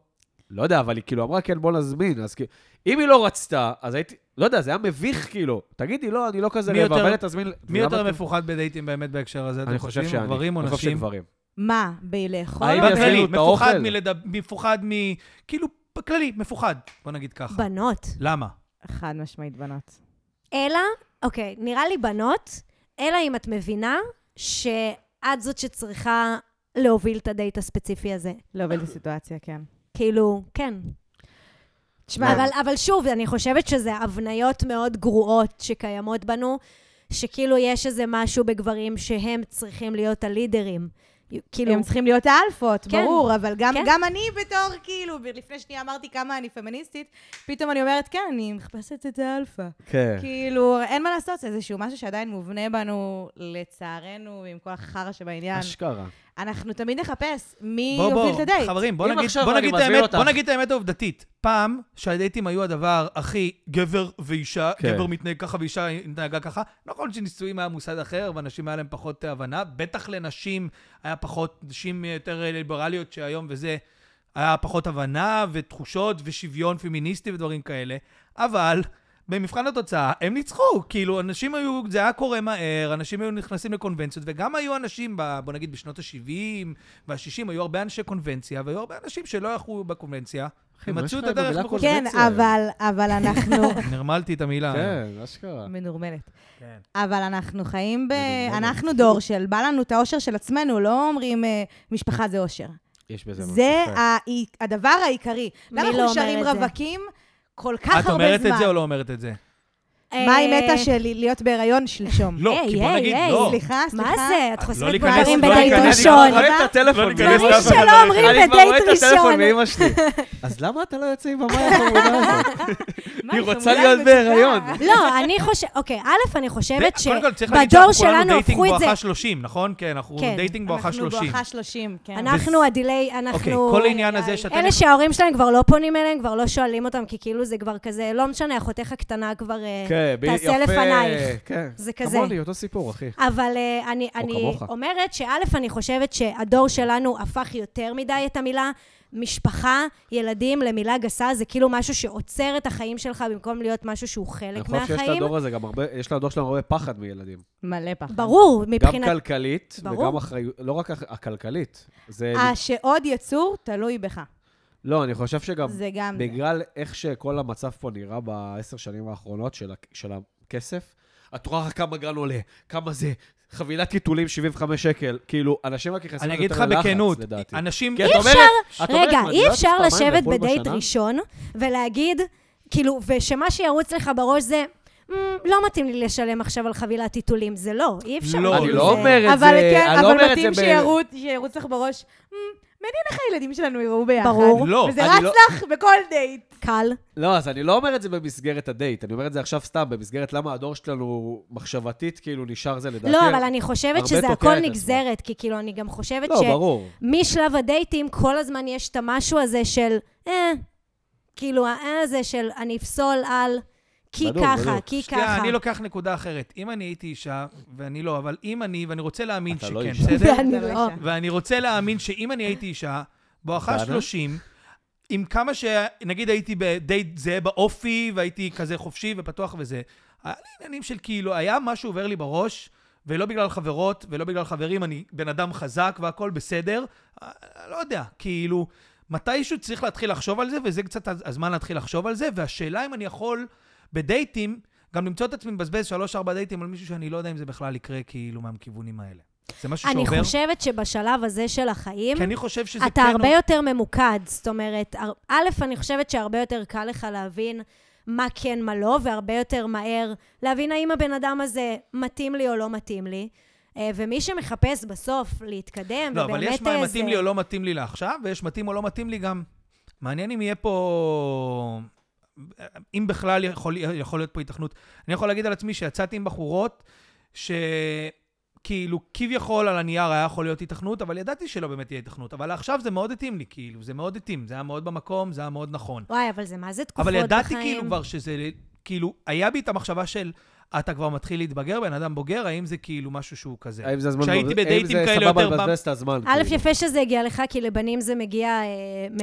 לא יודע, אבל היא כאילו אמרה, כן, בוא נזמין. אז כאילו, אם היא לא רצתה, אז הייתי, לא יודע, זה היה מביך, כאילו. תגידי, לא, אני לא כזה
מי
רעב,
יותר-
אבל תזמין... למה
מי יותר
אתם-
מפוחד בדייטים באמת בהקשר הזה? אתם
אני חושב
חושבים,
שאני.
גברים או
אני חושב
נשים?
שגברים.
מה, בלאכול?
האם
אבל-
יזמינו
בכללי,
את האוכל?
מפוחד מלדבר, מפוחד מ... כאילו, בכללי, מפוחד. בוא נגיד ככה.
בנות.
למה?
חד משמעית, בנות.
אלא, אוקיי, נראה לי בנות, אלא אם את מבינה שאת זאת שצריכה להוביל את הדייט הספציפי הזה.
להוביל את הסיטואציה, לא כן.
כאילו, כן.
תשמע,
אבל, אבל שוב, אני חושבת שזה הבניות מאוד גרועות שקיימות בנו, שכאילו יש איזה משהו בגברים שהם צריכים להיות הלידרים. כאילו,
הם צריכים להיות האלפות,
כן.
ברור, אבל גם,
כן.
גם אני בתור, כאילו, ב- לפני שנייה אמרתי כמה אני פמיניסטית, פתאום אני אומרת, כן, אני מחפשת את האלפה.
כן.
כאילו, אין מה לעשות, זה איזשהו משהו שעדיין מובנה בנו, לצערנו, עם כל החרא שבעניין.
אשכרה.
אנחנו תמיד נחפש מי
בוא, בוא,
יוביל את הדייט.
חברים, בוא
אם
נגיד,
עכשיו
בוא
אני
נגיד את
מזמין
האמת,
אותך.
בוא נגיד את האמת העובדתית. פעם, שהדייטים היו הדבר הכי גבר ואישה,
כן.
גבר מתנהג ככה ואישה התנהגה ככה, נכון שנישואים היה מושג אחר, ואנשים היה להם פחות אה, הבנה, בטח לנשים היה פחות, נשים יותר אה, ליברליות שהיום וזה, היה פחות הבנה ותחושות ושוויון פמיניסטי ודברים כאלה, אבל... במבחן התוצאה, הם ניצחו. כאילו, אנשים היו, זה היה קורה מהר, אנשים היו נכנסים לקונבנציות, וגם היו אנשים, ב, בוא נגיד, בשנות ה-70 וה-60, היו הרבה אנשי קונבנציה, והיו הרבה אנשים שלא יכלו בקונבנציה. הם
מה
מצאו
יש
את
לך
הדרך
במילה
בכל...
כן,
קונבנציה.
אבל, אבל אנחנו...
נרמלתי את
אה.
המילה.
כן, אשכרה.
מנורמלת.
כן.
אבל אנחנו חיים ב... אנחנו דור של, בא לנו את האושר של עצמנו, לא אומרים אה, משפחה זה אושר.
יש בזה משהו.
זה
יפה.
העי- הדבר העיקרי.
מי
למה
לא
אנחנו
אומר
שרים
את זה?
רווקים כל כך הרבה
את
זמן?
אומרת את זה או לא אומרת את זה?
מה היא
אה,
מתה שלי להיות בהיריון שלשום?
לא,
היי,
כי בוא
היי,
נגיד,
היי,
לא.
סליחה, סליחה.
מה זה? את
לא
חושפת
להיכנס-
דברים
לא
בדייט
להיכנס-
ראשון.
רואה את
לא
הטלפון.
ניכנס
מאמא
לאף
שלי.
אחד.
שלא אומרים
אני כבר רואה את
בדייט
הטלפון
ראשון.
מאמא שלי. אז למה אתה לא יוצא עם המים החמודה הזאת?
מה,
היא
חמודה
רוצה להיות
מצוקה.
בהיריון.
לא, אני חושבת, אוקיי, א', אני חושבת
זה- אה, קודם כל, צריך להגיד
שבדור
שאנחנו כולנו
שלנו
דייטינג
הפכו את זה...
בואכה 30, נכון? כן, אנחנו
כן,
דייטינג בואכה
אנחנו
30.
בואכה 30, כן.
אנחנו, הדיליי, אנחנו...
אוקיי, כל העניין הזה שאתה...
אלה שההורים שלהם כבר לא פונים אליהם, כבר לא שואלים אותם, כי כאילו זה כבר כזה, לא משנה, אחותך הקטנה כבר אה,
כן,
כן,
ב-
תעשה
יפה,
לפנייך.
כן.
זה כזה.
כמוני, אותו סיפור, אחי.
אבל אה, אני, אני
כמוך.
אומרת שא', אני חושבת שהדור שלנו הפך יותר מדי את המילה משפחה, ילדים, למילה גסה, זה כאילו משהו שעוצר את החיים שלך במקום להיות משהו שהוא
אני
חלק
חושב שיש
מהחיים.
לדור הזה גם הרבה, יש לדור שלנו הרבה פחד מילדים.
מלא פחד.
ברור,
גם
מבחינת...
כלכלית,
ברור.
וגם אחריות, לא רק הכ- הכלכלית. זה...
אה, שעוד יצור תלוי בך.
לא, אני חושב שגם
זה גם זה.
בגלל איך שכל המצב פה נראה בעשר שנים האחרונות של, ה- של הכסף, את רואה רק כמה גן עולה, כמה זה, חבילת טיטולים 75 שקל, כאילו, אנשים רק נכנסים
אני
לזה
אגיד לך
יותר ללחץ,
בכנות,
לדעתי.
אנשים...
כי את
אי
אומרת-
אפשר-
את אומרת, לא
רגע,
"מה,
אי
דיברתי
אפשר
פעמיים
לשבת
בחו"ל
בדייט
בשנה?"
ראשון ולהגיד, כאילו, ושמה שירוץ לך בראש זה... "מ, לא מתאים לי לשלם עכשיו על חבילת טיטולים, זה לא, אי אפשר.
לא,
כאילו,
אני לא
זה-
אומר את זה,
אבל כן,
אני לא אומר
אבל
את זה
מתאים
ב-
שירוץ שירוץ לך בראש, "מ, מעניין איך הילדים שלנו יראו ביחד.
ברור.
לא,
וזה
אני
רץ
לא-
לך בכל דייט.
קל.
לא, אז אני לא אומר את זה במסגרת הדייט, אני אומר את זה עכשיו סתם, במסגרת למה הדור שלנו מחשבתית, כאילו, נשאר זה לדעתי.
לא, אבל אני חושבת
הרבה
שזה
תוקע
הכל
את עצמו.
נגזרת, כי כאילו, אני גם חושבת
לא, ברור.
כן.
שמשלב הדייטים כל הזמן יש את המשהו הזה של, אה, כאילו, האה הזה של אני אפסול על, כי
בדוק,
ככה,
בדוק.
כי
שנייה,
ככה.
לא-
אני לוקח נקודה אחרת. אם אני הייתי אישה, ואני לא, אבל אם אני, ואני רוצה להאמין
אתה לא
שכן,
אישה.
בסדר?
ואני
זה לא
לא.
אישה.
ואני רוצה להאמין שאם אני הייתי אישה, בואכה
בסדר.
30, עם כמה ש... נגיד הייתי די זהה באופי, והייתי כזה חופשי ופתוח וזה, היה לי עניינים של כאילו, היה משהו עובר לי בראש, ולא בגלל חברות, ולא בגלל חברים, אני בן אדם חזק והכול בסדר, אה, לא יודע, כאילו, מתישהו צריך להתחיל לחשוב על זה, וזה קצת הז- הזמן להתחיל לחשוב על זה, והשאלה אם אני יכול בדייטים, גם למצוא את עצמי מבזבז 3-4 דייטים על מישהו שאני לא יודע אם זה בכלל יקרה, כאילו, מהכיוונים האלה. זה משהו
אני
שעובר.
חושבת שבשלב הזה של החיים,
כי אני חושב שזה
אתה
כן
הרבה
הוא-
יותר ממוקד. זאת אומרת, הר- א', אני חושבת שהרבה יותר קל לך להבין מה כן, מה לא, והרבה יותר מהר להבין האם הבן אדם הזה מתאים לי או לא מתאים לי. אה, ומי שמחפש בסוף להתקדם,
לא, אבל
ובאמת...
יש מה
אה,
מתאים
זה-
לי או לא מתאים לי לעכשיו, ויש מתאים או לא מתאים לי גם. מעניין אם יהיה פה... אם בכלל יכול, יכול להיות פה התכנות. אני יכול להגיד על עצמי שיצאתי עם בחורות שכאילו כביכול על הנייר היה יכול להיות התכנות, אבל ידעתי שלא באמת תהיה התכנות. אבל עכשיו זה מאוד התאים לי, כאילו, זה מאוד התאים. זה היה מאוד במקום, זה היה מאוד נכון.
וואי, אבל זה מה זה תקופות
אבל
בחיים.
ידעתי כאילו כבר שזה, כאילו, היה בי את המחשבה של, אתה כבר מתחיל להתבגר, בן אדם בוגר, האם זה כאילו משהו שהוא כזה?
האם זה הזמן...
כשהייתי
האם
בדייטים
זה
כאלה
סבבה
יותר
לבזבז את הזמן.
א',
כאילו.
יפה שזה הגיע לך, כי לבנים זה מגיע אה,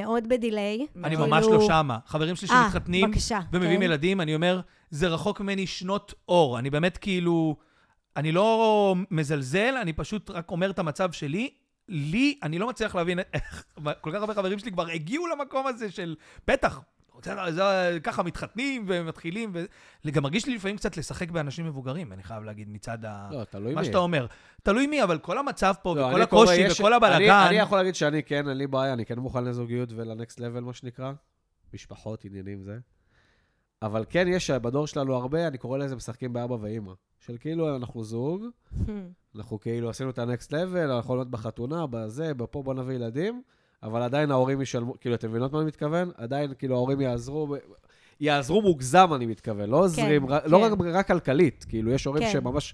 מאוד בדיליי.
אני
כאילו-
ממש לא שמה. חברים שלי
אה,
שמתחתנים
בבקשה,
ומביאים
כן.
ילדים, אני אומר, זה רחוק ממני שנות אור. אני באמת כאילו, אני לא מזלזל, אני פשוט רק אומר את המצב שלי. לי, אני לא מצליח להבין איך כל כך הרבה חברים שלי כבר הגיעו למקום הזה של, בטח, זה- זה- ככה מתחתנים ומתחילים. ו... גם מרגיש לי לפעמים קצת לשחק באנשים מבוגרים, אני חייב להגיד, מצד ה...
לא, תלוי
מה
מי.
שאתה אומר. תלוי מי, אבל כל המצב פה,
לא,
וכל
אני קורא,
הקושי,
יש-
וכל
אני-
הבלאגן,
אני יכול להגיד שאני כן, אין לי בעיה, אני כן מוכן לזוגיות ולנקסט לבל, מה שנקרא. משפחות, עניינים זה. אבל כן, יש בדור שלנו הרבה, אני קורא לזה משחקים באבא ואימא. של כאילו, אנחנו זוג,
Hmm.
אנחנו כאילו עשינו את הנקסט לבל, אנחנו להיות בחתונה, בזה, בפה בוא נביא ילדים, אבל עדיין ההורים ישלמו, כאילו, אתם מבינות מה אני מתכוון? עדיין, כאילו, ההורים יעזרו, ב- יעזרו מוגזם, אני מתכוון, לא עוזרים, כן,
כן.
לא רק, רק כלכלית, כאילו, יש הורים
כן.
שממש...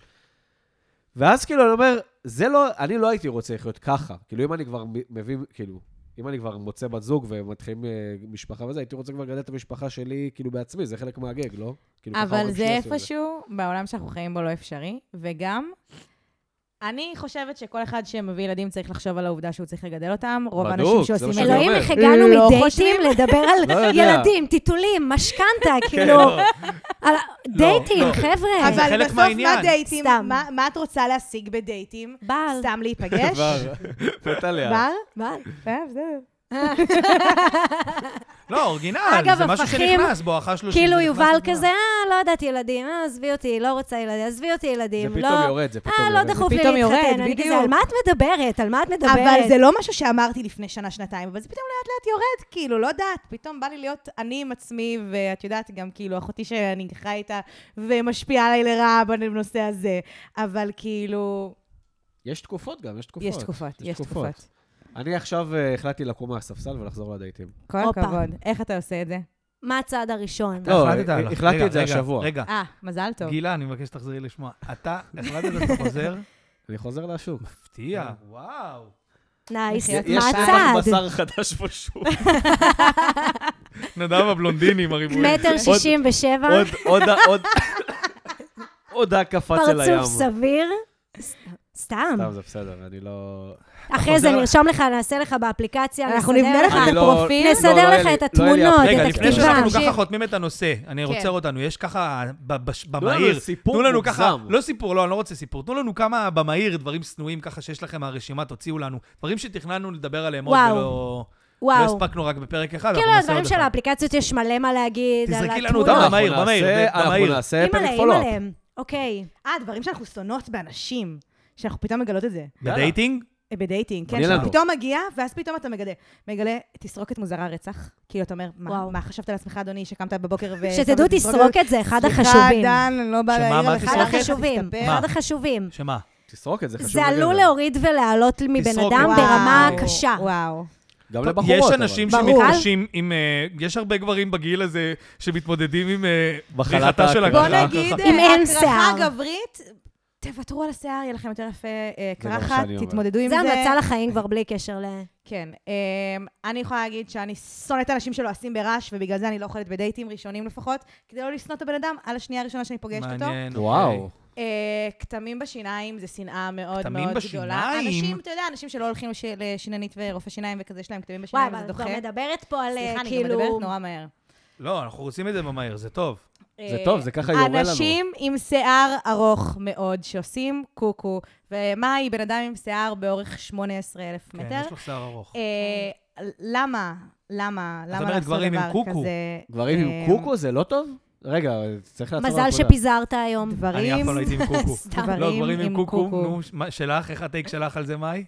ואז כאילו, אני אומר, זה לא, אני לא הייתי רוצה לחיות ככה. כאילו, אם אני כבר מ- מביא, כאילו, אם אני כבר מוצא בת זוג ומתחילים אה, משפחה וזה, הייתי רוצה כבר לגדל את המשפחה שלי, כאילו, בעצמי, זה חלק מהגג, לא? כאילו, ככה
אבל
ההורים
זה
שלי עשו את
איפשהו בעולם שאנחנו חיים בו לא אפשרי, וגם... אני חושבת שכל אחד שמביא ילדים צריך לחשוב על העובדה שהוא צריך לגדל אותם. רוב
בדוק,
האנשים
זה
שעושים
מה
את זה...
שאני
אלוהים,
אומר.
איך הגענו
לא
מדייטים
חושבים.
לדבר
לא
על
יודע. כן, לא.
ילדים, טיטולים, משכנתה, כאילו, על דייטים,
לא.
חבר'ה.
זה
אבל
חלק
בסוף מה
מהעניין.
דייטים?
סתם.
מה- מה את רוצה להשיג בדייטים?
בעל.
סתם להיפגש?
מת עליה.
בר?
בעל.
אה, בסדר.
לא, אורגינל,
אגב,
זה משהו
הפכים,
לא, שנכנס בואכה 30.
כאילו
זה נכנס
יובל
לתמונה.
כזה, אה, אה, לא יודעת ילדים, אה, עזבי אותי, לא רוצה ילדים, עזבי אותי ילדים.
זה
לא-
פתאום יורד, זה פתאום
אה,
יורד.
לא דחוף לי
פתאום יורד,
להתחתן. אני כזה,
בדיוק.
על מה את מדברת? על מה את מדברת?
אבל זה לא משהו שאמרתי לפני שנה-שנתיים, אבל זה פתאום לאט-לאט יורד, כאילו, לא יודעת, פתאום בא לי להיות אני עם עצמי, ואת יודעת, גם כאילו, אחותי שאני חיה איתה, ומשפיעה עליי לרעה בנושא הזה, אבל כאילו,
יש תקופות גם, יש תקופות.
יש תקופות, יש תקופות.
אני עכשיו אה, החלטתי לקום מהספסל ולחזור לדייטים.
כל
הופה.
הכבוד, איך אתה עושה את זה?
מה הצעד הראשון?
לא,
החלטת
אה,
עליו.
החלטתי
רגע,
את זה
רגע,
השבוע.
רגע,
אה, מזל טוב.
גילה, אני מבקש שתחזרי לשמוע. אתה החלטת שאתה חוזר?
אני חוזר לשוק.
מפתיע, וואו.
נייס,
יש
מה
נדבך
הצעד?
בשר חדש בשוק.
נדב הבלונדיני עם הריבועים.
מטר שישים ושבע,
עוד, עוד, עוד... עוד הקפץ אל הים.
פרצוף סביר. ס- סתם.
סתם, זה בסדר, אני לא...
אחרי זה
חוזר-
נרשום לך, נעשה לך באפליקציה,
אנחנו
נסדר
נבנה לך
אני
את
לא-
הפרופיל.
לא,
נסדר
לא, לא
לך
יהיה לי-
את
לא יהיה לי
התמונות,
אפליקציה.
רגע,
את
לפני
הכתיבה.
שאנחנו
תקשיב.
ככה חותמים את הנושא, אני
כן.
רוצה עוד לנו, יש ככה ב- בש- במהיר,
סיפור
תנו לנו ככה,
מוגזם.
לא סיפור, לא, אני לא רוצה סיפור, תנו לנו כמה במהיר דברים שנואים ככה שיש לכם מהרשימה, תוציאו לנו, דברים שתכננו לדבר עליהם עוד
וואו.
ולא לא
וואו.
הספקנו רק בפרק אחד,
כאילו,
אנחנו נעשה
הדברים
עוד
של
אחד.
האפליקציות יש מלא מה להגיד, על
תזרקי לנו
התמונות.
אותם
לא, אנחנו
במהיר,
נעשה-
במהיר, ב-
אנחנו
במהיר.
נעשה פרק
אימא'לה,
פולו.
אימאלהם. אוקיי.
אה, דברים שאנחנו שונאות באנשים, שאנחנו פתאום מגלות את זה.
יאללה.
בדייטינג?
אה, בדייטינג, כן,
מעניין לנו.
שפתאום מגיע, ואז פתאום אתה מגלה, מגלה תסרוקת מוזרה רצח. כאילו, אתה אומר, מה
וואו.
מה חשבת על עצמך, אדוני, שקמת בבוקר ו...
שתדעו,
שמת
תסרוקת זה אחד
סליחה,
החשובים.
דן, אני לא באה
שמה,
להעיר
מה
עליך.
אחד
תסרוקת?
החשובים.
תסתפר.
אחד החשובים.
שמה?
תסרוק את זה, חשוב
זה
לגבר.
עלול להוריד ולהעלות מבן
תסרוק.
אדם
וואו,
ברמה קשה.
וואו.
גם
טוב,
לבחורות,
יש
אבל.
אנשים
ברור.
שמתקשים עם... אה, יש הרבה גברים בגיל הזה שמתמודדים עם... אה,
מחלת
בריחתה של
ההקרחה.
בוא
הגרחה.
נגיד,
אם אין
הקרחה
שיער.
גברית, תוותרו על השיער, יהיה לכם יותר יפה אה,
זה גם מה
קרחת,
שאני אומר.
תתמודדו עם זה.
זה המלצה לחיים כבר בלי קשר ל...
כן. אמ, אני יכולה להגיד שאני שונאת אנשים שלועסים ברעש, ובגלל זה אני לא אוכלת בדייטים ראשונים לפחות, כדי לא לשנוא את הבן אדם על השנייה הראשונה שאני פוגשת אותו.
מעניין,
וואו.
אוקיי.
אה, כתמים בשיניים זה שנאה מאוד
כתמים
מאוד גדולה.
בשיניים?
אנשים, אתה יודע, אנשים שלא הולכים לש- לשיננית ורופא שיניים וכזה, יש להם כתמים
וואי,
בשיניים,
אבל
זה
את
דוחה.
כבר מדברת פה על אה,
סליחה, אני גם
כאילו...
מדברת נורא מהר. אה,
לא, אנחנו רוצים את זה במהר, זה טוב.
זה טוב, זה ככה יורה לנו.
אנשים עם שיער ארוך מאוד שעושים קוקו, ומה היא בן אדם עם שיער באורך 18,000
כן,
מטר?
יש לך שיער ארוך.
אה, למה? למה? למה
אומרת
לעשות דבר כזה?
גברים עם קוקו.
גברים
אה,
עם קוקו זה לא טוב? רגע, צריך לעצור
מזל
לכולם.
שפיזרת היום.
אני אף
דברים...
פעם לא הייתי עם קוקו.
סתם.
גברים
לא, גברים עם
עם
קוקו.
קוקו.
נו, מה- שלך, איך הטייק שלך על זה, מאי?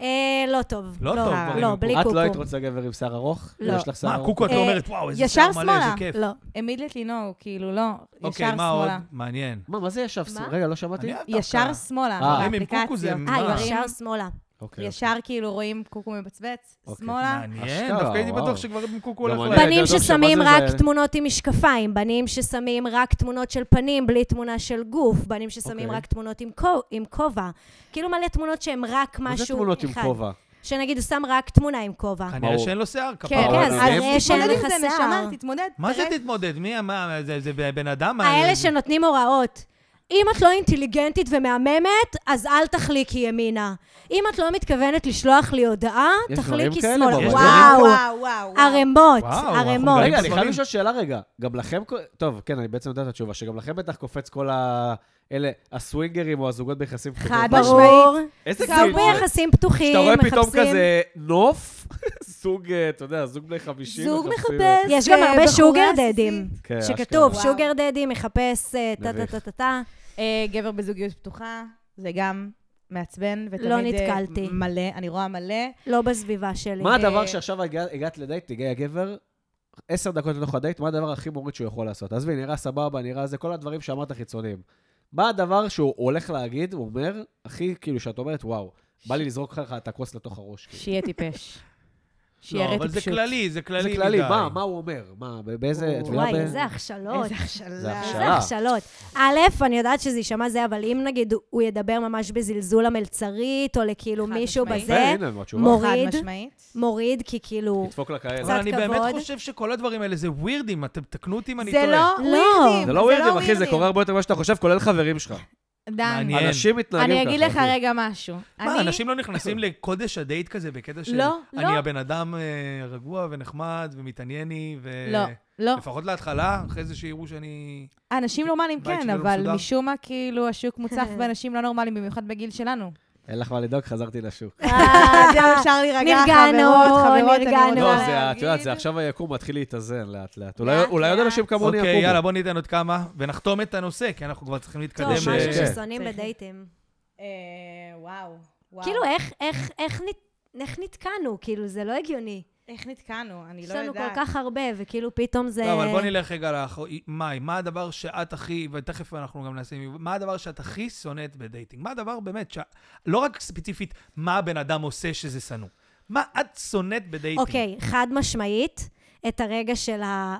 אה, לא טוב.
לא טוב,
גברים
לא,
עם
בלי
את
קוקו.
לא היית רוצה גבר עם שיער ארוך?
לא.
יש לך שיער
מה,
ארוך?
קוקו את לא
אה,
אומרת, וואו, איזה
ישר
שיער מלא, איזה
שמאלה.
כיף.
לא.
immediately no, כאילו, לא, ישר
אוקיי, מה עוד?
שמאלה.
מעניין.
מה, מה זה ישב שמאלה?
מה?
רגע, לא שמעתי.
אני אוהב דווקא.
ישר שמאלה,
אה,
גברים עם קוקו
באפליקציות.
זה מה?
אה,
גברים-
ישר שמאלה.
אוקיי.
ישר כאילו רואים קוקו מבצבץ,
אוקיי.
שמאלה.
מעניין,
אשכרה,
דווקא הייתי
וואו.
בטוח שגברים עם קוקו
גם
הולך
אני.
ל...
יודע,
בנים
טוב,
ששמים
שמה לא, זה
רק
זה-
תמונות עם משקפיים, בנים ששמים רק תמונות של פנים בלי תמונה של גוף, בנים ששמים
אוקיי.
רק תמונות עם כו- עם כובע. כאילו מלא תמונות שהן רק משהו
מה
אחד.
זה תמונות עם כובע?
שנגיד הוא שם רק תמונה עם כובע.
כנראה
ברור.
שאין לו שיער, כפר.
כן,
אבל
אז
הם-
כנראה שאין
תתמודד
לך
עם זה,
שיער.
נשמה, תתמודד.
מה זה
תראה.
תתמודד? מי, מה, זה- זה בן אדם? מה,
האלה
זה-
שנותנים הוראות. אם את לא אינטליגנטית ומהממת, אז אל תחליקי ימינה. אם את לא מתכוונת לשלוח לי הודעה,
יש דברים
תחליקי
כאלה
שמאלה.
בבית?
יש
וואו,
וואו, וואו.
ערימות,
וואו, אנחנו
ערימות.
גרים
רגע, אני חייב
פה זמנים.
לשאול שאלה רגע. גם לכם... ק- טוב, כן, אני בעצם יודע את התשובה, שגם לכם בטח קופץ כל ה... אלה, הסווינגרים או הזוגות ביחסים פתוחים.
חד
מה-
משמעית.
ברור.
איזה
זהו
כאילו...
ביחסים פתוחים,
כשאתה רואה פתאום
מחפשים-
כזה נוף, זוג, אה, אתה יודע, זוג בני 50
זוג
מחפשים-
מחפש.
יש גם
אה,
הרבה
בחורי
שוגר
עסיסי.
דדים,
כן,
שכתוב
אשכרה.
שוגר דדי מחפש אה, טה טה
מביך.
טה טה טה.
אה, גבר בזוגיות פתוחה, זה גם מעצבן, ותמיד...
לא
אה,
נתקלתי.
מלא, אני רואה מלא.
לא בסביבה שלי.
מה הדבר
אה,
שעכשיו הגע- הגעת לדייט, הגיע גבר, עשר דקות לתוך הדייט, מה הדבר הכי מוריד שהוא יכול לעשות? עזבי, נראה סבבה, נראה זה, כל הדברים שאמרת חיצוניים. מה הדבר שהוא הולך להגיד, הוא אומר, הכי כאילו, שאת אומרת, וואו, בא לי לזרוק לך את הכוס לתוך הראש. כאילו.
שיהיה טיפש. שיהיה
לא,
טיפשות.
אבל זה כללי, זה כללי
זה
מדי.
כללי, מה, מה הוא אומר? מה, באיזה, את מבינה?
וואי,
לא ב-
איזה הכשלות.
איזה הכשלה.
זה הכשלה.
איזה הכשלות. א', אני יודעת שזה יישמע זה, אבל אם נגיד הוא ידבר ממש בזלזול המלצרית, או לכאילו
חד
מישהו
משמעית.
כן,
בזה,
הנה, התשובה.
מור-
חד
מוריד.
משמעית.
מוריד, כי כאילו...
לדפוק לקהל.
קצת
אבל אני באמת
כבוד.
חושב שכל הדברים האלה זה ווירדים, אתם תקנו אותי אם אני
זה
טועה.
לא
לא.
ווירדים.
זה לא ווירדים, אחי, זה קורה הרבה יותר ממה שאתה חושב, כולל חברים שלך.
דן,
מעניין.
אנשים מתנהגים ככה.
אני אגיד לך
אחי.
רגע משהו.
מה,
אני-
אנשים לא נכנסים לקודש הדייט כזה בקטע של...
לא,
אני
לא.
הבן אדם אה, רגוע ונחמד ומתענייני, ו...
אה,
לא, לא.
לפחות להתחלה, אחרי זה שיראו שאני...
אנשים נורמליים
בית
כן,
שלי לא
אבל
מסודר.
משום מה, כאילו, השוק מוצף באנשים לא נורמליים, במיוחד בגיל שלנו.
אין לך מה לדאוג, חזרתי לשוק.
אה, זהו, אפשר להירגע, חברות, חברות, אני
נרגענו. אה,
לא,
רוצה
זה, את
להגיד.
יודעת, זה עכשיו היקום מתחיל להתאזן לאט-לאט. אולי
לאט,
אולי עוד
לאט.
אנשים כמוני יקומו.
אוקיי, יאללה, בוא ניתן עוד כמה, ונחתום את הנושא, כי אנחנו כבר צריכים להתקדם. אה,
טוב,
יש,
משהו
כן.
ששונאים
צריך.
בדייטים.
אה, וואו, וואו.
כאילו, איך- איך- איך נ- איך נתקענו? כאילו, זה לא הגיוני.
איך נתקענו? אני
יש
לא
לנו
יודעת.
כל כך הרבה, וכאילו פתאום זה...
לא, אבל בוא נלך רגע לאחור... מאי, מה הדבר שאת הכי, ותכף אנחנו גם נעשה, מה הדבר שאת הכי שונאת בדייטינג? מה הדבר באמת, ש... לא רק ספציפית מה הבן אדם עושה שזה שנוא, מה את שונאת בדייטינג?
אוקיי, חד משמעית, את הרגע של ה-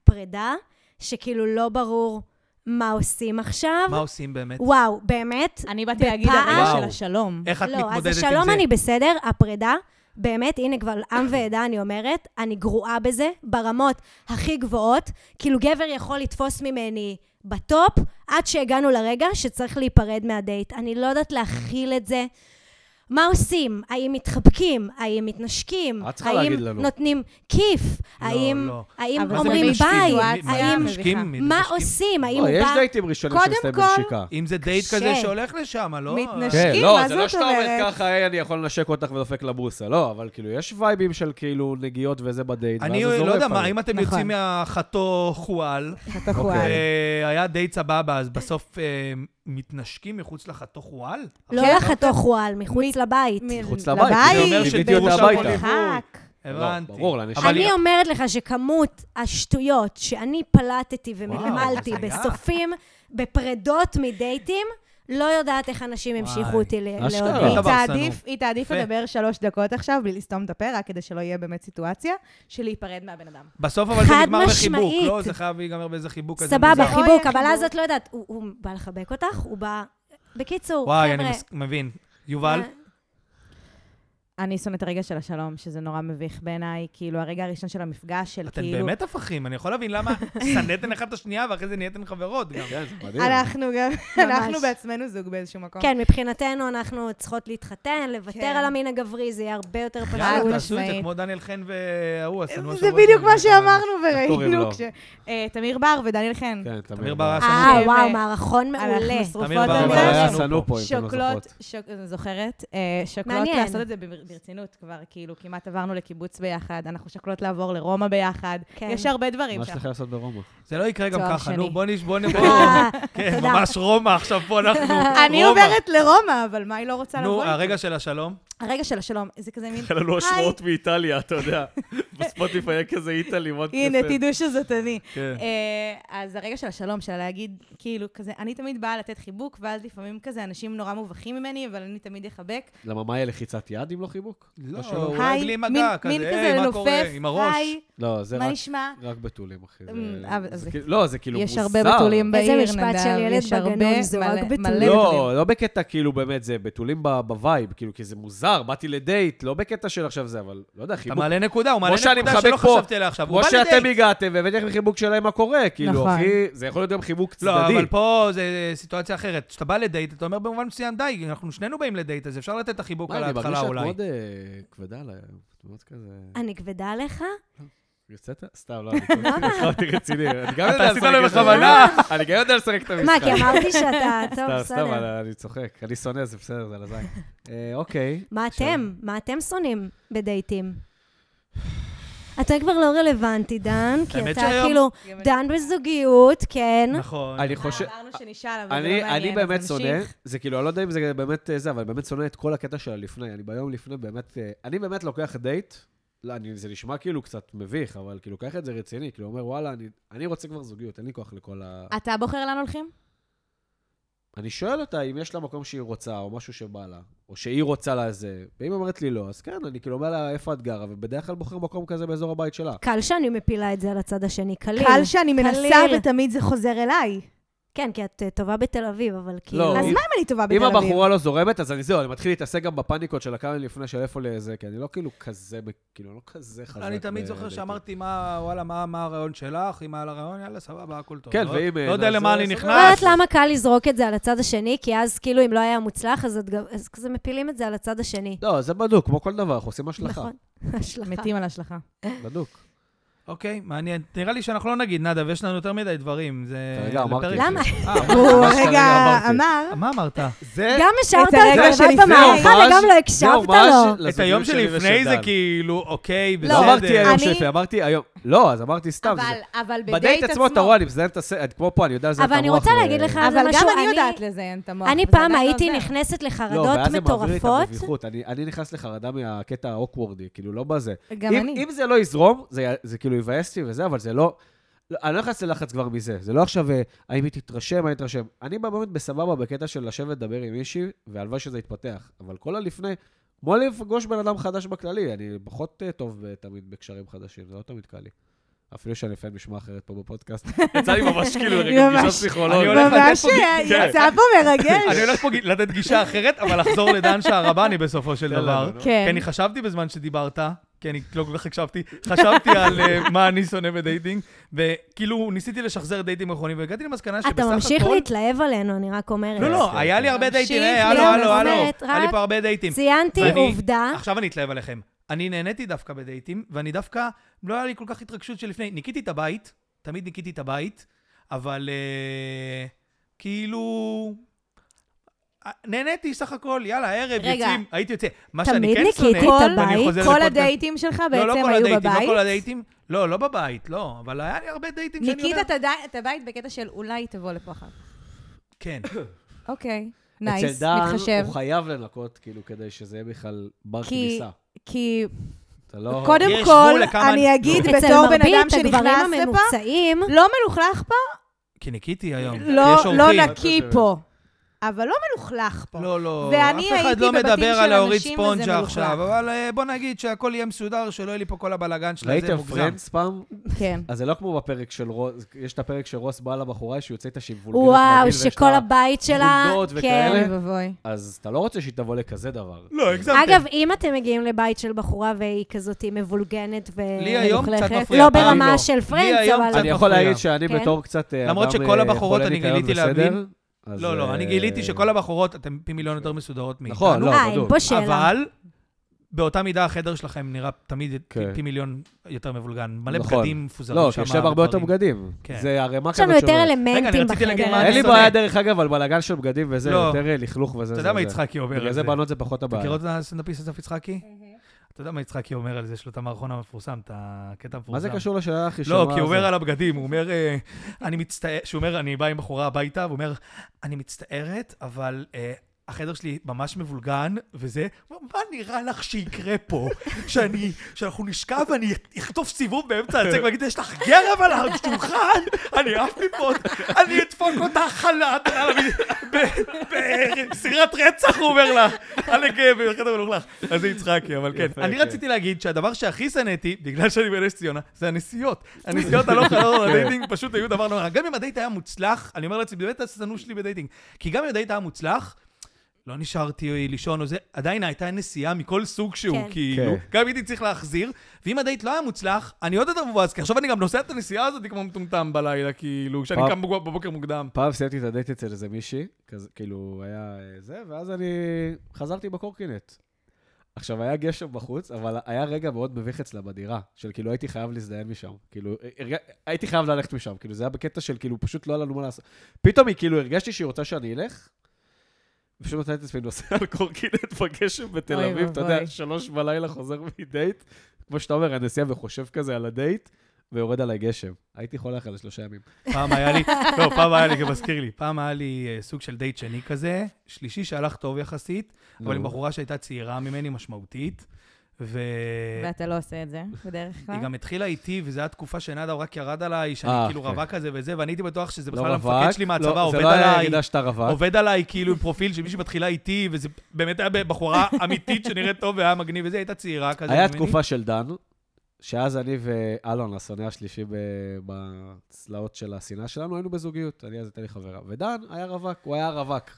הפרידה, שכאילו לא ברור מה עושים עכשיו.
מה עושים באמת?
וואו, באמת?
אני באתי להגיד
בפעם-
הרגע
וואו.
של השלום.
איך את
לא,
מתמודדת עם
אז
זה?
השלום אני בסדר, הפרידה, באמת, הנה כבר עם ועדה אני אומרת, אני גרועה בזה, ברמות הכי גבוהות, כאילו גבר יכול לתפוס ממני בטופ, עד שהגענו לרגע שצריך להיפרד מהדייט. אני לא יודעת להכיל את זה. מה עושים? האם מתחבקים? האם מתנשקים?
את צריכה
האם
להגיד לנו.
נותנים כיף?
לא,
האם,
לא.
האם
אבל זה
אומרים
מביך
ביי?
סיטואציה
האם...
מביכה.
מתנשקים?
מה
מתנשקים?
עושים? האם
לא,
הוא
יש
בא...
דייטים ראשונים
קודם
שמסתיימים
כל-
בנשיקה.
אם זה דייט
קשה.
כזה שהולך לשם, לא?
מתנשק.
כן,
מסכים,
לא,
מה
זה
זאת
לא שאתה עומד
אומרת?
ככה, היי, אני יכול לנשק אותך ודופק לבוסה. לא, אבל כאילו, יש וייבים של כאילו נגיעות וזה בדייט, ואז
אני
זה זורם
לא יודע מה,
לפעמים.
אם אתם
נכון.
יוצאים מהחתו חואל,
אתה
כן.
תקוע.
אוקיי.
היה דייט סבבה, אז בסוף אה, מתנשקים מחוץ לחתו חואל?
לא
כן,
לחתוך וואל, מחוץ לבית.
מחוץ לבית, זה
אומר
לבית,
שתהיו שם
במרחק.
בליווי.
לא,
הבנתי.
ברור, לאנשים.
אבל-
אני אומרת לך שכמות השטויות שאני פלטתי ומלמלתי
וואו, זה היה.
בסופים, בפרדות מדייטים, לא יודעת איך אנשים המשיכו
וואי,
אותי ל-
אשכרה.
לעוד.
דבר
היא תעדיף,
שנוא.
היא תעדיף
יפה.
לדבר שלוש דקות עכשיו, בלי לסתום את הפה, רק כדי שלא יהיה באמת סיטואציה של להיפרד מהבן אדם.
בסוף אבל זה
חד
נגמר בחיבוק,
משמעית.
לא? זה חייב להיגמר באיזה חיבוק כזה מוזר.
סבבה,
חיבוק.
חיבוק,
אוי,
אבל אז
החיבוק.
את לא יודעת, הוא- הוא בא לחבק אותך, הוא בא... בקיצור,
וואי, אני
חבר'ה,
מס- מבין. יובל?
אה,
אני שונאת את הרגע של השלום, שזה נורא מביך בעיניי, כאילו, הרגע הראשון של המפגש, של
אתן
כאילו...
באמת הפכים, אני יכול להבין למה שנאתן אחת את השנייה ואחרי זה נהייתן חברות גם.
כן, זה מדהים.
אנחנו גם, אנחנו
ממש.
בעצמנו זוג באיזשהו מקום.
כן, מבחינתנו אנחנו צריכות להתחתן, לוותר
כן.
על המין הגברי, זה יהיה הרבה יותר פשוט.
יאללה,
חד
תעשו את זה
משמעית.
כמו דניאל חן וההוא, השנוא
לא
זה
השבוע.
בדיוק
שאני
מה
מדבר עליו.
שאמרנו
אוקיי. קוראים
וראינו
לו?
כש... אה, תמיר בר ודניאל חן.
כן,
תמיר
תמיר
בר
בר.
היה
אה,
שהם,
וואו,
אה,
מערכון מעולה.
אנחנו שרופות
תמיר בר
על
תמיר כן. בר היה שנוא
שנוא
אה, זה.
פה, אם אתם לא
שוקלות,
זוכרות.
שוק- זוכרת? אה, שוקלות
מעניין.
לעשות את זה בר- ברצינות כבר, כאילו, כמעט עברנו לקיבוץ ביחד, אנחנו שוקלות לעבור לרומא ביחד.
כן.
יש הרבה דברים
מה יש לך
שאנחנו...
לעשות ברומא?
זה לא יקרה גם
תואר
ככה, נו,
שני.
בוא נש... בוא נ...
אה,
כן,
תודה.
ממש רומא, עכשיו פה אנחנו...
אני
אה, רומא.
עוברת לרומא, אבל מה היא לא רוצה לבוא?
נו,
איתי?
הרגע של השלום.
הרגע של השלום, זה כזה מין...
כן, לא,
היה לנו
היי,
השראות מאיטליה, אתה יודע. בספוטיפיי היה כזה איטלי, מאוד
הנה,
יפה.
תדעו שזאת אני.
כן.
אה, אז הרגע של השלום, של להגיד, כאילו, כזה, אני תמיד באה לתת חיבוק, ואז לפעמים כזה אנשים נורא מובכים ממני, אבל אני תמיד אחבק.
למה, מה יהיה לחיצת יד אם לא חיבוק?
לא,
בשלום?
אולי בלי
מין-
מגע,
מין
כזה,
כזה
היי, מה
לנופף,
קורה? עם הראש.
היי,
לא, זה
מה
רק-
נשמע?
רק בתולים, אחי. זה-
אמ, אבל
זה
זה-
כאילו- לא, זה כאילו מוזר.
יש הרבה בתולים
איזה
בעיר, נדב.
משפט של ילד
יש הרבה
בגנון, זה רק
מלא-
בתולים.
מלא
לא, לא בקטע כאילו באמת, זה בתולים ב- בווייב, כאילו, כי זה מוזר, באתי לדייט, לא בקטע של עכשיו זה, אבל לא יודע,
אתה
חיבוק.
מעלה נקודה, הוא מעלה
כמו שאני
נקודה שלא
מחבק פה,
חשבתי עליה עכשיו. הוא
כמו
בא
שאתם
לדייט.
הגעתם, והבאתי לכם חיבוק שלהם מה קורה, כאילו,
נכון.
אחי, זה יכול להיות גם חיבוק
לא,
צדדי.
אבל פה זה סיטואציה אחרת. כשאתה בא לדייט, אתה אומר במובן מסוים, די, אנחנו שנינו באים לדייט, אז אפשר לתת את החיבוק
מה,
על
אני מרגיש
ההתחלה
שאת
אולי.
מאוד אה, כבדה עליי, את מאוד כזה...
אני כבדה עליך?
יוצאת? סתם, לא, אני כאילו, אותי רציני. אני גם
אתה
יודע
עשית לו
לשחק את זה.
בכוונה.
אני גם יודע לשחק
לא
את המשחק.
מה, כי אמרתי שאתה...
לא,
טוב,
סתם, סתם,
בסדר.
אני- אני צוחק. אני שונא, זה בסדר, זה על הזין. אה, אוקיי.
מה
עכשיו-
אתם? מה אתם שונאים בדייטים? אתה כבר לא רלוונטי, דן, כי
האמת
אתה
שהיום-
כאילו
גם אני-
דן בזוגיות, כן.
נכון.
אני חושב...
אמרנו שנשאל, אבל זה לא
אני,
מעניין,
אני
אז
באמת
נמשיך.
שונא, זה כאילו, אני לא יודע אם זה באמת אה, זה, אבל באמת שונא את כל הקטע של הלפני. אני ביום לפני באמת, אה, אני באמת לוקח דייט, לא, אני, זה נשמע כאילו קצת מביך, אבל כאילו, לוקח את זה רציני, כאילו, אומר, וואלה, אני, אני רוצה כבר זוגיות, אין לי כוח לכל ה...
אתה בוחר לאן הולכים?
אני שואל אותה אם יש לה מקום שהיא רוצה, או משהו שבא לה, או שהיא רוצה לה זה, ואם אומרת לי לא, אז כן, אני כאילו אומר לה, איפה את גרה, ובדרך כלל בוחר מקום כזה באזור הבית שלה.
קל שאני מפילה את זה על הצד השני, קליל.
קל שאני מנסה
קליל.
ותמיד זה חוזר אליי.
כן, כי את אה, טובה בתל אביב, אבל כאילו...
לא,
אז מה
אם-
אם אני טובה בתל
אם
אביב?
הבחורה לא זורמת, אז אני זהו, אני מתחיל להתעסק גם בפאניקות של הכמה לפני של איפה לזה, כי אני לא כאילו כזה, ב- כאילו, לא כזה חזק.
אני תמיד זוכר
בדייטים.
שאמרתי, מה, וואלה, מה מה הרעיון שלך? אם היה לה רעיון, יאללה, סבבה, הכל טוב.
כן,
לא-
ואם אין,
לא יודע
אז
למה
זה
אני
סבבה.
לא יודעת
נכנס.
למה קל לזרוק את זה על הצד השני, כי אז כאילו אם לא היה מוצלח, אז את גם- אז כזה מפילים את זה על הצד השני.
לא, זה בדוק, כמו כל דבר, אנחנו עושים השלכה.
נכון. השלכה.
מתים על השלכה.
בדוק.
אוקיי, מעניין. נראה לי שאנחנו לא נגיד, נדב, יש לנו יותר מדי דברים. זה...
כרגע אמרתי.
לפרק-
למה?
אה, אמרת.
הוא
ממש
רגע
כרגע אמרתי.
אמר,
מה אמרת?
זה...
גם השארת
את
לו
הרגע
את
שלפני.
הרבב במערכה
זה
וגם לא
הומאז'-
הקשבת
זה
לו.
הומאז'
את היום
לזוגיות שלי
שלפני זה
ושל דן.
כאילו, אוקיי, בסדר.
לא אמרתי היום
אני-
שפי, אמרתי היום... לא, אז אמרתי סתם.
אבל-
זה-
אבל
בדייט עצמו, אתה רואה, אני מזיין את הסט, כמו פה, אני יודע לזיין את
אבל
המוח.
אני רוצה
ו-
להגיד לך, זה
אבל גם
משהו,
אני יודעת לזיין את המוח.
אני
וזה
פעם
עדיין לא
הייתי
עוזר.
נכנסת
לא,
לחרדות
ואז זה מעביר לי את
מטורפות.
המביכות. אני, אני נכנס לחרדה מהקטע האוקוורדי, כאילו, לא בזה.
גם
אם,
אני.
אם זה לא יזרום, זה, י- זה כאילו יבאס לי וזה, אבל זה לא... לא אני לא נכנס ללחץ כבר מזה. זה לא עכשיו, אה, האם היא תתרשם, אני אתרשם. אני באמת בסבבה בקטע של לשבת לדבר עם מישהי, והלוואי שזה יתפתח. אבל כל הלפני, כמו לפגוש בן אדם חדש בכללי, אני פחות אה, טוב אה, תמיד בקשרים חדשים, זה לא תמיד קל לי. אפילו שאני לפעמים נשמע אחרת פה בפודקאסט.
יצא לי ממש כאילו רגע
ממש.
פגישה
אני
פסיכולוגית.
הולך לתת
ממש
פה- כן.
יצא פה
אני
מרגש.
הולך פה לתת גישה אחרת, אבל לחזור לדן שערבני בסופו של
לא,
תן לנו,
דבר.
נו.
כן.
כי אני חשבתי בזמן שדיברת, כי אני לא כל כך הקשבתי, חשבתי על אה, מה אני שונא בדייטינג, וכאילו ניסיתי לשחזר דייטים אחרונים, והגעתי למסקנה שבסך
אתה
הכל...
ממשיך להתלהב עלינו, אני רק אומרת.
לא,
כן,
לא, היה לי
כן.
הרבה דייטים,
ממשיך,
היי, הלו,
לא,
הלו,
זאת
הלו,
אומרת,
היה לי
רק
פה הרבה דייטים.
ציינתי
אני-
עובדה.
אה?
עכשיו אני אתלהב עליכם. אני נהניתי דווקא בדייטים, ואני דווקא, לא היה לי כל כך התרגשות שלפני. ניקיתי את הבית, תמיד ניקיתי את הבית, אבל אה, כאילו... אה, נהניתי סך הכל, יאללה, ערב,
רגע.
יוצאים, הייתי יוצא. מה שאני
תמיד
כן שונא,
ניקיתי את
כל-
ואני
הבית.
חוזר
כל
לפודקאסט-
הדייטים שלך
לא, לא
בעצם
כל
היו
הדייטים, לא כל
בבית.
הדייטים, לא, לא בבית, לא, אבל היה לי הרבה דייטים שאני
ניקית
אומר...
את הדי- את הבית בקטע של אולי תבוא לפה אחר. כך."
כן.
אוקיי, נייס,
אצל דן,
מתחשב.
הוא חייב לנקות, כאילו, כדי שזה יהיה בכלל בר
כי-
כניסה.
כי
אתה לא...
קודם
יש גבול
כל,
לכמה-
אני אגיד
אצל
בתור בן אדם
מרבית הגברים
שנכנס לפה,
הממוצעים,
לא מלוכלך פה,
כי ניקיתי היום.
לא-
יש
לא
אורחים.
נקי פה. אבל לא מלוכלך פה.
לא, לא,
ואני
אף אחד
הייתי
לא
בבתים
מדבר
של
על להוריד
אנשים וזה
ספונג'ה
מלוכלך.
עכשיו, אבל אה, בוא נגיד שהכל יהיה מסודר, שלא יהיה לי פה כל הבלגן של זה
ראיתם
מוגזם.
פרנדס פעם?
כן.
אז זה לא כמו בפרק של רוס, יש את הפרק שרוס בא לבחורה שהיא יוצאת השיבולגנות.
וואו, שכל הבית שלה...
חולדות
כן.
וכאלה.
אוי ואבוי.
אז אתה לא רוצה שהיא תבוא לכזה דבר.
לא, הגזמתם.
אגב, אם אתם מגיעים לבית של בחורה והיא כזאת מבולגנת
לי היום קצת
ומלוכלכת,
מפריע,
לא
פעם לא.
ברמה
לי
של פרנץ,
היום
אבל...
קצת-
אני יכול
מפריע.
להגיד שאני
כן.
בתור קצת אה, אדם
למרות שכל
אה,
הבחורות
חולה
אני
ניקיון
גיליתי
וסדר,
להבין.
אז,
לא, לא,
אה,
אני גיליתי שכל הבחורות, אתם פי מיליון יותר מסודרות מאיתנו.
נכון, לא,
אה, אין
בדיוק.
פה שאלה.
אבל באותה מידה החדר שלכם נראה תמיד פי-
כן.
פי מיליון יותר מבולגן. מלא
נכון.
בגדים מפוזרים שם.
לא, כי יש להם הרבה יותר
דברים.
בגדים.
כן.
זה ערימה
יש לנו
כזאת
יותר
שלו.
רגע, אני
אלמנטים
רציתי להגיד מה
בחדר.
אין לי
אני שונא.
בעיה, דרך אגב, על בלאגן של בגדים וזה,
לא.
יותר אה, לכלוך וזה.
אתה
זה,
יודע מה
זה.
יצחקי אומר
בגלל
על זה?
זה בנות זה פחות
אתה מכיר
הבעיה.
את הסטנדאפיסט אסף יצחקי? אתה יודע מה יצחקי אומר על זה? יש לו את המערכון המפורסם, את הקטע המפורסם.
מה זה קשור לשאלה הכי
לא, כי הוא אומר על הבגדים, הוא אומר, אה, אני מצטער, שהוא אומר, אני בא עם בחורה הביתה, והוא אומר, אני מצטערת, אבל אה, החדר שלי ממש מבולגן, וזה, הוא אומר, מה נראה לך שיקרה פה? שאני, שאנחנו נשכב ואני אכתוב סיבוב באמצע הצג ואגיד, יש לך גרב על השולחן, אני עף מפה, אני אדפוק אותה חל"ת, על המ- ב- בסירת רצח, הוא אומר אה, לך, על הגב, בחדר מלוכלך. אז זה יצחקי, אבל כן.
יפה,
אני
כן.
רציתי להגיד שהדבר שהכי שנאתי, בגלל שאני בנס ציונה, זה הנסיעות. הנסיעות הלוך
כן.
הלוך לדייטינג פשוט היו דבר נורא. גם אם הדייט היה מוצלח, אני אומר לעצמי, באמת הסתנו שלי בדייטינג, כי גם אם הדייט היה מוצלח, לא נשארתי לישון או זה, עדיין הייתה נסיעה מכל סוג שהוא,
כן.
כאילו.
כן.
גם הייתי צריך להחזיר, ואם הדייט לא היה מוצלח, אני עוד יותר מבואס, כי עכשיו אני גם נוסע את הנסיעה הזאת כמו מטומטם בלילה, כאילו, כשאני
פעם-
קם בבוק- בבוקר מוקדם.
פעם סיימתי את הדייט אצל איזה מישהי, כזה- כאילו, היה אה, זה, ואז אני חזרתי בקורקינט. עכשיו, היה גשם בחוץ, אבל היה רגע מאוד מביך אצלה בדירה, של כאילו הייתי חייב להזדיין משם. כאילו, הרג... הייתי חייב ללכת משם. כאילו, זה היה בקטע של כאילו, פשוט לא היה לנו מה לעשות. פתאום היא כאילו, הרגשתי שהיא רוצה שאני אלך, ופשוט מצאתי את עצמי נוסע על קורקינט בגשם בתל
אוי
אביב, אתה יודע,
ואבוי.
שלוש בלילה חוזר מדייט, כמו שאתה אומר, הנסיע וחושב כזה על הדייט, ויורד עליי גשם. הייתי חולך על זה שלושה ימים.
פעם היה לי, לא, פעם היה לי, זה מזכיר לי, פעם היה לי אה, סוג של דייט שני כזה, שלישי שהלך טוב יחסית, אבל עם
נו.
בחורה שהייתה צעירה ממני משמעותית, ו...
ואתה לא עושה את זה, בדרך כלל.
אה, היא גם התחילה איתי, וזו הייתה תקופה שנאדה רק ירד עליי, שאני
אה,
כאילו
כן.
רווק כזה וזה, ואני הייתי בטוח שזה
לא
בכלל המפקד
רווק,
שלי
לא,
מהצבא עובד
זה לא היה
עליי.
ירידה שאתה רווק.
עובד עליי כאילו עם פרופיל של מישהי מתחילה איתי, וזה באמת היה בחורה אמיתית שנראית טוב והיה מגניב וזה, הייתה צעירה כזה.
היה
ממני.
תקופה של דן, שאז אני ואלון, השונא השלישי ב- בצלעות של השנאה שלנו, היינו בזוגיות. אני אז הייתה לי חברה. ודן היה רווק, הוא היה רווק.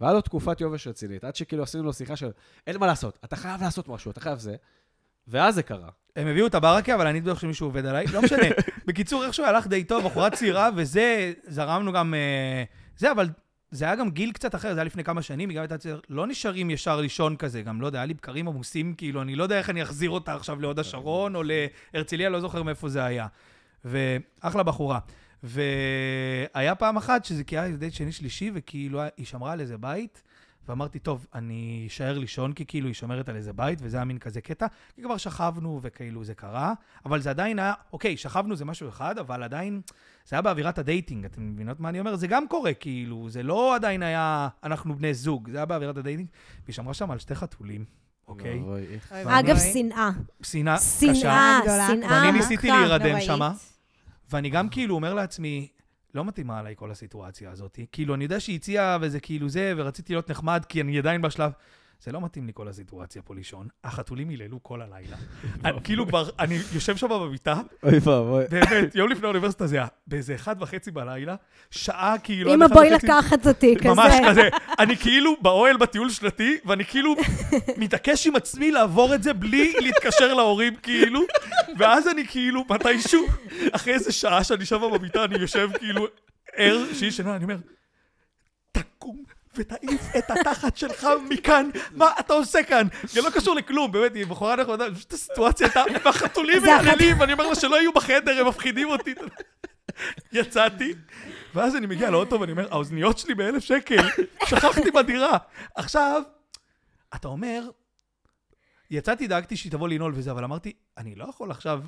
והיה לו תקופת יובש רצינית, עד שכאילו עשינו לו שיחה של, אין מה לעשות, אתה חייב לעשות משהו, אתה חייב זה. ואז זה קרה.
הם הביאו את הברקה, אבל אני בטוח שמישהו עובד עליי, לא משנה. בקיצור, איכשהו הלך די טוב, בחורה צעירה, וזה, זרמנו גם... אה, זה, אבל זה היה גם גיל קצת אחר, זה היה לפני כמה שנים, היא גם הייתה צעירה, לא נשארים ישר לישון כזה, גם לא יודע, היה לי בקרים עמוסים, כאילו, אני לא יודע איך אני אחזיר אותה עכשיו להוד השרון או להרצליה, לא זוכר מאיפה זה היה. ואחלה בחורה. והיה פעם אחת שזה כי היה איזה דייט שני שלישי, וכאילו היא שמרה על איזה בית, ואמרתי, טוב, אני אשאר לישון, כי כאילו היא שומרת על איזה בית, וזה היה מין כזה קטע, כי כבר שכבנו וכאילו זה קרה, אבל זה עדיין היה, אוקיי, שכבנו זה משהו אחד, אבל עדיין, זה היה באווירת הדייטינג, אתם מבינות מה אני אומר? זה גם קורה, כאילו, זה לא עדיין היה, אנחנו בני זוג, זה היה באווירת הדייטינג, והיא שמרה שם על שתי חתולים, אוקיי?
אוי, איך-
אגב, שנאה.
שנאה אוקיי. אה, קשה.
שנאה,
גדולה.
שנאה.
ואני ניסיתי
מכה,
להירדם
נוראית.
שמה, ואני גם כאילו אומר לעצמי, לא מתאימה עליי כל הסיטואציה הזאת. כאילו, אני יודע שהיא הציעה וזה כאילו זה, ורציתי להיות נחמד, כי אני עדיין בשלב... זה לא מתאים לי כל הסיטואציה פה לישון. החתולים היללו כל הלילה. אני כאילו כבר, אני יושב שם במיטה,
אוי ואבוי.
באמת, יום לפני האוניברסיטה זה היה באיזה אחד וחצי בלילה, שעה כאילו... עד
אמא
אחד
בואי
וחצי-
לקחת אותי, כזה.
ממש כזה. אני כאילו באוהל בטיול שנתי, ואני כאילו מתעקש עם עצמי לעבור את זה בלי להתקשר להורים, כאילו. ואז אני כאילו, מתישהו, אחרי איזה שעה שאני שם במיטה, אני יושב כאילו ער, שהיא שנה, אני אומר, תקום. ותעיף את התחת שלך מכאן, מה אתה עושה כאן? זה לא קשור לכלום, באמת, היא בחורה נחמדה, אני פשוט הסיטואציה הייתה, והחתולים
זה אחת-
מהללים, אני אומר לה שלא יהיו בחדר, הם מפחידים אותי. יצאתי, ואז אני מגיע לאוטו ואני אומר, האוזניות שלי באלף שקל, שכחתי בדירה. עכשיו, אתה אומר, יצאתי, דאגתי שהיא תבוא לנעול וזה, אבל אמרתי, אני לא יכול עכשיו...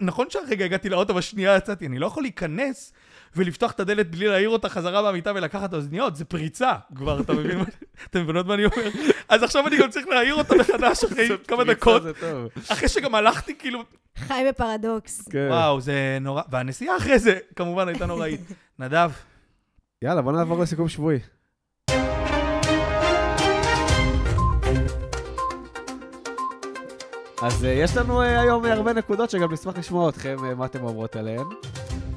נכון שהרגע הגעתי לאוטו והשנייה יצאתי, אני לא יכול להיכנס ולפתוח את הדלת בלי להעיר אותה חזרה מהמיטה ולקחת את האוזניות, זה פריצה כבר, אתה מבין? מה- אתם מבינות מה אני אומר? אז עכשיו אני גם צריך להעיר אותה מחדש אחרי כמה דקות,
זה כן. טוב.
אחרי שגם הלכתי כאילו
חי בפרדוקס.
כן.
וואו, זה נורא, והנסיעה אחרי זה, כמובן, הייתה נוראית. נדב,
יאללה, בוא נעבור לסיכום שבועי. אז אה, יש לנו אה, היום אה, הרבה נקודות שגם נשמח לשמוע אתכם, אה, מה אתם אומרות עליהן.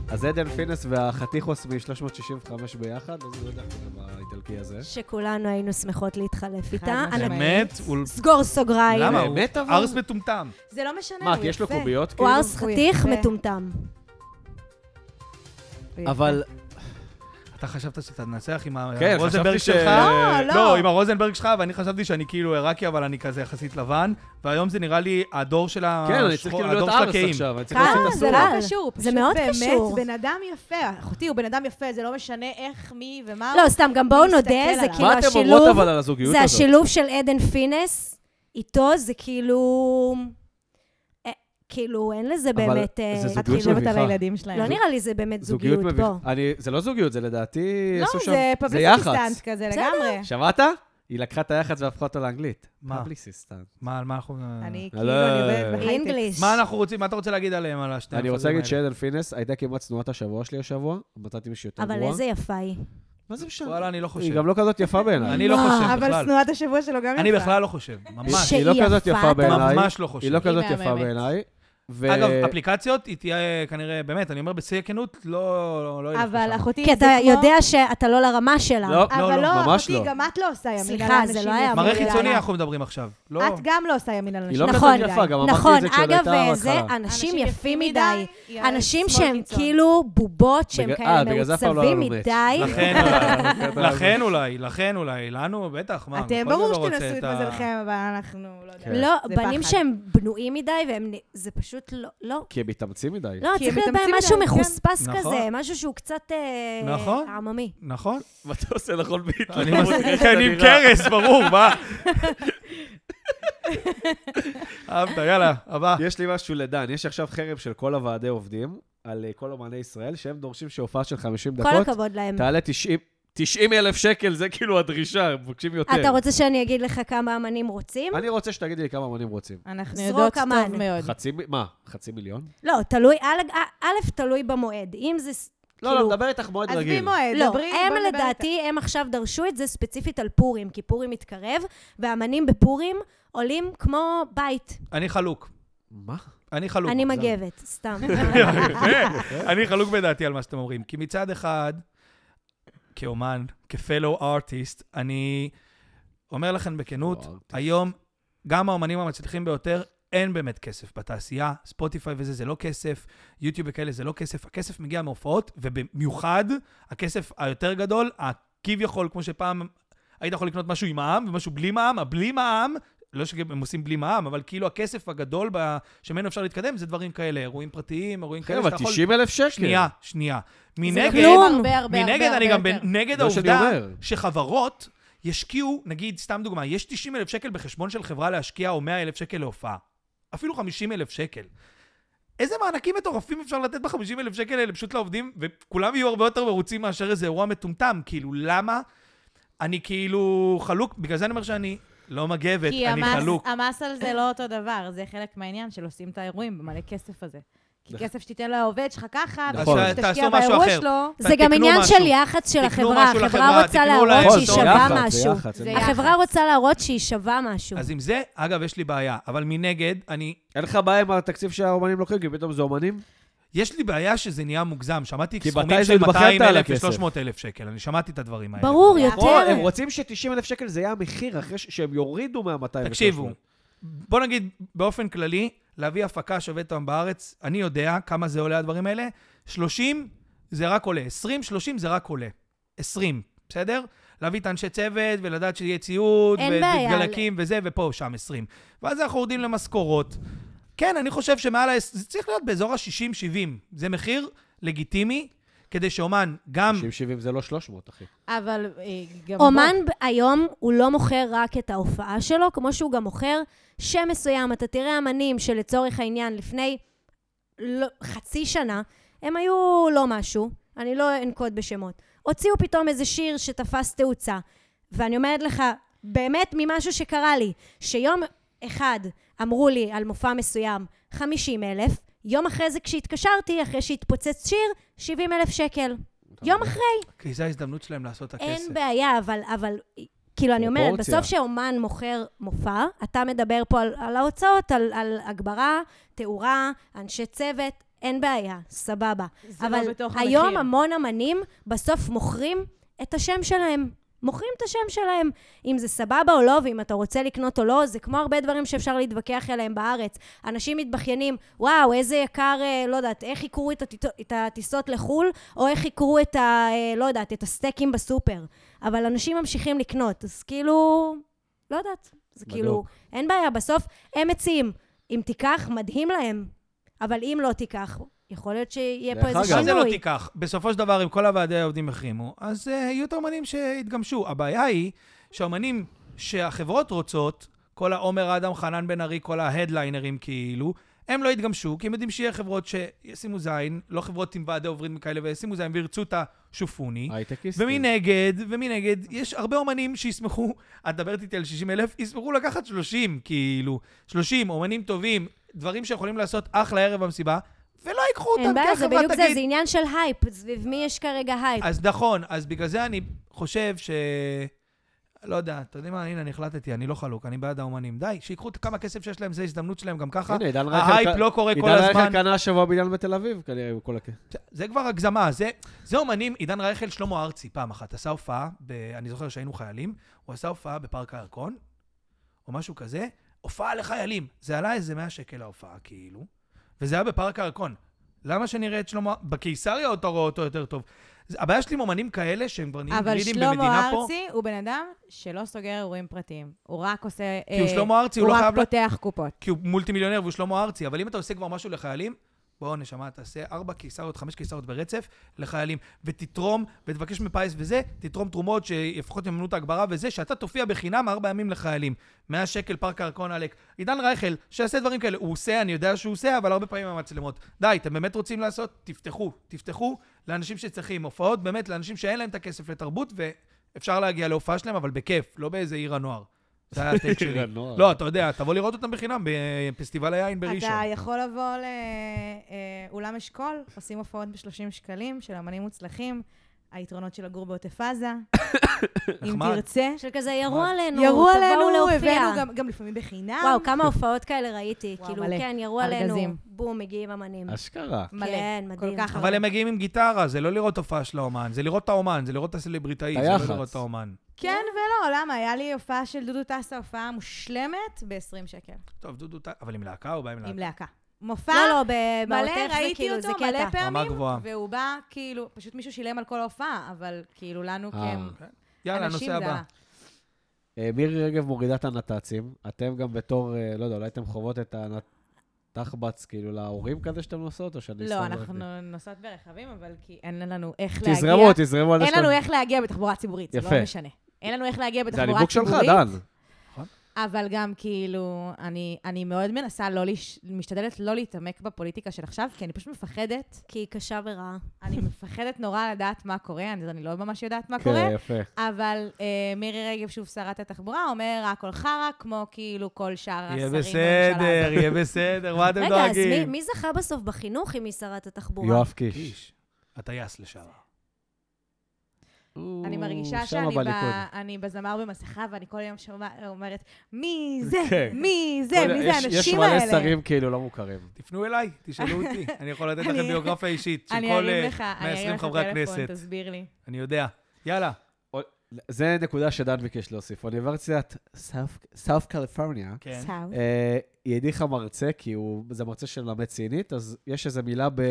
אז עדן פינס והחתיכוס מ-365 ביחד, אז לא יודע איך קוראים באיטלקי
אה?
הזה.
שכולנו היינו שמחות להתחלף איתה.
משמעית.
אני-
באמת, הוא...
סגור סוגריים.
למה? הוא
באמת אבל?
ארס מטומטם.
זה לא משנה, הוא
מה,
יפה.
כי יש לו קוביות?
הוא
כאילו?
ארס חתיך
יפה.
מטומטם.
הוא יפה.
אבל...
אתה חשבת שאתה תנצח עם
כאילו? כן,
הרוזנברג
חשבתי ש- אה,
שלך?
לא, לא.
לא, עם הרוזנברג שלך, ואני חשבתי שאני כאילו עיראקי, אבל אני כזה יחסית לבן, והיום זה נראה לי הדור של ה...
כן, אני צריך כאילו להיות ארס עכשיו, אני צריך
אה,
להוציא את
זה
הסור.
לא-
לא קשור, הוא
זה
פשוט
מאוד קשור.
באמת בן אדם יפה. אחותי, הוא בן אדם יפה, זה לא משנה איך, מי ומה.
לא, סתם, גם בואו
להסתכל
נודה, זה
עליו.
כאילו
מה אתם אומרות
השילוב,
אבל על הזוגיות
זה
הזאת?
השילוב של עדן פינס איתו, זה כאילו... אה, כאילו, אין לזה
אבל
באמת...
זה
אה,
זוגיות
את חושבת
מביכה.
על הילדים שלהם.
לא נראה לי זה באמת זוגיות,
מביכה.
בוא.
אני- זה לא זוגיות, זה
אה,
לדעתי...
לא,
עשו שם-
זה
יח"צ.
פבליסיסטנט כזה
בסדר.
לגמרי.
שמעת? היא לקחה את היח"צ והפכה אותו לאנגלית.
מה?
פבליסיסטנט.
מה, על מה אנחנו...
אני
לא,
כאילו,
לא,
אני
לא,
עובדת
לא.
בהייטק.
אינגליש.
מה אנחנו רוצים, מה אתה רוצה להגיד עליהם, על השני
אני רוצה
הפרזים
להגיד
האלה?
שעדן פינס הייתה כמעט צנועת השבוע שלי השבוע, מצאתי מישהי יותר גרועה.
אבל איזה יפה היא.
מה זה משנה?
וואלה, אני לא חושב.
היא גם לא כזאת יפה בעיניי.
אני לא
מה?
חושב
אבל
בכלל.
שנואת השבוע שלו גם יפה.
אני בכלל לא חושב, ממש.
היא לא
שהיא
כזאת
יפה,
יפה
אתה-
בעיניי.
ממש לא חושב.
היא לא כזאת
היא
יפה
מהממת.
בעיניי. ו-
אגב, אפליקציות, היא תהיה כנראה, באמת, אני אומר בשיא הכנות, לא... לא- לא ילך
אבל
לשם.
אחותי,
כי
זה
אתה
כמו-
יודע שאתה לא לרמה שלה.
לא,
לא,
אבל
לא,
לא,
ממש
אחותי,
לא.
גם את לא עושה ימין על אנשים.
סליחה, זה לא היה
יפים.
אמור
מראה
יאללה.
חיצוני אנחנו מדברים עכשיו. לא...
את גם לא עושה ימין על אנשים.
היא לא כזאת
נכון,
יפה, גם אמרתי את
נכון,
זה כשעוד
אגב,
הייתה
זה
בהתחלה.
אנשים יפים מדי.
היא
אנשים
שמאל
שהם
קיצון.
כאילו בובות, שהם
בגלל-
כאלה
אה, בגלל זה אף פעם לא היה
מעוצבים
לנו מאץ'.
מדי.
לכן אולי, לכן אולי, לכן אולי, לנו בטח, מה,
אה, אתם
בכל זאת
ברור
לא רוצה
שתנסו את
ה- כן.
מזלכם, אבל אנחנו, לא יודעת. זה
לא, בנים
פחד.
שהם בנויים מדי, והם... נ- זה פשוט לא... לא.
כי הם מתאמצים מדי.
לא,
כי
צריך
הם
להיות בהם
מתאמצים
משהו
מדי, כן.
מחוספס
כן. נכון.
כזה, משהו שהוא קצת אה,
נכון.
עממי.
נכון?
מה אתה עושה נכון
אני
בהתלהבות?
מסכים, אני עם קרס, ברור, מה? אהבת, יאללה, הבא.
יש לי משהו לדן, יש עכשיו חרם של כל הוועדי עובדים על אה, כל אומני ישראל, שהם דורשים שהופעה של 50
כל
דקות
הכבוד להם.
תעלה 90 90 אלף שקל, זה כאילו הדרישה, הם מבקשים יותר.
כן.
אתה רוצה שאני אגיד לך כמה אמנים רוצים?
אני רוצה שתגידי לי כמה אמנים רוצים.
אנחנו
זרוק
יודעות
אמן.
טוב מאוד.
חצי, מ- מה? חצי מיליון?
לא, תלוי, א', א', תלוי במועד. אם זה... ס-
לא,
כאילו-
לא, מדבר איתך מועד רגיל.
עזבי מועד,
לא,
אה, דברי,
הם
בואי נדבר איתה.
לדעתי, הם עכשיו דרשו את זה ספציפית על פורים, כי פורים מתקרב, והאמנים בפורים עולים כמו בית.
אני חלוק.
מה?
אני חלוק.
אני
זהו.
מגבת, סתם.
אני חלוק בדעתי על מה שאתם אומרים. כי מצד אחד, כאומן, כפלו ארטיסט, אני אומר לכם בכנות,
לא, ארטיסט.
היום גם האומנים המצליחים ביותר, אין באמת כסף בתעשייה. ספוטיפיי וזה, זה לא כסף. יוטיוב וכאלה, זה לא כסף. הכסף מגיע מהופעות, ובמיוחד, הכסף היותר גדול, ה- כביכול, כמו שפעם היית יכול לקנות משהו עם מע"מ ומשהו בלי מע"מ, הבלי מע"מ, לא שהם עושים בלי מע"ם, אבל כאילו הכסף הגדול ב- שממנו אפשר להתקדם זה דברים כאלה, אירועים פרטיים, אירועים
כן,
כאלה
אבל 90 אלף שקל.
שנייה, שנייה.
זה
מנגד,
כלום, הרבה, הרבה,
מנגד,
הרבה,
אני גם
הרבה
ב-
יותר.
נגד
זה שאני
העובדה
אומר.
שחברות ישקיעו, נגיד, סתם דוגמה, יש 90 אלף שקל בחשבון של חברה להשקיע, או 100 אלף שקל להופעה. אפילו 50 אלף שקל. איזה מענקים מטורפים אפשר לתת ב-50 אלף שקל האלה פשוט לעובדים, וכולם יהיו הרבה יותר מרוצים מאשר איזה אירוע מטומטם. כאילו, למה? אני כאילו חלוק, בגלל זה אני אומר שאני לא מגבת,
כי
אני
המס-
חלוק.
המס על זה לא אותו דבר, זה חלק מהעניין של עושים את האירועים במלא כסף הזה. כי כסף שתיתן לעובד שלך ככה,
נכון.
וכסף שתשקיע
תעשו משהו
באירוע
אחר.
שלו,
זה גם
תקנו
עניין
משהו.
של יח"צ של
תקנו
החברה,
משהו
החברה
לחברה,
רוצה
תקנו להם
להראות
נכון,
נכון,
שהיא
זה
טוב.
שווה
יח"צ, זה
משהו.
יח"צ, זה נכון.
זה
יח"צ.
החברה רוצה להראות שהיא שווה משהו.
אז עם זה, אגב, יש לי בעיה. אבל מנגד, אני
אין לך בעיה עם התקציב שהאומנים לוקחים, כי פתאום זה אומנים?
כן.
יש לי בעיה שזה נהיה מוגזם. שמעתי
כי
סכומים
מתי זה
של
התבכיינת
200
על
אלף
הכסף?
ו-300 אלף שקל. אני שמעתי את הדברים האלה.
ברור,
יח"צ.
פה,
יותר.
הם רוצים ש-90 אלף שקל זה יהיה המחיר אחרי ש- שהם יורידו מה-200.
תקשיבו, בוא נגיד באופן כללי, להביא הפקה שווה אותם בארץ, אני יודע כמה זה עולה הדברים האלה. 30 זה רק עולה, 20, 30 זה רק עולה. 20, בסדר? להביא את האנשי צוות ולדעת שיהיה ציוד,
אין בעיה. לא.
ודלקים וזה, ופה, שם 20. ואז אנחנו יורדים למשכורות. כן, אני חושב שמעל ה... זה צריך להיות באזור ה-60-70. זה מחיר לגיטימי, כדי שאומן גם...
60-70 זה לא 300, אחי.
אבל אה, גם בוא.
אומן ב- היום, הוא לא מוכר רק את ההופעה שלו, כמו שהוא גם מוכר שם מסוים. אתה תראה אמנים שלצורך העניין, לפני לא, חצי שנה, הם היו לא משהו, אני לא אנקוט בשמות. הוציאו פתאום איזה שיר שתפס תאוצה. ואני אומרת לך, באמת ממשהו שקרה לי, שיום אחד אמרו לי על מופע מסוים 50 אלף, יום אחרי זה כשהתקשרתי, אחרי שהתפוצץ שיר, 70 אלף שקל. יום אחרי.
כי זו ההזדמנות שלהם לעשות את הכסף.
אין בעיה, אבל, אבל כאילו, אני אומרת,
פרופורציה.
בסוף שאומן מוכר מופע, אתה מדבר פה על, על ההוצאות, על, על הגברה, תאורה, אנשי צוות, אין בעיה, סבבה.
זה לא
אבל
בתוך
היום
המחיר.
המון אמנים בסוף מוכרים את השם שלהם. מוכרים את השם שלהם, אם זה סבבה או לא, ואם אתה רוצה לקנות או לא, זה כמו הרבה דברים שאפשר להתווכח עליהם בארץ. אנשים מתבכיינים, וואו, איזה יקר, אה, לא יודעת, איך יקרו את, הטיטו- את הטיסות לחו"ל, או איך יקרו את ה... אה, לא יודעת, את הסטייקים בסופר. אבל אנשים ממשיכים לקנות, אז כאילו... לא יודעת. זה
בדוק.
כאילו, אין בעיה, בסוף הם מציעים. אם תיקח, מדהים להם. אבל אם לא תיקח, יכול להיות שיהיה פה
דרך
איזה
אגב-
שינוי.
מה זה לא תיקח? בסופו של דבר, אם כל הוועדי העובדים החרימו, אז אה, יהיו את האומנים שהתגמשו. הבעיה היא שהאומנים שהחברות רוצות, כל העומר אדם, חנן בן ארי, כל ההדליינרים כאילו, הם לא יתגמשו, כי הם יודעים שיהיה חברות שישימו זין, לא חברות עם ועדי עוברים כאלה, וישימו זין וירצו את השופוני.
הייטקיסטים.
ומנגד, ומנגד, יש הרבה אומנים שישמחו, את מדברת איתי על 60 אלף, ישמחו לקחת 30, כאילו, 30, אומנים טובים, דברים שיכולים לעשות אחלה ערב במסיבה, ולא ייקחו אותם,
אין
כי
בעיה, זה
החברה
בדיוק זה,
תגיד,
זה עניין של הייפ. סביב מי יש כרגע הייפ?
אה?
אז נכון, אז בגלל זה אני חושב ש... לא יודע, אתה יודע מה, הנה, אני החלטתי, אני לא חלוק, אני בעד האומנים. די, שיקחו את כמה כסף שיש להם, זו הזדמנות שלהם גם ככה.
הנה, עידן רייכל
ההייפ
ק-
לא קורה כל
עידן
הזמן.
רייכל קנה השבוע בניין בתל אביב, כנראה, עם כל הכ...
זה כבר הגזמה, זה, זה אומנים, עידן רייכל, שלמה ארצי פעם אחת, עשה הופעה, ב, אני זוכר שהיינו חיילים, הוא עשה הופעה בפארק הירקון, או משהו כזה, הופעה לחיילים. זה עלה איזה 100 שקל ההופעה, כאילו, וזה היה בפארק הירקון. למה שנראה את שלמה, בקיסריה אתה רואה אותו יותר טוב. זה- הבעיה שלי עם אומנים כאלה, שהם כבר נהיים
אבל
גרידים
שלמה
במדינה פה.
ארצי הוא בן אדם שלא סוגר אירועים פרטיים. הוא רק עושה...
כי הוא
אה,
שלמה ארצי, הוא לא חייב...
הוא
לה-
רק פותח קופות.
כי הוא מולטי מיליונר והוא שלמה ארצי, אבל אם אתה עושה כבר משהו לחיילים, בוא נשמה, תעשה ארבע קיסריות, חמש קיסריות ברצף לחיילים, ותתרום, ותבקש מפיס וזה, תתרום תרומות שלפחות יממנו את ההגברה וזה, שאתה תופיע בחינם ארבע ימים לחיילים. 100 שקל פארק הירקון עלק. עידן רייכל, שיעשה דברים כאלה, הוא עושה, אני יודע שהוא עושה, אבל הרבה פעמים המצלמות. די, אתם באמת רוצים לעשות? תפתחו, תפתחו לאנשים שצריכים. הופעות באמת לאנשים שאין להם את הכסף לתרבות, ואפשר להגיע להופעה שלהם, אבל בכיף, לא באיזה עיר הנוער. זה היה הטייק שלי.
עיר הנוער.
לא, אתה יודע, תבוא לראות אותם בחינם בפסטיבל היין בראשון.
אתה יכול לבוא לאולם אשכול, עושים הופעות ב-30 שקלים של אמנים מוצלחים, היתרונות של לגור בעוטף עזה, אם
נחמד.
תרצה.
של כזה, ירו עלינו,
ירו
תבואו
עלינו,
להופיע.
הבאנו גם- גם לפעמים בחינם.
וואו, כמה הופעות כאלה ראיתי.
וואו,
כאילו,
מלא.
כן, ירו
ארגזים.
עלינו, בום, מגיעים אמנים.
אשכרה.
מלא.
כן, מדהים.
כל כך הרבה.
אבל הם מגיעים עם גיטרה, זה לא לראות הופעה של האומן, זה לראות את האומן, זה לראות את הסלבריטאי,
את
זה לא
היח"צ.
לראות את האומן.
כן ולא, למה? היה לי הופעה של דודו טסה, הופעה מושלמת ב-20 שקל,
טוב, דודו, ת- אבל עם להקה או בא עם להקה?
עם להקה. מופע.
לא, לא, ב-
מלא,
בעוטף זה
ראיתי
כאילו, זה
אותו מלא
קטע.
רמה
פעמים,
גבוהה.
והוא בא, כאילו, פשוט מישהו שילם על כל ההופעה, אבל כאילו לנו
אה.
כהם
יאללה,
אנשים
הנושא
זה
הבא.
ה-
אה, מירי רגב מורידה את הנת"צים, אתם גם בתור, אה, לא יודע, אולי אתם חוות את הנתחבץ, כאילו, להורים כזה שאתם נוסעות, או שאני סתם
לא,
לא מבין?
אנחנו נוסעות ברכבים, אבל כי אין לנו איך להגיע.
תזרמו, תזרמו על זה
אין לנו איך להגיע בתחבורה ציבורית, זה
יפה.
לא משנה. אין לנו איך להגיע
זה
בתחבורה
הנימוק שלך,
ציבורית,
דן.
אבל גם כאילו, אני, אני מאוד מנסה לא, לש... משתדלת לא להתעמק בפוליטיקה של עכשיו, כי אני פשוט מפחדת,
כי היא קשה ורעה.
אני מפחדת נורא לדעת מה קורה, אני, אני לא ממש יודעת מה קורה,
כן, יפה.
אבל אה, מירי רגב, שוב שרת התחבורה, אומר הכל חרא, כמו כאילו כל שאר השרים
יהיה
בממשלה
בסדר,
הזאת.
יהיה בסדר, מה אתם
רגע, אז מי-
דואגים?
מי זכה בסוף בחינוך אם היא שרת התחבורה?
יואב קיש.
קיש, הטייס לשעבר.
הוא
אני מרגישה
שם
שאני
בליכוד.
ב- אני בזמר במסכה, ואני כל יום שומע- אומרת, מי זה?
כן.
מי זה?
כל-
מי זה
יש-
האנשים
יש מלא
האלה?
שרים כאילו לא מוכרים.
תפנו אליי, תשאלו אותי. אני יכול לתת לכם
אני-
ביוגרפיה אישית של
אני
כל
ארים
אה,
לך, אני ארים
120
לך
חברי
טלפון,
הכנסת.
תסביר לי.
אני יודע. יאללה.
זה נקודה שדן ביקש להוסיף. אוניברסיטת סאוף קליפורניה,
כן.
סאו.
אה, היא הדיחה מרצה, כי הוא, זה מרצה שמלמד סינית, אז יש איזו מילה ב...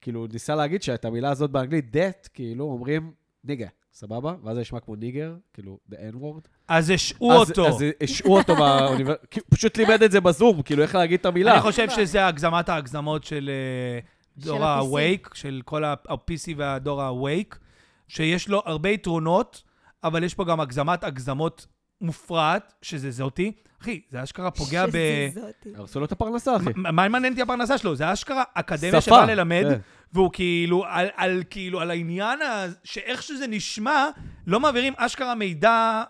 כאילו, הוא ניסה להגיד שאת המילה הזאת באנגלית, debt, כאילו, אומרים ניגה, סבבה? ואז זה נשמע כמו ניגר, כאילו, the n word.
אז השעו
אז-
אותו.
אז השעו אותו באוניברסיטה, פשוט לימד את זה בזום, כאילו, איך להגיד את המילה.
אני חושב שזה הגזמת ההגזמות של אה, דור
של ה-PC.
ה-Wake, של כל ה- ה-PC והדור ה-Wake, שיש לו הרבה יתרונות, אבל יש פה גם הגזמת הגזמות מופרעת, שזה זאתי. אחי, זה אשכרה פוגע ב...
זאתי.
הרסו לו את הפרנסה, אחי.
מה מה מעניין אותי הפרנסה שלו? זה אשכרה
שפה,
אקדמיה שבא ללמד,
כן.
והוא כאילו על, על, כאילו, על העניין ה- שאיך שזה נשמע, לא מעבירים אשכרה מידע,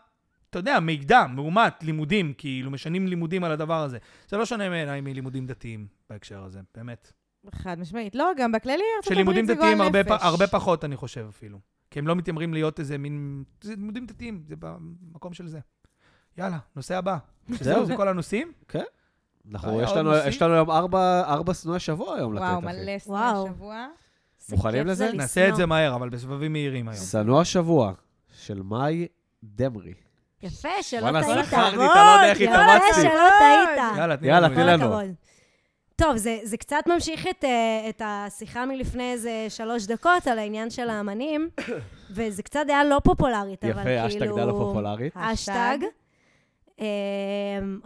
אתה יודע, מידע, מאומת, לימודים, כאילו, משנים לימודים על הדבר הזה. זה לא שונה בעיניי מלימודים דתיים בהקשר הזה, באמת.
חד משמעית. לא, גם בכללי ארצות
שלימודים
הברית זה גועל נפש.
דתיים הרבה, פ- הרבה פחות, אני חושב אפילו. כי הם לא מתיימרים להיות איזה מין... זה לימודים דתיים, זה במקום של זה. יאללה, נושא הבא.
זהו.
זהו, זה כל הנושאים?
אנחנו,
והיה
יש
עוד
לנו-
נושאים?
יש לנו היום ארבע- ארבע שנואי שבוע היום לתת, אחי.
אה, וואו, מלא
וואו.
סנאי שבוע.
זה
מוכנים
כיף
לזה?
ולשנוא.
נעשה את זה מהר, אבל בסבבים מהירים היום.
שנוא השבוע של מאי דמרי.
יפה, שלא
וואלה,
טעית.
זכרתי, אתה לא יודע איך
יפה,
התאמצתי.
לא, שלא טעית.
יאללה, תני
יאללה,
לנו
תני
את זה.
כל
לנו.
הכבוד. טוב, זה, זה קצת ממשיך את, אה, את השיחה מלפני איזה שלוש דקות על העניין של האמנים, וזה קצת דעה לא פופולרית, אבל
יפה,
כאילו...
האשטג דעה לא פופולרית.
האשטג. אה,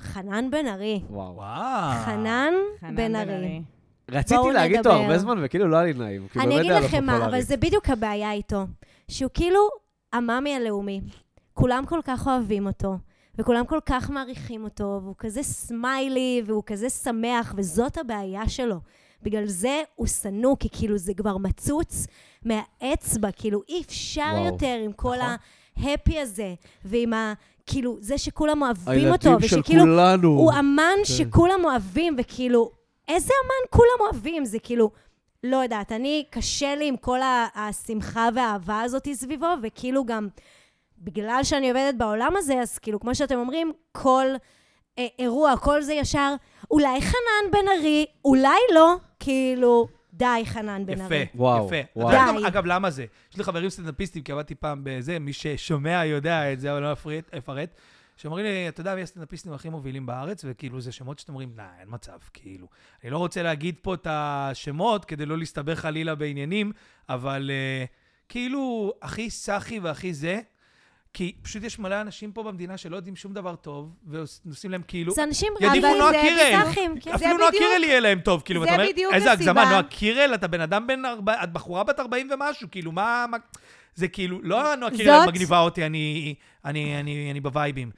חנן בן ארי.
וואו.
וואו.
אה.
חנן
חנן
בן ארי.
רציתי
בואו
להגיד אותו
נדבר.
הרבה זמן, וכאילו לא היה לי נעים. כי הוא
אני
באמת
אגיד
היה לא
לכם מה, אבל
פופולרי.
זה בדיוק הבעיה איתו, שהוא כאילו המאמי הלאומי. כולם כל כך אוהבים אותו, וכולם כל כך מעריכים אותו, והוא כזה סמיילי, והוא כזה שמח, וזאת הבעיה שלו. בגלל זה הוא שנוא, כי כאילו זה כבר מצוץ מהאצבע, כאילו אי אפשר
וואו,
יותר עם כל
נכון.
ההפי הזה, ועם ה... כאילו, זה שכולם אוהבים אותו,
הילדים של
ושכאילו
כולנו.
הוא אמן
כן.
שכולם אוהבים, וכאילו, איזה אמן כולם אוהבים? זה כאילו, לא יודעת, אני, קשה לי עם כל ה- השמחה והאהבה הזאת סביבו, וכאילו גם, בגלל שאני עובדת בעולם הזה, אז כאילו, כמו שאתם אומרים, כל אה, אירוע, כל זה ישר, אולי חנן בן ארי, אולי לא, כאילו, די, חנן בן
יפה,
ארי.
וואו,
יפה. אתה
וואו.
יודע גם-
די.
אגב, למה זה? יש לי חברים סטנדאפיסטים, כי עבדתי פעם בזה, מי ששומע יודע את זה, אבל לא אפרט, אפרט שאומרים לי, אתה יודע מי הסטנדאפיסטים הכי מובילים בארץ? וכאילו, זה שמות שאתם אומרים, לא, אין מצב, כאילו. אני לא רוצה להגיד פה את השמות, כדי לא להסתבך חלילה בעניינים, אבל אה, כאילו, הכי סאחי והכי זה, כי פשוט יש מלא אנשים פה במדינה שלא יודעים שום דבר טוב, ועושים להם כאילו...
זה אנשים
יעדיפו
רבים,
נועה
זה
קירל.
מזרחים, כן.
אפילו
זה
נועה
בדיוק-
קירל יהיה להם טוב, כאילו,
זה
ואתה אומר,
בדיוק
איזה הגזמה,
הסיבה."
נועה קירל, אתה בן אדם בן ארבע, את בחורה בת ארבעים ומשהו, כאילו, מה... מה- זה כאילו, לא נועה קירל
זאת-
מגניבה אותי, אני- אני אני- אני בווייבים.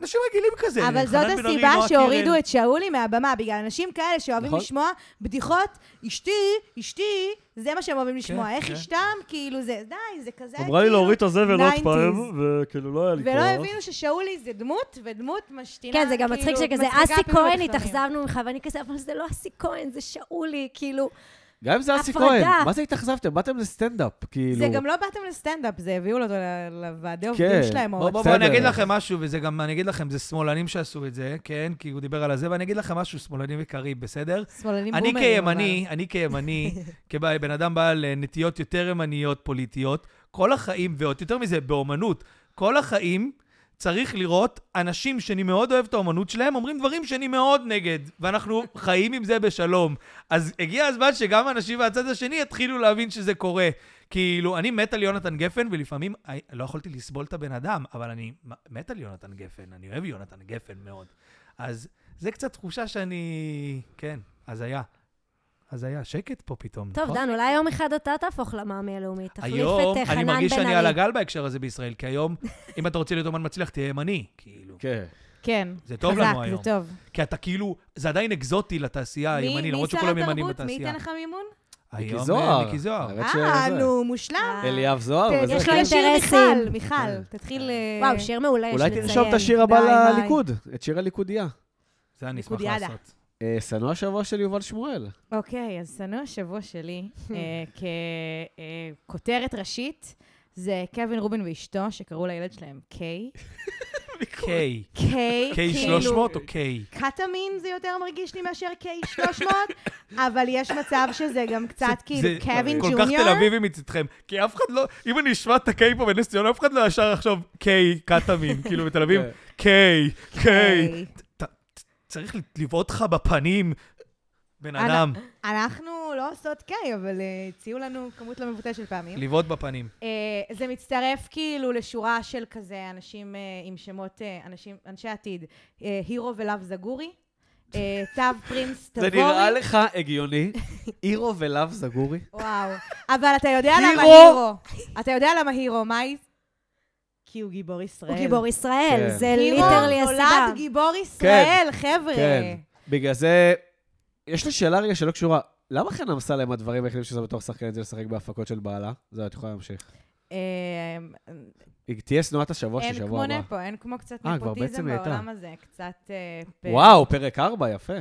אנשים רגילים כזה.
אבל
חנן לא
זאת
בן ארי,
הסיבה
נועה
שהורידו
קירל.
את שאולי מהבמה, בגלל אנשים כאלה שאוהבים
נכון.
לשמוע בדיחות, אשתי, אשתי, זה מה שהם אוהבים לשמוע. איך
כן.
אשתם, כאילו זה, די, זה כזה,
אמרה לי להוריד את הזבל עוד
90s.
פעם, וכאילו לא היה לי
ולא
כוח.
הבינו ששאולי זה דמות, ודמות משתינה,
כן, זה גם מצחיק
כאילו,
שכזה,
מצחיקה
אסי
אפילו
כהן,
מתחרים.
התאכזבנו ממך, ואני כזה, אבל זה לא אסי כהן, זה שאולי, כאילו...
גם אם זה אסי
הפרדה.
כהן, מה זה התאכזבתם? באתם לסטנדאפ, כאילו.
זה גם לא באתם לסטנדאפ, זה הביאו אותו ל- לוועדי
כן.
עובדים שלהם. או
בואו, בואו,
בסדר.
בואו, אני אגיד לכם משהו, וזה גם, אני אגיד לכם, זה שמאלנים שעשו את זה, כן? כי הוא דיבר על הזה, ואני אגיד לכם משהו, שמאלנים יקרים, בסדר?
שמאלנים
אני
בומרים.
כימני, אני כימני, כבן אדם בעל אה, נטיות יותר ימניות פוליטיות, כל החיים, ועוד יותר מזה, באומנות, כל החיים צריך לראות אנשים שאני מאוד אוהב את האומנות שלהם, אומרים דברים שאני מאוד נגד, ואנחנו חיים עם זה בשלום. אז הגיע הזמן שגם אנשים מהצד השני יתחילו להבין שזה קורה. כאילו, אני מת על יונתן גפן, ולפעמים אני- לא יכולתי לסבול את הבן אדם, אבל אני מ- מת על יונתן גפן, אני אוהב יונתן גפן מאוד. אז זה קצת תחושה שאני... כן, הזיה. הזיה, שקט פה פתאום.
טוב,
נכון?
דן, אולי יום אחד אתה תהפוך למאמי הלאומי. תחליף
היום
את אה,
אני
חנן
מרגיש
בן
שאני על
ארי.
הגל בהקשר הזה בישראל, כי היום, אם אתה רוצה להיות אומן מצליח, תהיה ימני, כאילו.
לא-
כן.
כן.
זה טוב
חזק,
לנו היום.
זה טוב.
כי אתה כאילו, זה עדיין אקזוטי לתעשייה
מי-
הימני,
מי
למרות
שר
שכולם ימנים
התרבות? מי
בתעשייה.
ייתן לך מימון?
מיקי
היום,
זוהר.
אה, מיקי זוהר.
האמת
אה,
שזה-
נו, מושלם.
אה,
אליאב זוהר וזה.
יש לו
כן.
תתחיל לשיר
אינטרסים.
מיכל, מיכל, תתחיל... אה,
וואו, שיר מעולה, יש
אולי
לציין.
תרשום את השיר הבא
די, די.
לליכוד, את שיר הליכודייה.
זה אני אשמח
ליכודיאדה.
לעשות.
אה, שנוא השבוע של יובל שמואל.
אוקיי, אז שנוא השבוע שלי אה, ככותרת ראשית, זה קווין רובין ואשתו, שקראו לילד שלהם קיי.
קיי.
קיי,
קיי 300 או קיי?
קטמין כאילו, זה יותר מרגיש לי מאשר קיי 300, אבל יש מצב שזה גם קצת כאילו
זה-
קווין
כל כך תל
ג'וניור.
אביבי מצדכם. כי אף אחד לא, אם אני אשמע את הקיי פה בנס ציונה, אף אחד לא ישר יחשוב קיי, קטמין, כאילו בתל אביב,
כן.
קיי, קיי.
היי.
צריך לבעוט לך בפנים, בן
אנא-
אדם.
אנחנו לא עושות קיי, אבל אה, הציעו לנו כמות לא מבוטלת של פעמים.
לבעוט בפנים.
אה, זה מצטרף כאילו לשורה של כזה אנשים אה, עם שמות, אה, אנשים, אנשי עתיד, אה, הירו ולאו זגורי, אה, תו פרינס
זה
תבורי.
נראה לך הגיוני? אירו ולאו זגורי?
וואו. אבל אתה יודע למה
הירו!
הירו. אתה יודע למה הירו, מאי? כי הוא גיבור ישראל.
הוא גיבור ישראל,
כן.
זה
הירו
ליטרלי הסיבה.
נולד גיבור ישראל, חבר'ה.
כן. בגלל זה, יש לי שאלה רגע שלא קשורה. למה חן אמסלם הדברים היחידים שזה בתור שחקנית זה לשחק בהפקות של בעלה? זהו, את יכולה להמשיך.
אה,
היא תהיה שנואת השבוע של
אין
שבוע
כמו
הבא.
נפו, אין כמו קצת
אה, כבר
נפוטיזם
בעצם היא הייתה.
בעולם הזה. קצת... אה, פ-
וואו, פרק 4, יפה.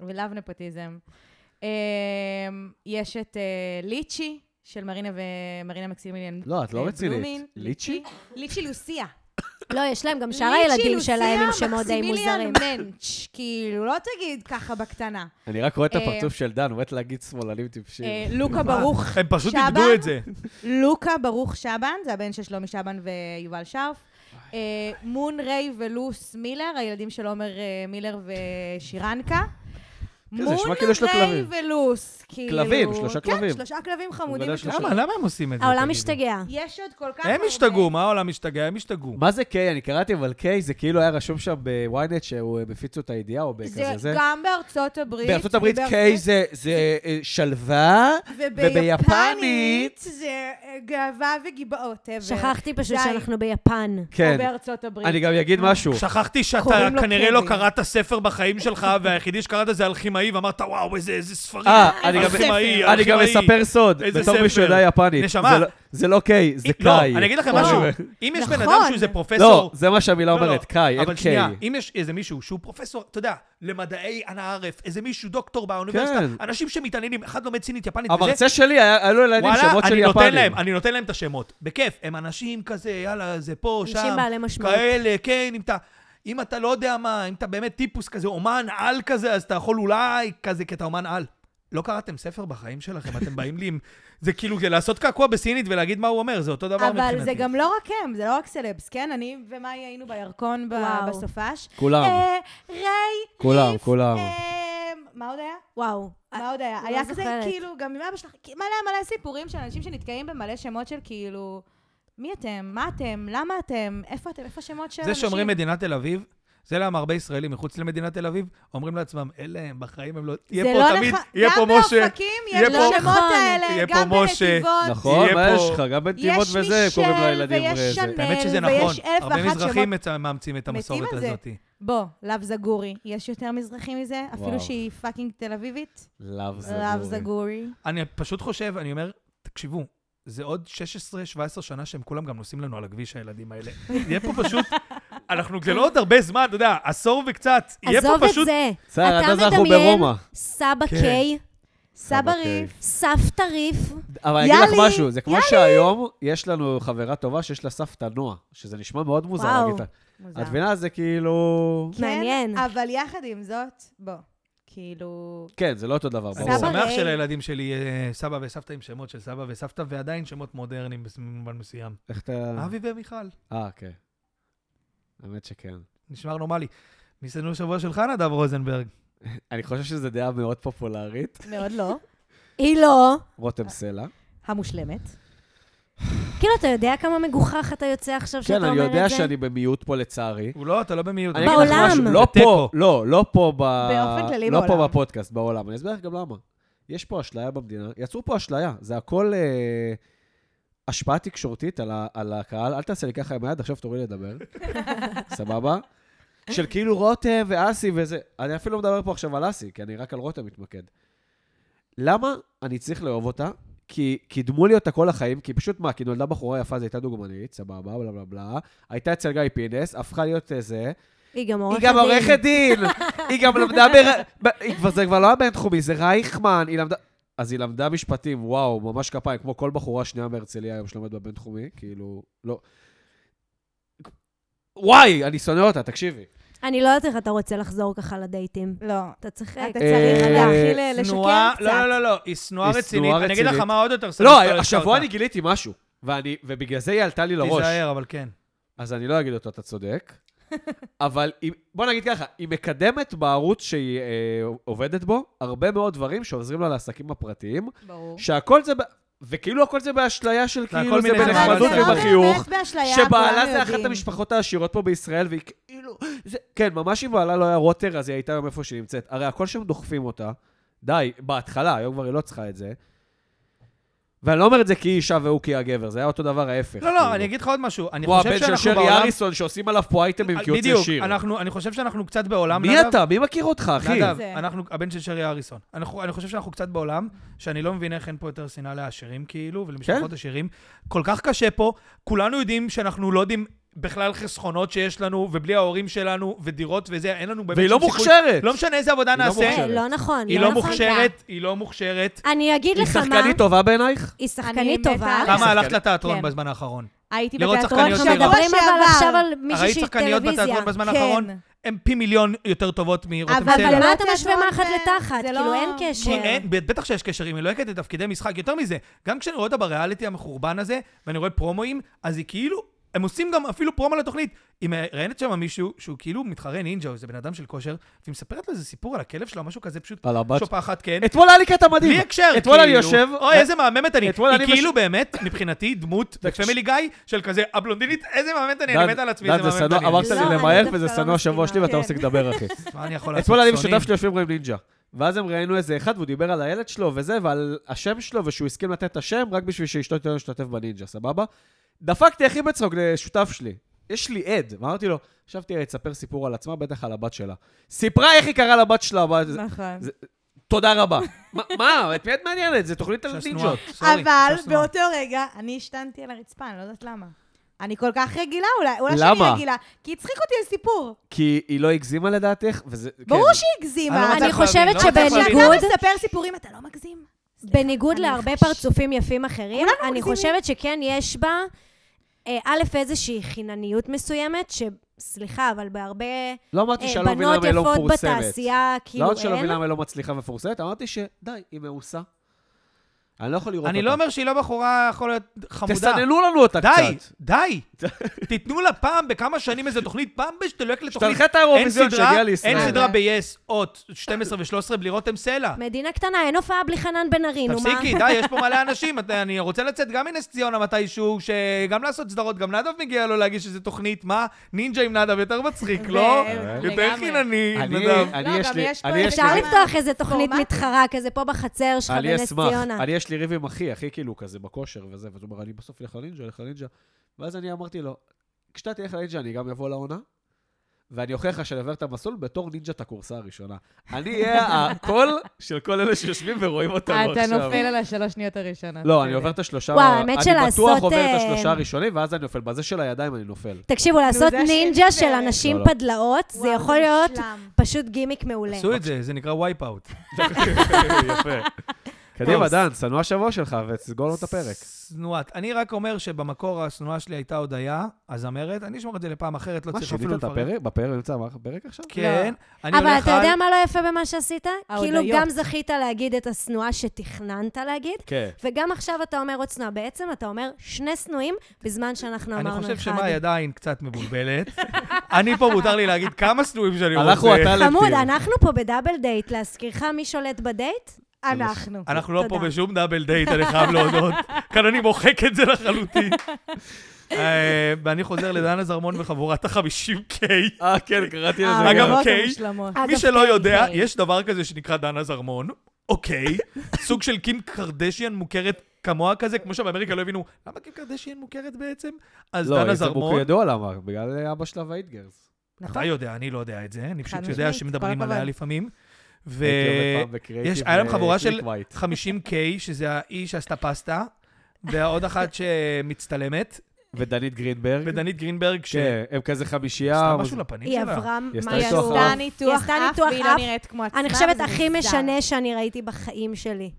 ולאו נפוטיזם. אמ, יש את אה, ליצ'י של מרינה ומרינה מקסימיליאן.
לא, את לא
אה,
רצינית.
בלומין.
ליצ'י?
ליצ'י לוסיה.
לא, יש להם גם שאר
ליצ'י
הילדים
לוסיה
שלהם עם שמות די מוזרים.
מקסימיליאן מנץ', כאילו, לא תגיד ככה בקטנה.
אני רק רואה את
אה,
הפרצוף של דן, הוא מת להגיד שמאלנים טיפשים.
אה, לוקה ברוך,
הם פשוט
שבן?
איבדו את זה.
לוקה ברוך שבן, זה הבן של שלומי שבן ויובל שרף. אה, מון ריי ולוס מילר, הילדים של עומר אה, מילר ושירנקה.
זה
מון
נשמע כאילו יש לו
ריי
כלבים.
ולוס, כאילו...
כלבים, שלושה
כן,
כלבים.
שלושה כלבים חמודים
גדל
וכלבים.
שלושה.
למה, למה הם עושים את זה?
העולם
תגידו?
משתגע.
יש עוד כל כך הרבה...
הם השתגעו, מה העולם משתגע? הם השתגעו.
מה זה קיי? אני קראתי, אבל קיי זה כאילו היה רשום שם בוויינט שהוא הם הפיצו את הידיעה או בכזה
זה
זה.
גם בארצות הברית.
בארצות הברית
ובארצות-
קיי זה- זה אה, שלווה,
וביפנית זה אה, גאווה וגיבאות. אה, ו-
שכחתי פשוט
די.
שאנחנו ביפן.
או
כן.
בארצות הברית.
אני גם אגיד משהו.
שכחתי שאתה
קוראים לו
כנראה לא
קווין.
קראת ספר בחיים שלך, והיחידי שקראת זה אלכימאי, ואמרת, וואו, איזה איזה ספרים.
אה, אני גם-
אלכימאי, לא,
אני גם
אלכימאי."
אספר סוד,
איזה
בתור
ספר.
מי שיודע יפנית.
נשמה.
זה לא- זה לא קיי, זה
לא,
קאי. אה.
אני אגיד לכם
לא.
משהו. אם יש בן אדם
נכון.
שהוא איזה
לא,
פרופסור...
זה מה שהמילה
לא, לא.
אומרת, קאי, אין
אבל
קיי.
שנייה, אם יש איזה מישהו שהוא פרופסור, אתה יודע, למדעי אנא ערף, איזה מישהו דוקטור באוניברסיטה,
כן.
אנשים שמתעניינים, אחד לומד סינית, יפנית וזה,
המרצה שלי, היה- היו לו ילדים
וואלה,
שמות של
אני נותן להם,
יפנים.
אני נותן להם את השמות. בכיף, הם אנשים כזה, יאללה, זה פה, שם.
אנשים בעלי משמעות.
כאלה, כן, אם אתה... אם אתה לא יודע מה, אם אתה באמת טיפוס כזה, אומן על כזה, אז אתה יכול אולי כזה, כי אתה אומן על. לא קראתם ספר בחיים שלכם, אתם באים לי עם... זה כאילו זה לעשות קעקוע בסינית ולהגיד מה הוא אומר, זה אותו דבר מבחינתי.
אבל זה גם לא רק הם, זה לא רק סלבס, כן? אני ומאי היינו בירקון ב-
וואו.
בסופש.
כולם,
אה, ריי,
כולם,
ריף,
כולם.
אה, מה עוד היה?
וואו.
מה עוד היה?
לא
היה כזה,
זוכרת.
כאילו, גם עם אבא שלך, כי- מלא מלא סיפורים של אנשים שנתקעים במלא שמות של כאילו, מי אתם? מה אתם? למה אתם? איפה אתם? איפה השמות של
זה
אנשים?
שאומרים מדינת תל אביב, זה למה הרבה ישראלים מחוץ למדינת תל אביב אומרים לעצמם, אלה הם בחיים, הם לא... יהיה
זה
פה
לא
תמיד,
נכ-
יהיה פה
גם
משה,
באופקים יש
יהיה
את
פה-
השמות
נכון.
האלה,
יהיה פה
גם
משה.
בנתיבות.
נכון,
יהיה
מה
פה-
יש לך? גם בנתיבות
יש
וזה קוראים
מישל
לילדים
ויש
רזה.
שנ-
האמת שזה
ויש
נכון,
אלף
הרבה
ואחת
מזרחים מצ- מאמצים את
מתים
המסורת
על זה.
הזאת.
בוא, לאו זגורי. יש יותר מזרחי מזה? אפילו
וואו.
שהיא פאקינג תל אביבית?
לאו
לאו
זגורי.
זגורי.
אני פשוט חושב, אני אומר, תקשיבו, זה עוד 16-17 שנה שהם כולם גם נוסעים לנו על הכביש, הילדים האלה. יהיה פה פשוט, אנחנו, זה לא עוד הרבה זמן, אתה יודע, עשור וקצת, יהיה פה
עזוב את
פשוט...
זה.
בסדר, עד
אתה
אז אנחנו
מדמיין
ברומא.
סבא
כן.
קיי,
סבא
אוקיי.
ריף.
סבתא ריף.
אבל אני אגיד לך
יאלי,
משהו, זה כמו שהיום יש לנו חברה טובה שיש לה סבתא נועה, שזה נשמע מאוד מוזר
וואו.
להגיד את ה...
מוזר.
את מבינה? זה כאילו...
כן,
מעניין.
אבל יחד עם זאת, בוא, כאילו...
כן, זה לא אותו דבר,
אני
ברור.
סבא
שמח
ריי.
שלילדים שלי יהיה סבא וסבתא עם שמות של סבא וסבתא,
אה.
ועדיין שמות מודרניים במובן מסוים.
איך אתה...
אבי ומיכל.
אה, כן. אוקיי. האמת שכן.
נשמע נורמלי. מסתננו שבוע שלך, נדב רוזנברג.
אני חושב שזו דעה מאוד פופולרית.
מאוד לא.
היא לא.
רותם סלע.
המושלמת.
כאילו, אתה יודע כמה מגוחך אתה יוצא עכשיו שאתה
כן,
אומר את
אני
זה?
יודע שאני במיעוט פה לצערי.
הוא לא, אתה לא במיעוט.
אני אגיד לך
בעולם.
משהו, לא פה,
בתיקו.
לא, לא פה ב...
באופן כללי
לא
בעולם.
פה בפודקאסט, בעולם. אני אסביר לך גם למה. יש פה אשליה במדינה, יצרו פה אשליה. זה הכל אה, השפעה תקשורתית על, ה, על הקהל. אל תעשה לי ככה עם היד, עכשיו תורי לדבר. סבבה? של כאילו רותם ואסי וזה. אני אפילו לא מדבר פה עכשיו על אסי, כי אני רק על רותם מתמקד. למה אני צריך לאהוב אותה? כי קידמו לי אותה כל החיים, כי פשוט מה, כי נולדה בחורה יפה, זו הייתה דוגמנית, סבבה, בלה בלה בלה. הייתה אצל גיא פינס, הפכה להיות אה, זה.
היא גם
היא
עורכת
גם עורכת
דין.
דין, היא גם למדה, בר- ב- היא כבר- זה כבר לא היה בינתחומי, זה רייכמן, היא למדה... אז היא למדה משפטים, וואו, ממש כפיים, כמו כל בחורה שנייה מהרצליה היום שלומד בבינתחומי, כאילו, לא. וואי, אני שונא אותה, תקשיבי.
אני לא יודעת איך אתה רוצה לחזור ככה לדייטים.
לא.
אתה צוחק.
אתה צריך
אה,
להתחיל לשקר
שנואה-
קצת.
לא, לא, לא, לא, היא שנואה
היא
רצינית.
שנואה
אני אגיד לך
רצינית.
מה עוד יותר סבבה.
לא, השבוע אני גיליתי משהו, ואני- ובגלל זה היא עלתה לי לראש.
תיזהר, אבל כן.
אז אני לא אגיד אותו, אתה צודק. אבל היא- בוא נגיד ככה, היא מקדמת בערוץ שהיא אה, עובדת בו הרבה מאוד דברים שעוזרים לה לעסקים הפרטיים,
ברור.
שהכל זה, ב- וכאילו הכל זה באשליה של כאילו
הכל
זה
מיני
בנחמדות
אבל זה לא
ובחיוך,
באשליה,
שבעלה
כולם
זה אחת
יודעים.
המשפחות העשירות פה בישראל, והיא כאילו, זה- כן, ממש אם בעלה לא היה רוטר, אז היא הייתה היום איפה שהיא נמצאת. הרי הכל שם דוחפים אותה, די, בהתחלה, היום כבר היא לא צריכה את זה. ואני לא אומר את זה כי היא אישה והוא כי הגבר, זה היה אותו דבר ההפך.
לא,
כאילו.
לא, אני אגיד לך עוד משהו. אני
כמו
חושב
הבן של
שאנחנו
שרי
בעולם...
אריסון, שעושים עליו פה אייטמים כי הוא
בדיוק,
יוצא שיר.
אנחנו- אני חושב שאנחנו קצת בעולם,
מי
נדב.
אתה? מי מכיר אותך, אחי?
נדב,
זה-
אנחנו, הבן של שרי אריסון. אנחנו- אני חושב שאנחנו קצת בעולם, שאני לא מבין איך אין פה יותר שנאה לעשירים כאילו, ולמשפחות
כן.
עשירים. כל כך קשה פה, כולנו יודעים שאנחנו לא יודעים בכלל חסכונות שיש לנו, ובלי ההורים שלנו, ודירות וזה, אין לנו באמת...
והיא
שום
לא
סיכוי.
מוכשרת.
לא משנה איזה עבודה
היא לא
נעשה,
מוכשרת.
אה, לא נכון,
היא לא
נכון.
מוכשרת, היא לא מוכשרת.
אני אגיד
היא
לך מה...
שחקנית טובה בעינייך?
היא
אני
שחקנית
מתה
טובה.
עליה.
כמה
שחקנית.
הלכת לתיאטרון
כן.
בזמן האחרון?
הייתי
לראות
בתיאטרון
שחקניות
אנחנו
צעירות.
שבוע
מדברים אבל עכשיו
שעבר.
על מישהי
ראית
שהיא
שחקניות
טלוויזיה.
בתיאטרון בזמן
כן.
האחרון? הן פי מיליון יותר טובות מרותם
אבל
סלע.
אבל מה אתה
תיאטרון
משווה מאחת
זה-
לתחת?
זה
כאילו,
לא-
אין
כי
קשר.
אין- בטח שיש קשר, אם היא לוהקת לתפקידי משחק. יותר מזה, גם כשאני רואה אותה בריאליטי המחורבן הזה, ואני רואה פרומואים, אז היא כאילו, הם עושים גם אפילו פרומו לתוכנית. היא מראיינת שם מישהו שהוא כאילו מתחרה נינג'ה, או איזה בן אדם של כושר, והיא מספרת לו איזה סיפור על הכלב שלה, או משהו כזה, פשוט
על הבת.
שופחת, כן.
אתמול היה לי קטע מדהים.
בלי הקשר, כאילו.
אתמול אני יושב... אה,
אוי, איזה מהממת אני.
אתמול
היא
אני מש-
כאילו באמת, מבחינתי, דמות בפמילי גיא, של כזה, הבלונדינית, איזה מהממת אני, אני מת על עצמי,
דן,
איזה
זה
מהממת
שנוא,
אני.
אמרת
לא,
לי
אני
למהר,
דווקא
וזה
לא
שנוא השבוע שלי, ואתה
מסכימה.
מפסיק לדבר, אחי.
מה אני יכול לעשות?
אתמול אני
שונאים.
ושותף שלי יושבים רואים נינג'ה. ואז הם ראיינו איזה אחד, והוא דיבר על הילד שלו וזה, ועל השם שלו, ושהוא הסכים לתת את השם רק בשביל שאשתו תיתן לו להשתתף בנינג'ה, סבבה? דפקתי הכי בצחוק לשותף שלי. יש לי עד, ואמרתי לו, עכשיו תראה, תספר סיפור על עצמה, בטח על הבת שלה. סיפרה איך היא קראה לבת שלה, אבל-
נכון.
זה- תודה רבה. מה- מה, את מי את מעניינת? זה תוכנית על
אישה שנואה,
נינג'ות.
סורי,
אבל
אישה שנואה.
באותו רגע, אני השתנתי על הרצפה, אני לא יודעת למה. אני כל כך רגילה אולי, אולי
למה?
שאני רגילה, כי הצחיק אותי הסיפור.
כי היא לא הגזימה לדעתך, וזה...
ברור
כן.
שהיא
אני לא
הגזימה.
מצליח
אני
להבין,
חושבת
לא מצליח להבין.
שבניגוד...
כשאתה מספר סיפורים, אתה לא מגזים.
בניגוד
אני
להרבה
חש-
פרצופים יפים אחרים,
כולנו
אני
מגזימים.
חושבת שכן יש בה, אה, א', איזושהי חינניות מסוימת, ש... סליחה, אבל בהרבה
לא אמרתי
אה,
שאני לא מבין
בנות
למה היא לא
יפות
מפורסמת.
בתעשייה,
לא
כאילו
רק שלא
אין.
מבין למה היא לא מצליחה ומפורסמת, אמרתי שדי, היא מאוסה. אני לא יכול לראות אותה.
אני לא אומר שהיא לא בחורה יכול להיות חמודה.
תסננו לנו אותה
די,
קצת.
די. תיתנו לה פעם בכמה שנים איזה תוכנית, פעם בשתלק לתוכנית.
שתלכה את
אין
האירוויזיון
סדרה,
שהגיעה לישראל.
אין סדרה ב-yes, אות 12 ו-13 בלי רותם סלע.
מדינה קטנה, אין הופעה בלי חנן בן ארי, נו מה?
תפסיקי, די, יש פה מלא אנשים. את- אני רוצה לצאת גם מנס ציונה מתישהו, שגם לעשות סדרות, גם נדב מגיע לו להגיש איזו תוכנית, מה? נינג'ה עם נדב יותר מצחיק,
זה-
לא?
לגמרי.
יותר חינני,
אני-
נדב.
אני
לא,
יש
גם
לי-
יש פה
אני יש
אפשר
לי-
לי-
לפתוח איזה תוכנית
פורמט?
מתחרה כזה פה בחצר שלך
אני
בנס
אשמח.
ציונה.
אני יש לי ריב עם אחי, אחי כאילו כזה בכושר וזה, ואז הוא אומר, אני בסוף אלך לנינג'ה, אלך לנינג'ה. ואז אני אמרתי לו, כשאתה תלך לנינג'ה אני גם אבוא לעונה, ואני אוכיח לך שאני עובר את המסלול בתור נינג'ת הקורסה הראשונה. אני אהיה הקול של כל אלה שיושבים ורואים אותנו עכשיו.
על השלוש שניות הראשונות.
אוקיי.
לא, אני עובר את השלושה...
וואו, האמת
אני
שלעשות,
בטוח עובר את
אה,
השלושה הראשונים, ואז אני נופל. בזה של הידיים אני נופל.
תקשיבו, לעשות
זה השם
נינג'ה של
שלהם.
אנשים
לא, לא.
פדלאות, זה יכול להיות פשוט גימיק מעולה.
עשו את זה, זה נקרא וייפ אאוט.
יפה. קדימה, דן, שנוא השבוע שלך, ותסגור לנו את הפרק.
צנועת. אני רק אומר שבמקור השנואה שלי הייתה הודיה, הזמרת, אני אשמור את זה לפעם אחרת, לא
מה,
צריך אפילו
שינית את
לפרט.
הפרק? בפרק, באמצע המערכת הפרק עכשיו?
כן. אני
אבל
הולך
אתה
על-
יודע מה לא יפה במה שעשית? כאילו
ההודיות.
גם זכית להגיד את השנואה שתכננת להגיד,
כן.
וגם עכשיו אתה אומר עוד שנואה. בעצם אתה אומר שני שנואים בזמן שאנחנו אמרנו
אני
אחד.
חושב שמאי עדיין קצת מבולבלת. אני פה, מותר לי להגיד כמה שנואים שאני רוצה.
אנחנו הטאלנטים.
חמוד, אנחנו פה בדאבל דייט. להזכירך, מי שולט בדייט?
אנחנו.
אנחנו לא פה
תודה.
בשום דאבל דייט, אני חייב להודות. כאן אני מוחק את זה לחלוטין. אה, ואני חוזר לדנה זרמון וחבורת ה-50K.
אה, כן, קראתי לזה
אגב,
גם.
לא,
הערבות
אוקיי.
המושלמות.
אגב,
מי שלא יודע,
כן, כן.
יש דבר כזה שנקרא דנה זרמון, אוקיי, סוג של קים קרדשיאן מוכרת כמוה כזה, כמו שבאמריקה לא הבינו, למה קים קרדשיאן מוכרת בעצם? אז
לא,
דנה
זה
זרמון,
הוא ידוע למה, בגלל אבא שלה והאיטגרס.
אתה
נכון?
יודע, אני לא יודע את זה, אני פשוט יודע
משמעית,
שמדברים
כל הכבוד.
עליה לפעמים. ו...
יש,
יש- היה להם חבורה של 50K, שזה האי שעשתה פסטה, והעוד אחת שמצטלמת,
ודנית גרינברג.
ודנית גרינברג, שעשתה
כן, הם כזה חמישייה.
משהו לפנים
היא
שלה.
עברה
היא עשתה
היא
ניתוח
משהו...
אף.
עשתה ניתוח
עשתה
אף,
ניתוח
והיא
אף.
לא נראית כמו עצמה.
אני חושבת
וזה
הכי
מוזר.
משנה שאני ראיתי בחיים שלי.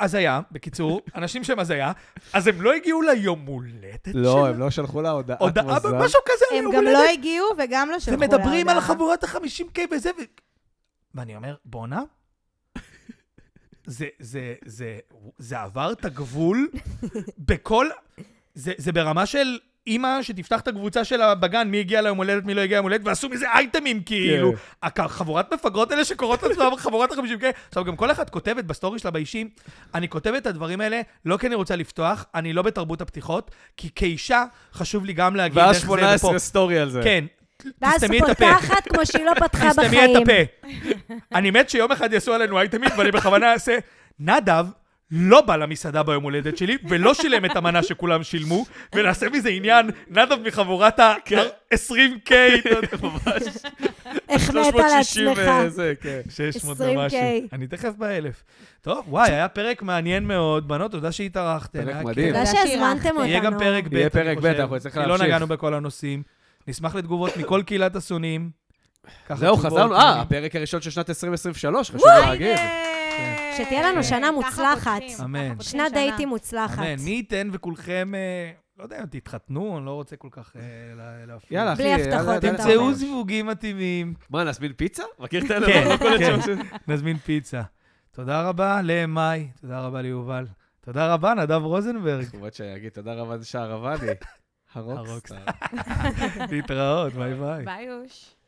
הזיה, בקיצור, אנשים שהם הזיה, אז הם לא הגיעו ליום הולדת שלה.
לא, הם לא שלחו לה הודעת מזל.
הודעה, אה, משהו כזה על
הם
יום
גם
הולדת.
לא הגיעו וגם לא שלחו
ומדברים על
להודעה.
חבורת ה-50K וזה, ו... ואני אומר, בואנה, זה, זה, זה, זה עבר את הגבול בכל... זה, זה ברמה של אימא שתפתח את הקבוצה שלה בגן, מי הגיע ליום הולדת, מי לא הגיע ליום הולדת, ועשו מזה אייטמים, כאילו. הכ- חבורת מפגרות האלה שקוראות לעצמן חבורת ה-50K. עכשיו, גם כל אחת כותבת בסטורי שלה באישי, אני כותבת את הדברים האלה, לא כי אני רוצה לפתוח, אני לא בתרבות הפתיחות, כי כאישה חשוב לי גם להגיד
ואז
איך זה ופה.
18 סטורי על זה.
כן,
ואז
תסתמי את הפה.
פותחת כמו שהיא לא פתחה בחיים.
תסתמי את הפה. אני מת שיום אחד יעשו עלינו אייטמים, ואני בכוונה אעשה... נדב לא בא למסעדה ביום הולדת שלי, ולא שילם את המנה שכולם שילמו, ונעשה מזה עניין, נדב מחבורת ה-20K, אתה יודע,
החמאת על
360,
עצמך.
אה, זה, כן.
600
20K.
ומשהו. אני תכף באלף. טוב, וואי, היה פרק מעניין מאוד. בנות, תודה שהתארחתן.
פרק
היה
מדהים.
כיף.
תודה שהזמנתם אותנו.
יהיה גם פרק ב',
יהיה
אני
פרק ב',
חושב.
אנחנו נצטרך
כי
להמשיך.
לא נגענו בכל הנושאים. נשמח לתגובות מכל קהילת השונאים. ככה
זהו,
תגובות,
חזרנו.
עניינים.
אה, הפרק הראשון של שנת 2023, חשוב להגיד.
כן.
שתהיה לנו שנה
ככה
מוצלחת.
פותחים.
אמן.
ככה פותחים שנה.
שנת דייטים מוצלחת.
אמן, מי ייתן וכולכם, אה, לא יודע, תתחתנו, אני לא רוצה כל כך אה, לה- להפריע.
יאללה, אחי.
בלי הבטחות,
יאללה,
אתה
יאללה.
תמצאו זיווגים מתאימים,
מה, נזמין פיצה? מכיר את האלה?
כן,
לא, כל
כן.
השם ש-
נזמין פיצה. תודה רבה למאי, תודה רבה ליובל. תודה רבה, נדב רוזנברג.
למרות שיגיד תודה רבה לשער עבדי. הרוקסטאר.
להתראות, ביי ביי.
ביי, יוש.